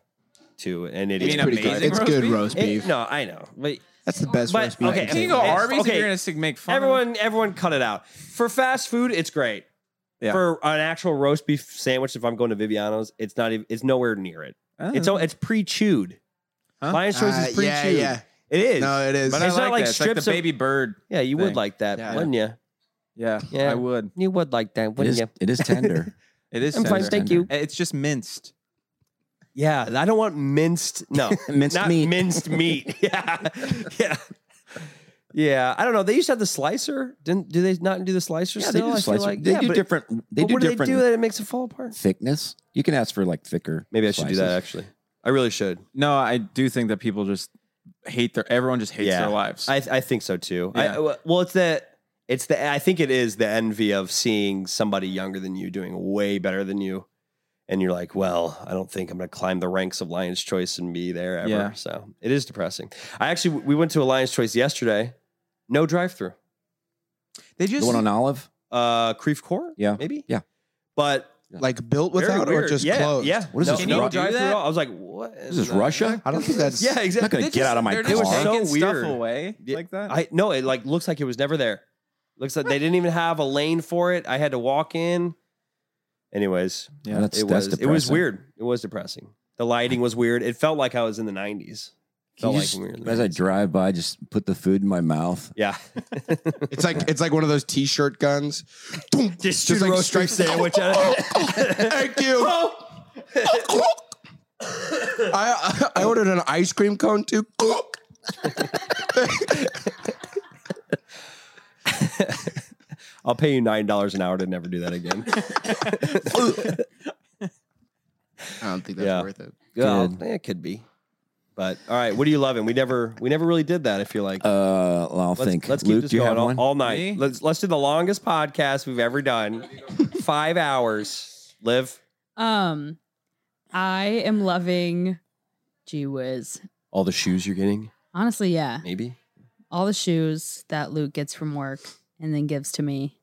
S2: to an
S3: You mean
S2: idiot.
S10: It's pretty good.
S3: amazing
S10: It's
S3: roast
S10: good
S3: beef?
S10: roast
S2: It-
S10: beef.
S2: no, I know. But
S10: That's the best
S2: But,
S10: roast beef.
S2: okay,
S10: I've
S3: If you
S10: seen.
S3: go
S2: It's-
S3: Arby's,
S2: okay.
S3: you're gonna sig- make fun. of
S2: everyone, everyone cut it out. For fast food, it's great.
S3: Yeah.
S2: For an actual roast beef sandwich, if I'm going to Viviano's, it's not even it's nowhere near it.
S3: them.
S2: It's all it's pre-chewed.
S3: Huh?
S2: Lion's Choice
S10: Uh,
S2: is pre-chewed.
S10: yeah, yeah.
S2: It is.
S10: No, it is.
S3: But
S2: It's
S3: I
S2: not like
S3: like, that. It's like the
S2: strips of-
S3: baby bird.
S2: Yeah, you would
S3: thing.
S2: like that,
S10: Yeah.
S2: wouldn't you?
S3: Yeah,
S2: Yeah.
S3: I would.
S2: You would like that,
S4: it
S2: wouldn't
S4: is,
S2: you?
S4: it is tender.
S3: It is.
S2: I'm fine,
S3: tender.
S2: thank you.
S3: It's just minced.
S2: Yeah, I don't want minced. No,
S4: Minced
S2: not
S4: meat.
S2: minced meat. Yeah, yeah, yeah. I don't know. They used to have the slicer. Didn't do they not do the slicer?
S4: yeah, they
S2: still?
S4: do,
S2: I feel
S4: slices.
S2: like-
S4: they
S2: yeah,
S4: do
S2: but-
S4: different. They
S2: but
S4: do
S2: what
S4: different
S2: do they do that it makes it fall apart?
S4: thickness. You can ask for like thicker.
S2: Maybe I should do that
S4: slices.
S2: actually. I really should.
S3: No, I do think that people just hate their. Everyone just hates
S2: Yeah.
S3: their lives.
S2: I, I think so too.
S3: Yeah.
S2: I, well, it's the it's the I think it is the envy of seeing somebody younger than you doing way better than you, and you're like, well, I don't think I'm going to climb the ranks of Lions Choice and be there ever.
S3: Yeah.
S2: So it is depressing. I actually we went to a Lions Choice yesterday, no drive through.
S3: they just.
S4: The one on olive.
S2: Uh, Creve Court,
S4: Yeah.
S2: maybe,
S4: Yeah.
S2: but
S10: Like built
S2: very
S10: without or
S2: weird.
S10: just
S2: yeah,
S10: closed.
S2: Yeah,
S4: What is this,
S2: Can you
S4: Ru-
S2: do
S3: drive-through?
S2: that? I was like, what?
S4: Is this Russia?
S10: I don't think that's.
S2: Yeah,
S4: I'm not
S2: exactly.
S4: gonna
S3: they
S4: get out of my
S3: they're
S4: car.
S3: just taking
S2: So
S3: stuff
S2: weird.
S3: away
S2: Yeah.
S3: like that.
S2: I no, it like looks like it was never there. Looks like they didn't even have a lane for it. I had to walk in. Anyways,
S4: Yeah, that's,
S2: it
S4: that's
S2: was it was
S4: depressing.
S2: weird. It was depressing. The lighting was weird. It felt like I was in the nineties.
S4: Can
S2: Felt
S4: you
S2: like
S4: just-
S2: we were in the
S4: as I
S2: 90s.
S4: drive by, just put the food in my mouth.
S2: Yeah,
S10: It's like it's like one of those T-shirt guns. Thank
S2: just
S10: shoot a
S2: like
S10: roast
S2: straight
S10: beef
S2: sandwich. at it.
S10: you. I I ordered an ice cream cone too.
S2: I'll pay you nine dollars an hour to never do that again.
S10: I don't think
S2: that's Yeah.
S10: worth it.
S2: Well, yeah, it eh, could be. But all right, what are you loving? We never we never really did that. I feel like
S4: Uh, well, I'll
S2: let's,
S4: think.
S2: let's keep
S4: Luke,
S2: this
S4: do you
S2: going
S4: have
S2: all,
S4: one?
S2: all night.
S3: Me?
S2: Let's let's do the longest podcast we've ever done. Five hours. Live.
S5: Um, I am loving. Gee whiz.
S2: All the shoes you're getting,
S5: Honestly, yeah.
S2: maybe.
S5: All the shoes that Luke gets from work and then gives to me,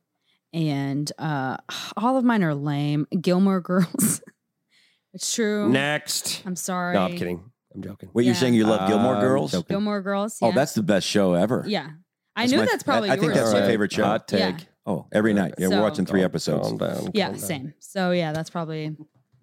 S5: and uh, all of mine are lame. Gilmore Girls. it's true.
S2: Next.
S5: I'm sorry.
S2: No, I'm kidding. I'm joking.
S4: Wait, you're
S5: Yeah.
S4: saying you love Gilmore
S2: I'm
S4: Girls?
S2: joking.
S5: Gilmore Girls.
S4: Oh,
S5: yeah.
S4: that's the best show ever.
S5: yeah. I
S4: That's
S5: knew
S4: my-
S5: that's probably.
S4: I- I think
S5: yours,
S4: that's my
S5: too.
S4: favorite show.
S2: Hot take. um,
S5: Yeah.
S4: Oh, every night. Yeah,
S5: So-
S4: we're watching three episodes.
S2: Calm down,
S5: Yeah,
S2: calm down.
S5: same. So yeah, that's probably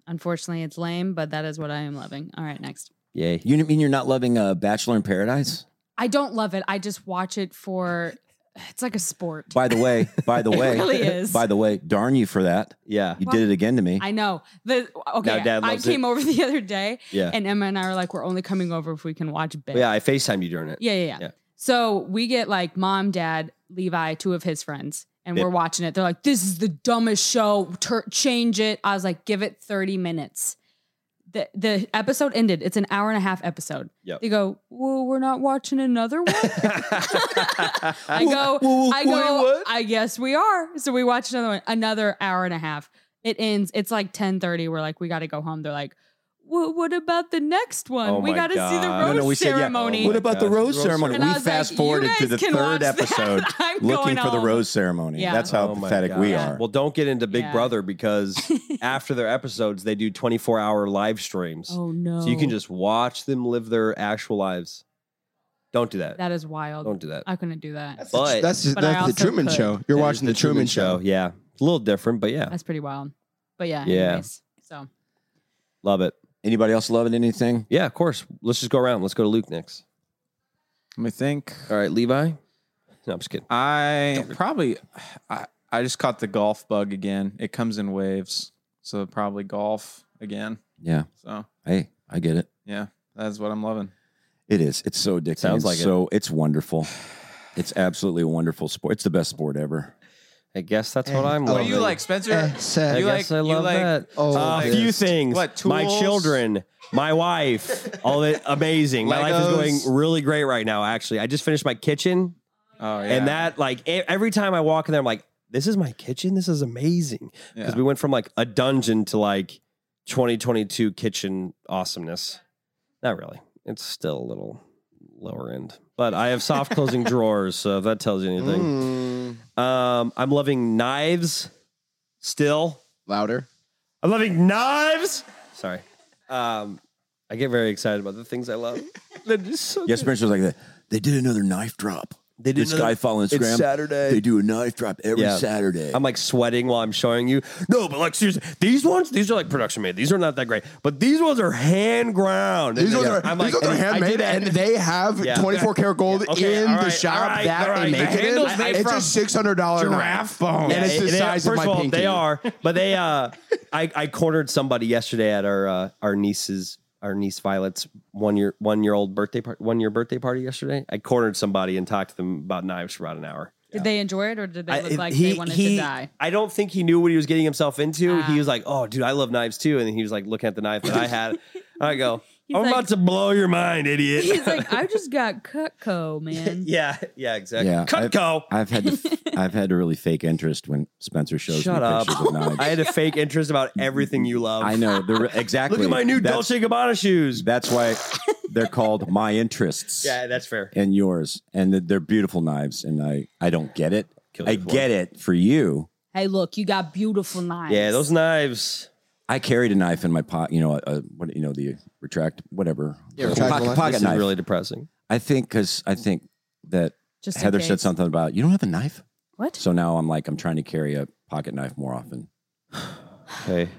S5: unfortunately it's lame, but that is what I am loving. All right, next.
S2: Yay.
S4: You mean you're not loving uh, Bachelor in Paradise?
S5: I don't love it. I just watch it for it's like a sport.
S4: By the way, by the way,
S5: really is.
S4: by the way, darn you for that.
S2: Yeah.
S4: You did it again to me.
S5: I know. The okay,
S2: Now Dad
S5: I
S2: loves
S5: came over the other day
S2: Yeah. Oh,
S5: and Emma and I were like, we're only coming over if we can watch Big.
S2: yeah, I FaceTime you during it.
S5: Yeah, yeah, yeah.
S2: Yeah.
S5: So we get like mom, dad, Levi, two of his friends, and
S2: Yeah.
S5: we're watching it. They're like, this is the dumbest show. Tur- change it. I was like, give it 30 minutes. The, the episode ended. It's an hour and a half episode.
S2: Yep.
S5: They go, well, we're not watching another one. I go, I go, I guess we are. So we watch another one, another hour and a half. It ends, it's like 10 30. We're like, we got to go home. They're like, well, what about the next one?
S2: Oh
S5: we
S2: my
S5: got to see the
S2: God.
S5: rose
S2: No, no,
S4: we said, yeah.
S5: ceremony.
S4: What about the
S2: gosh,
S4: rose
S2: rose
S4: ceremony?
S2: ceremony.
S5: And I
S4: We
S5: was like,
S4: fast
S5: "You
S4: forwarded to
S5: guys
S4: the
S5: can watch
S4: third
S5: that.
S4: episode
S5: I'm
S4: looking
S5: going
S4: for the
S5: home."
S4: rose ceremony.
S5: Yeah.
S4: That's how
S2: Oh my
S4: pathetic we
S2: God.
S4: are.
S2: Well, don't get into Big
S5: Yeah.
S2: Brother because after their episodes, they do 24 hour live streams.
S5: Oh no!
S2: So you can just watch them live their actual lives. Don't do that.
S5: that is wild.
S2: Don't do that.
S5: I couldn't do that. That's,
S2: but
S10: that's just,
S5: But I
S10: that's the
S5: also
S10: Truman
S5: could.
S10: Show. You're
S2: That
S10: watching
S2: is
S10: the Truman, Show.
S2: Yeah. It's a little different, but yeah.
S5: pretty wild. But yeah,
S2: Yeah.
S5: Anyways, so
S2: Love it.
S4: Anybody else loving anything?
S2: Yeah, of course. Let's just go around. Let's go to Luke next.
S3: Let me think.
S2: All right, Levi. No, I'm just kidding.
S3: I probably, I, I just caught the golf bug again. It comes in waves, so probably golf again.
S4: Yeah.
S3: So
S4: Hey, I get it.
S3: yeah, that's what I'm loving.
S4: It is. It's so addictive.
S2: Sounds
S4: It's
S2: like it.
S4: so it's wonderful. It's absolutely a wonderful sport. It's the best sport ever.
S2: I guess that's what
S10: Eh,
S2: I'm
S10: oh,
S3: What
S2: loving.
S3: do you like, Spencer?
S10: Eh, sad.
S2: I
S3: You
S2: guess
S3: like-
S2: I
S3: you
S2: love
S3: like-
S2: that.
S10: Oh,
S2: a
S10: this.
S2: few things.
S3: What,
S2: my
S3: tools?
S2: children, my wife, all it amazing. My life is
S3: Legos.
S2: going really great right now. Actually, I just finished my kitchen,
S3: Oh yeah,
S2: and that like e- every time I walk in there, I'm like, "This is my kitchen. This is amazing." Because
S3: Yeah.
S2: we went from like a dungeon to like 2022 kitchen awesomeness. Not really. It's still a little lower end, but I have soft closing drawers, so if that tells you anything.
S10: Mm.
S2: Um, I'm loving knives still.
S10: Louder.
S2: I'm loving knives. Sorry. Um, I get very excited about the things I love. They're just so
S4: Yes, Spencer was like that. They did another knife drop.
S2: They did
S4: this
S2: another-
S4: guy following
S2: it's
S4: Instagram.
S2: Saturday.
S4: They do a knife drop every
S2: Yeah.
S4: Saturday.
S2: I'm like sweating while I'm showing you. No, but like seriously, these ones, these are like production made. These are not that great, but these ones are hand ground.
S10: These
S2: And
S10: ones
S2: then
S10: are,
S2: I'm
S10: these ones
S2: and
S10: are
S2: I did
S10: handmade,
S2: that-
S10: and they have
S2: Yeah.
S10: 24 karat gold
S2: Okay,
S10: in
S2: all
S10: the
S2: right,
S10: shop
S2: all right,
S10: that
S2: all right.
S10: they make
S2: The
S10: it in.
S2: handle's made
S10: It's
S2: from
S10: a $600 knife.
S3: giraffe bone.
S10: And it's
S2: Yeah,
S10: the
S2: they-
S10: size of
S2: first
S10: my
S2: all,
S10: pinky.
S2: They are, but they. Uh, I I cornered somebody yesterday at our uh, our niece's our niece Violet's one year one year old birthday party one year birthday party yesterday. I cornered somebody and talked to them about knives for about an hour.
S5: did they enjoy it or did they
S2: I-
S5: look like
S2: he-
S5: they wanted
S2: he-
S5: to die?
S2: I don't think he knew what he was getting himself into.
S5: Ah.
S2: he was like, "Oh, dude, I love knives too," and he was like looking at the knife that I had. I go,
S5: He's
S2: "I'm
S5: like-
S2: about to blow your mind, idiot."
S5: He's like, I just got Cutco, man.
S2: yeah, yeah, exactly.
S4: Yeah, I've-
S2: Cutco.
S4: I've had to, f- I've had to really fake interest when Spencer shows
S2: Shut
S4: me
S2: up.
S4: pictures of knives.
S2: I had a fake interest about everything you love.
S4: I know the re- exactly.
S2: Look at my new
S4: that's,
S2: Dolce Gabbana shoes.
S4: That's why they're called my interests
S2: Yeah, that's fair.
S4: and yours, and that they're beautiful knives. And I, I don't get it.
S2: Kill
S4: I
S2: your fork.
S4: get it for you.
S5: Hey, look, you got beautiful knives.
S2: Yeah, those knives.
S4: I carried a knife in my pocket. You know, a, a, what you know, the retract whatever
S10: Yeah,
S4: pocket,
S10: retractable knife.
S4: pocket
S2: This is
S4: knife.
S2: really depressing.
S4: I think because I think that
S5: Just in
S4: Heather
S5: case.
S4: said something about you don't have a knife,
S5: What?
S4: so now I'm like I'm trying to carry a pocket knife more often.
S2: Hey,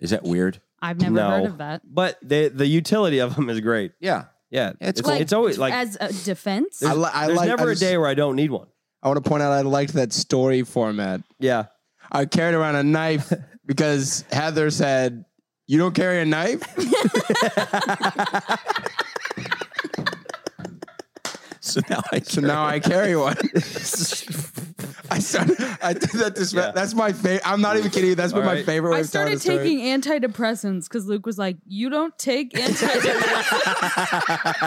S4: Is that weird?
S5: I've never
S2: No.
S5: heard of that.
S2: but the the utility of them is great.
S4: Yeah,
S2: Yeah,
S4: It's
S2: it's
S4: cool.
S2: it's always like
S5: as a defense.
S10: I, li- I
S2: there's
S10: like,
S2: never
S10: I
S2: a
S10: just-
S2: day where I don't need one.
S10: I want to point out I liked that story format.
S2: Yeah,
S10: I carried around a knife because Heather said, "You don't carry a knife."
S4: so now I
S10: So now I carry one. I started. I did that. This,
S2: Yeah.
S10: That's my favorite. I'm not even kidding you. That's been
S2: All
S10: my
S2: right.
S10: favorite way
S5: I
S10: of telling
S5: started
S10: the story.
S5: taking antidepressants because Luke was like, "You don't take antidepressants."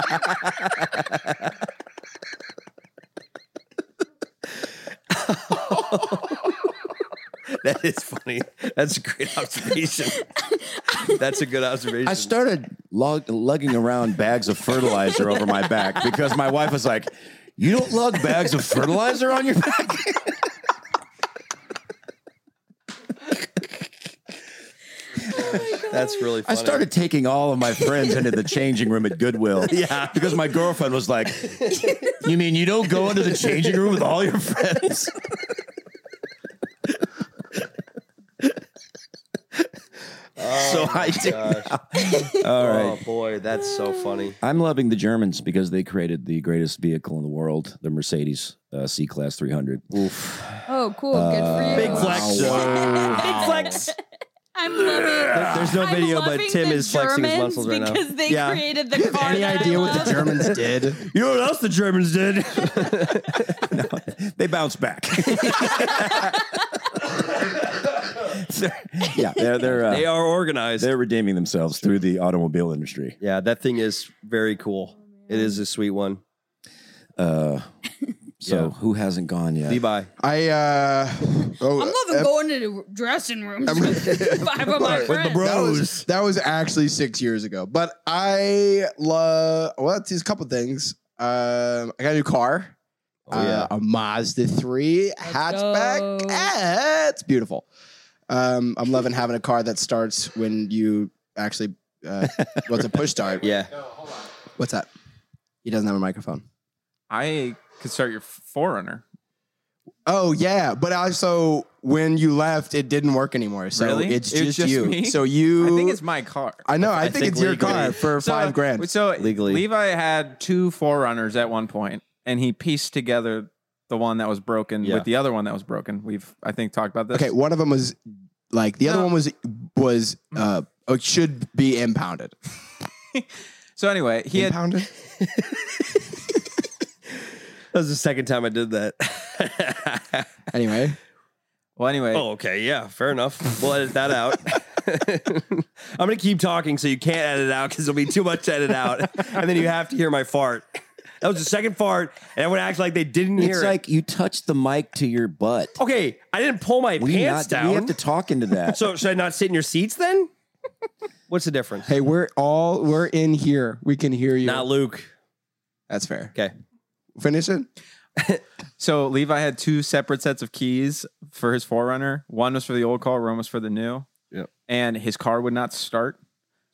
S2: That is funny. That's a great observation. That's a good observation.
S4: I started lug- lugging around bags of fertilizer over my back because my wife was like, "You don't lug bags of fertilizer on your back."
S2: That's really
S4: I
S2: funny.
S4: started taking all of my friends into the changing room at Goodwill. Yeah, because my girlfriend was like, "You mean you don't go into the changing room with all your friends?" so I do. now. All
S2: Oh
S4: right.
S2: boy, that's so funny.
S4: I'm loving the Germans because they created the greatest vehicle in the world, the Mercedes uh, C Class 300.
S5: oh, cool. Good for you.
S2: Uh, Big flex.
S5: Big flex. I'm loving.
S2: There's no
S5: I'm
S2: video, but
S5: loving
S2: Tim
S5: the
S2: is flexing his
S5: Germans
S2: muscles right now.
S5: because they
S10: Yeah.
S5: created the car.
S10: Any
S5: that I
S10: idea what
S5: love.
S10: the Germans did?
S2: You know what else the Germans did?
S4: They bounce back. So, yeah, they're they're uh,
S2: they are organized.
S4: they're redeeming themselves through the automobile industry.
S2: yeah, that thing is very cool. It is a sweet one.
S4: Uh, so
S2: Yeah.
S4: who hasn't gone yet?
S2: Levi.
S10: I uh oh
S5: I'm not even going to the dressing rooms
S10: I'm-
S5: with five of my
S10: With the
S5: friends.
S10: that was, that was actually six years ago. But I love well, it's a couple things. Um I got a new car.
S2: Oh, yeah.
S10: Uh, a Mazda 3 hatchback.
S5: go.
S2: Eh.
S10: Ah, it's beautiful. Um, I'm loving having a car that starts when you actually uh, what's a push start.
S2: Yeah.
S10: What's that? He doesn't have a microphone.
S3: I could start your forerunner.
S10: Oh yeah, but also when you left, it didn't work anymore. So
S3: Really?
S10: it's
S3: It
S10: just,
S3: was just
S10: you.
S3: me?
S10: So you,
S3: I think it's my car.
S10: I know. I, think,
S2: think
S10: it's your
S2: legally.
S10: car for
S3: So-
S10: five grand.
S3: So
S2: Legally.
S3: Levi had two forerunners at one point, and he pieced together the one that was broken
S2: Yeah.
S3: with the other one that was broken. We've I think talked about this.
S10: Okay, one of them was like the other
S3: No.
S2: Uh,
S10: one was was uh oh, should be impounded.
S3: So anyway, he had
S10: impounded.
S2: That was the second time I did that.
S10: Anyway,
S3: well anyway.
S2: oh, okay. Yeah, fair enough. We'll edit that out. I'm going to keep talking so you can't edit it out because there'll be too much to edit out. And then you have to hear my fart. That was the second fart, and everyone acts like they didn't hear
S4: It's
S2: it.
S4: like you touched the mic to your butt.
S2: okay, I didn't pull my
S4: We,
S2: Oh, pants
S4: not,
S2: down.
S4: we have to talk into that.
S2: so should I not sit in your seats then? What's the difference?
S10: hey, we're all we're in here. We can hear you.
S2: Not Luke.
S10: That's fair.
S2: Okay.
S10: Finish it.
S3: So Levi had two separate sets of keys for his forerunner. One was for the old car, one was for the new.
S2: Yep.
S3: And his car would not start.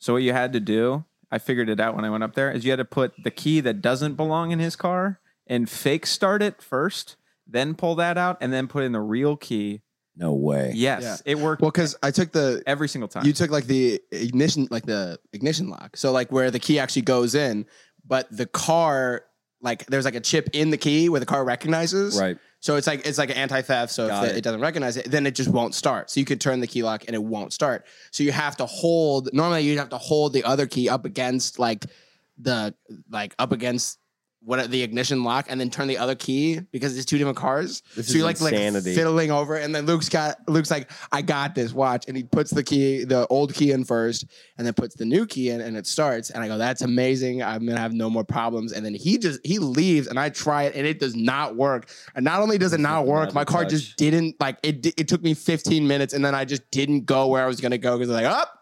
S3: So what you had to do, I figured it out when I went up there, is you had to put the key that doesn't belong in his car and fake start it first, then pull that out, and then put in the real key.
S4: no way.
S3: Yes,
S10: Yeah.
S3: it worked
S10: Well, because I took the
S3: every single time.
S10: you took like the ignition like the ignition lock, so like where the key actually goes in, but the car like there's like a chip in the key where the car recognizes.
S2: Right.
S10: So it's like it's like an anti-theft. So if
S2: Got
S10: the-
S2: it.
S10: it. doesn't recognize it, then it just won't start. So you could turn the key lock and it won't start. So you have to hold. Normally you'd have to hold the other key up against like the like up against what the ignition lock, and then turn the other key because it's two different cars.
S2: This
S10: so
S2: is
S10: you're like
S2: insanity.
S10: like fiddling over, and then Luke's got Luke's like, I got this. Watch, and he puts the key, the old key in first, and then puts the new key in, and it starts. And I go, that's amazing. I'm gonna have no more problems. And then he just he leaves, and I try it, and it does not work. And not only does it not work, my
S2: magic
S10: car
S2: touch.
S10: just didn't like it. di- It took me 15 minutes, and then I just didn't go where I was gonna go because like, up,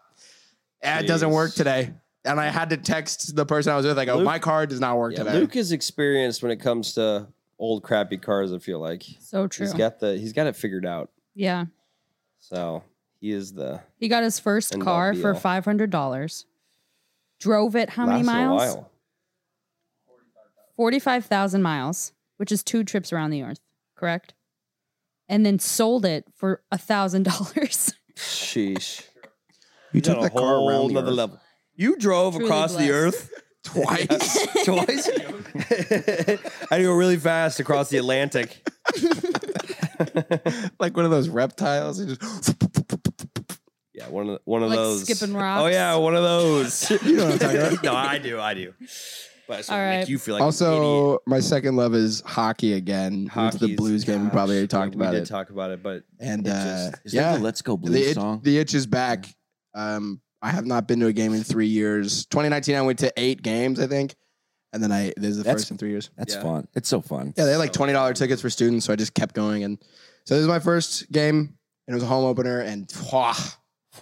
S10: it doesn't
S2: Jeez.
S10: work today. And I had to text the person I was with. I go,
S2: Luke-
S10: my car does not work
S2: Yeah,
S10: today.
S2: Luke is experienced when it comes to old crappy cars. I feel like
S5: so true.
S2: he's got the he's got it figured out.
S5: yeah,
S2: So he is the
S5: he got his first
S2: And
S5: car
S2: that'll be
S5: for
S2: all.
S5: five hundred dollars. Drove it how many
S2: lasted a
S5: miles?
S2: while.
S5: Forty-five thousand miles, which is two trips around the earth, correct? And then sold it for a thousand dollars.
S2: Sheesh,
S10: you
S2: Got a whole nother level. You drove
S5: Truly
S2: across the
S5: blessed.
S2: earth
S10: twice.
S2: twice. I had to go really fast across the Atlantic.
S10: like one of those reptiles. You just
S2: Yeah, one of the, one of
S5: Like
S2: those
S5: skipping
S2: Oh
S5: rocks?
S2: yeah, one of those.
S10: you know what I'm talking about.
S2: no, I do, I do. But so
S5: All
S2: make
S5: right.
S2: you feel like an idiot.
S10: also, my second love is hockey again. Hockey, the
S2: Hockey's-
S10: Blues game. We probably already
S2: gosh,
S10: talked
S2: we
S10: about
S2: did
S10: it.
S2: talk about it, but
S10: and
S4: It
S10: uh,
S4: just- is
S10: yeah,
S4: that the Let's Go Blues
S10: the itch,
S4: song?
S10: the itch is back. Um, I have not been to a game in three years. 2019, I went to eight games, I think, and then I this is the
S4: That's-
S10: first in three years.
S4: That's
S2: Yeah.
S4: fun. It's so fun.
S10: Yeah, they had like
S2: So-
S10: twenty dollar tickets for students, so I just kept going, and so this is my first game, and it was a home opener, and wah,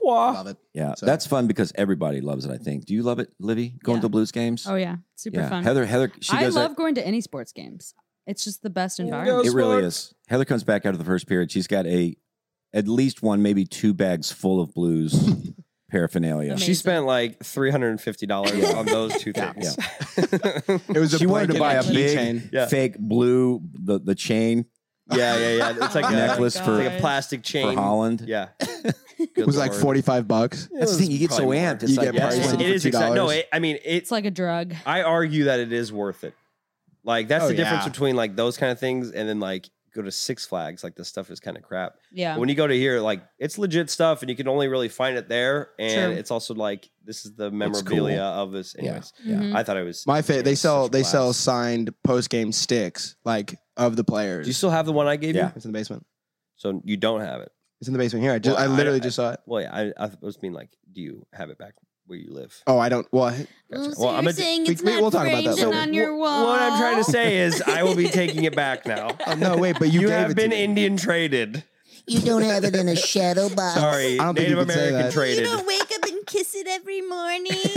S10: love it.
S4: Yeah,
S10: So-
S4: that's fun because everybody loves it. I think. Do you love it, Livy? Going
S5: Yeah.
S4: to Blues games?
S5: Oh yeah, super
S4: yeah.
S5: fun.
S4: Heather, Heather, she
S5: I
S4: does
S5: love
S4: it.
S5: going to any sports games. It's just the best
S2: Here we go.
S5: environment.
S4: It really is. Heather comes back out of the first period. She's got a at least one, maybe two bags full of Blues paraphernalia.
S5: Amazing.
S2: she spent like three hundred and fifty dollars on those two
S10: Yeah.
S2: things.
S10: It was a
S4: She wanted to
S10: blanket
S4: buy a
S10: and
S4: big
S10: keychain.
S2: Yeah.
S4: fake blue the the chain
S2: yeah, yeah, yeah. It's like a
S4: Necklace
S5: Oh
S2: it's
S4: for-
S2: like a plastic chain.
S4: for Holland.
S2: Yeah,
S10: It was like forty five bucks.
S4: That's the thing. You get so amped. It's
S10: You
S4: like
S10: get
S2: Yeah,
S10: Price
S2: it-
S10: one
S2: it
S10: for
S2: is exciting. No,
S10: $2.
S2: it, I mean
S5: It's like a drug.
S2: I argue that it is worth it. Like that's
S10: Oh,
S2: the difference
S10: yeah.
S2: between like those kind of things and then like go to Six Flags. Like this stuff is kind of crap.
S5: Yeah.
S2: When you go to here, like it's legit stuff, and you can only really find it there. And
S5: True.
S2: it's also like this is the memorabilia of this.
S4: Yeah.
S2: Anyways,
S4: Yeah.
S7: Mm-hmm.
S5: Mhm.
S2: I thought it was
S10: My favorite.
S2: it
S10: They
S2: was
S10: sell
S2: such
S10: they sell
S2: class.
S10: signed post game sticks like of the players.
S2: Do you still have the one I gave
S4: Yeah.
S2: you?
S10: it's in the basement.
S2: So you don't have it.
S10: It's in the basement here. I just I
S2: Well, I-
S10: literally
S2: I-
S10: just saw it.
S2: Well, yeah, I, I was mean like, do you have it back where you live?
S10: Oh, I don't. Well,
S2: Gotcha.
S7: so you're
S2: gonna-
S7: saying
S10: we-
S7: it's
S10: we-
S7: not
S10: we'll talk about
S7: framed
S10: that
S7: and
S10: later.
S7: on your
S2: wh-
S7: wall.
S2: What I'm trying to say is, I will be taking it back now.
S10: oh, no, wait, but you,
S2: You
S10: gave
S2: have
S10: it
S2: been
S10: to me.
S2: Indian traded.
S7: You don't have it in a shadow box.
S2: Sorry,
S10: I don't think
S2: Native
S10: you can say
S2: American
S10: that.
S7: You
S2: traded.
S7: don't wake up and kiss it every morning.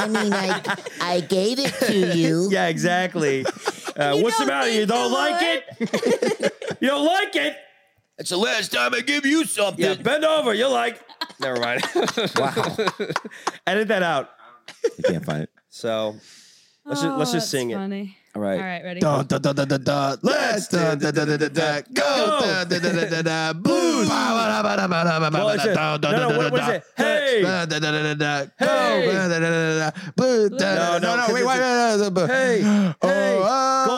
S7: I mean, I I gave it to you.
S2: yeah, exactly. Uh,
S7: You
S2: what's the
S7: don't
S2: matter? You
S7: think
S2: don't
S7: the
S2: like it? you don't like it?
S4: It's the last time I give you something.
S2: Yeah, bend over. You're like, never mind.
S4: Wow.
S2: Edit that out.
S4: you can't find it.
S2: So let's just, let's just sing it.
S4: All right.
S5: Oh, All right, ready?
S10: Da, Uh, da, da, da, da, da. Let's da, da, da, da, da, da. go da, da, da, da, da, da. blues. Ba, ba, da, ba, da, ba, da, ba,
S2: Well, it's
S10: da,
S2: a-
S10: da, da, da,
S2: no, no,
S10: da,
S2: what- what is
S10: da,
S2: it?
S10: da.
S2: Hey.
S10: Da, da, da, da, da, da. Go.
S2: Hey.
S10: Ba, da, da, da, da, da. Blues. Da, da,
S2: No,
S10: da,
S2: no,
S10: no, no,
S2: 'cause
S10: wait,
S2: it's
S10: wait, wait, wait, wait.
S2: Hey,
S10: Oh,
S2: hey,
S10: oh, oh,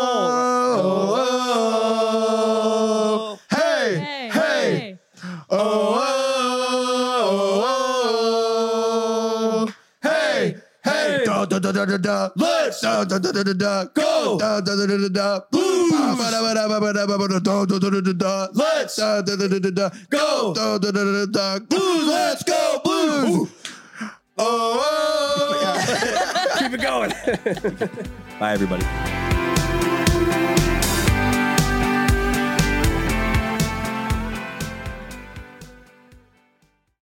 S10: oh, oh. Hey,
S5: Hey,
S10: hey.
S5: hey.
S10: Oh, oh, oh, oh. Hey, hey. Da, da, da, da, da, da. Let's da, da, da, da, da, da. go. Da, da, da, da, da, da. Blues. Ba, ba, da, ba, da, ba, ba, da, ba, ba, da. Da, da, da, da, da, da. Let's da, da, da, da, da, da. go. Da, da, da, da, da, da. Blues. Let's go blues. Oh, oh.
S2: Keep it going.
S4: Bye, everybody.
S2: Bye.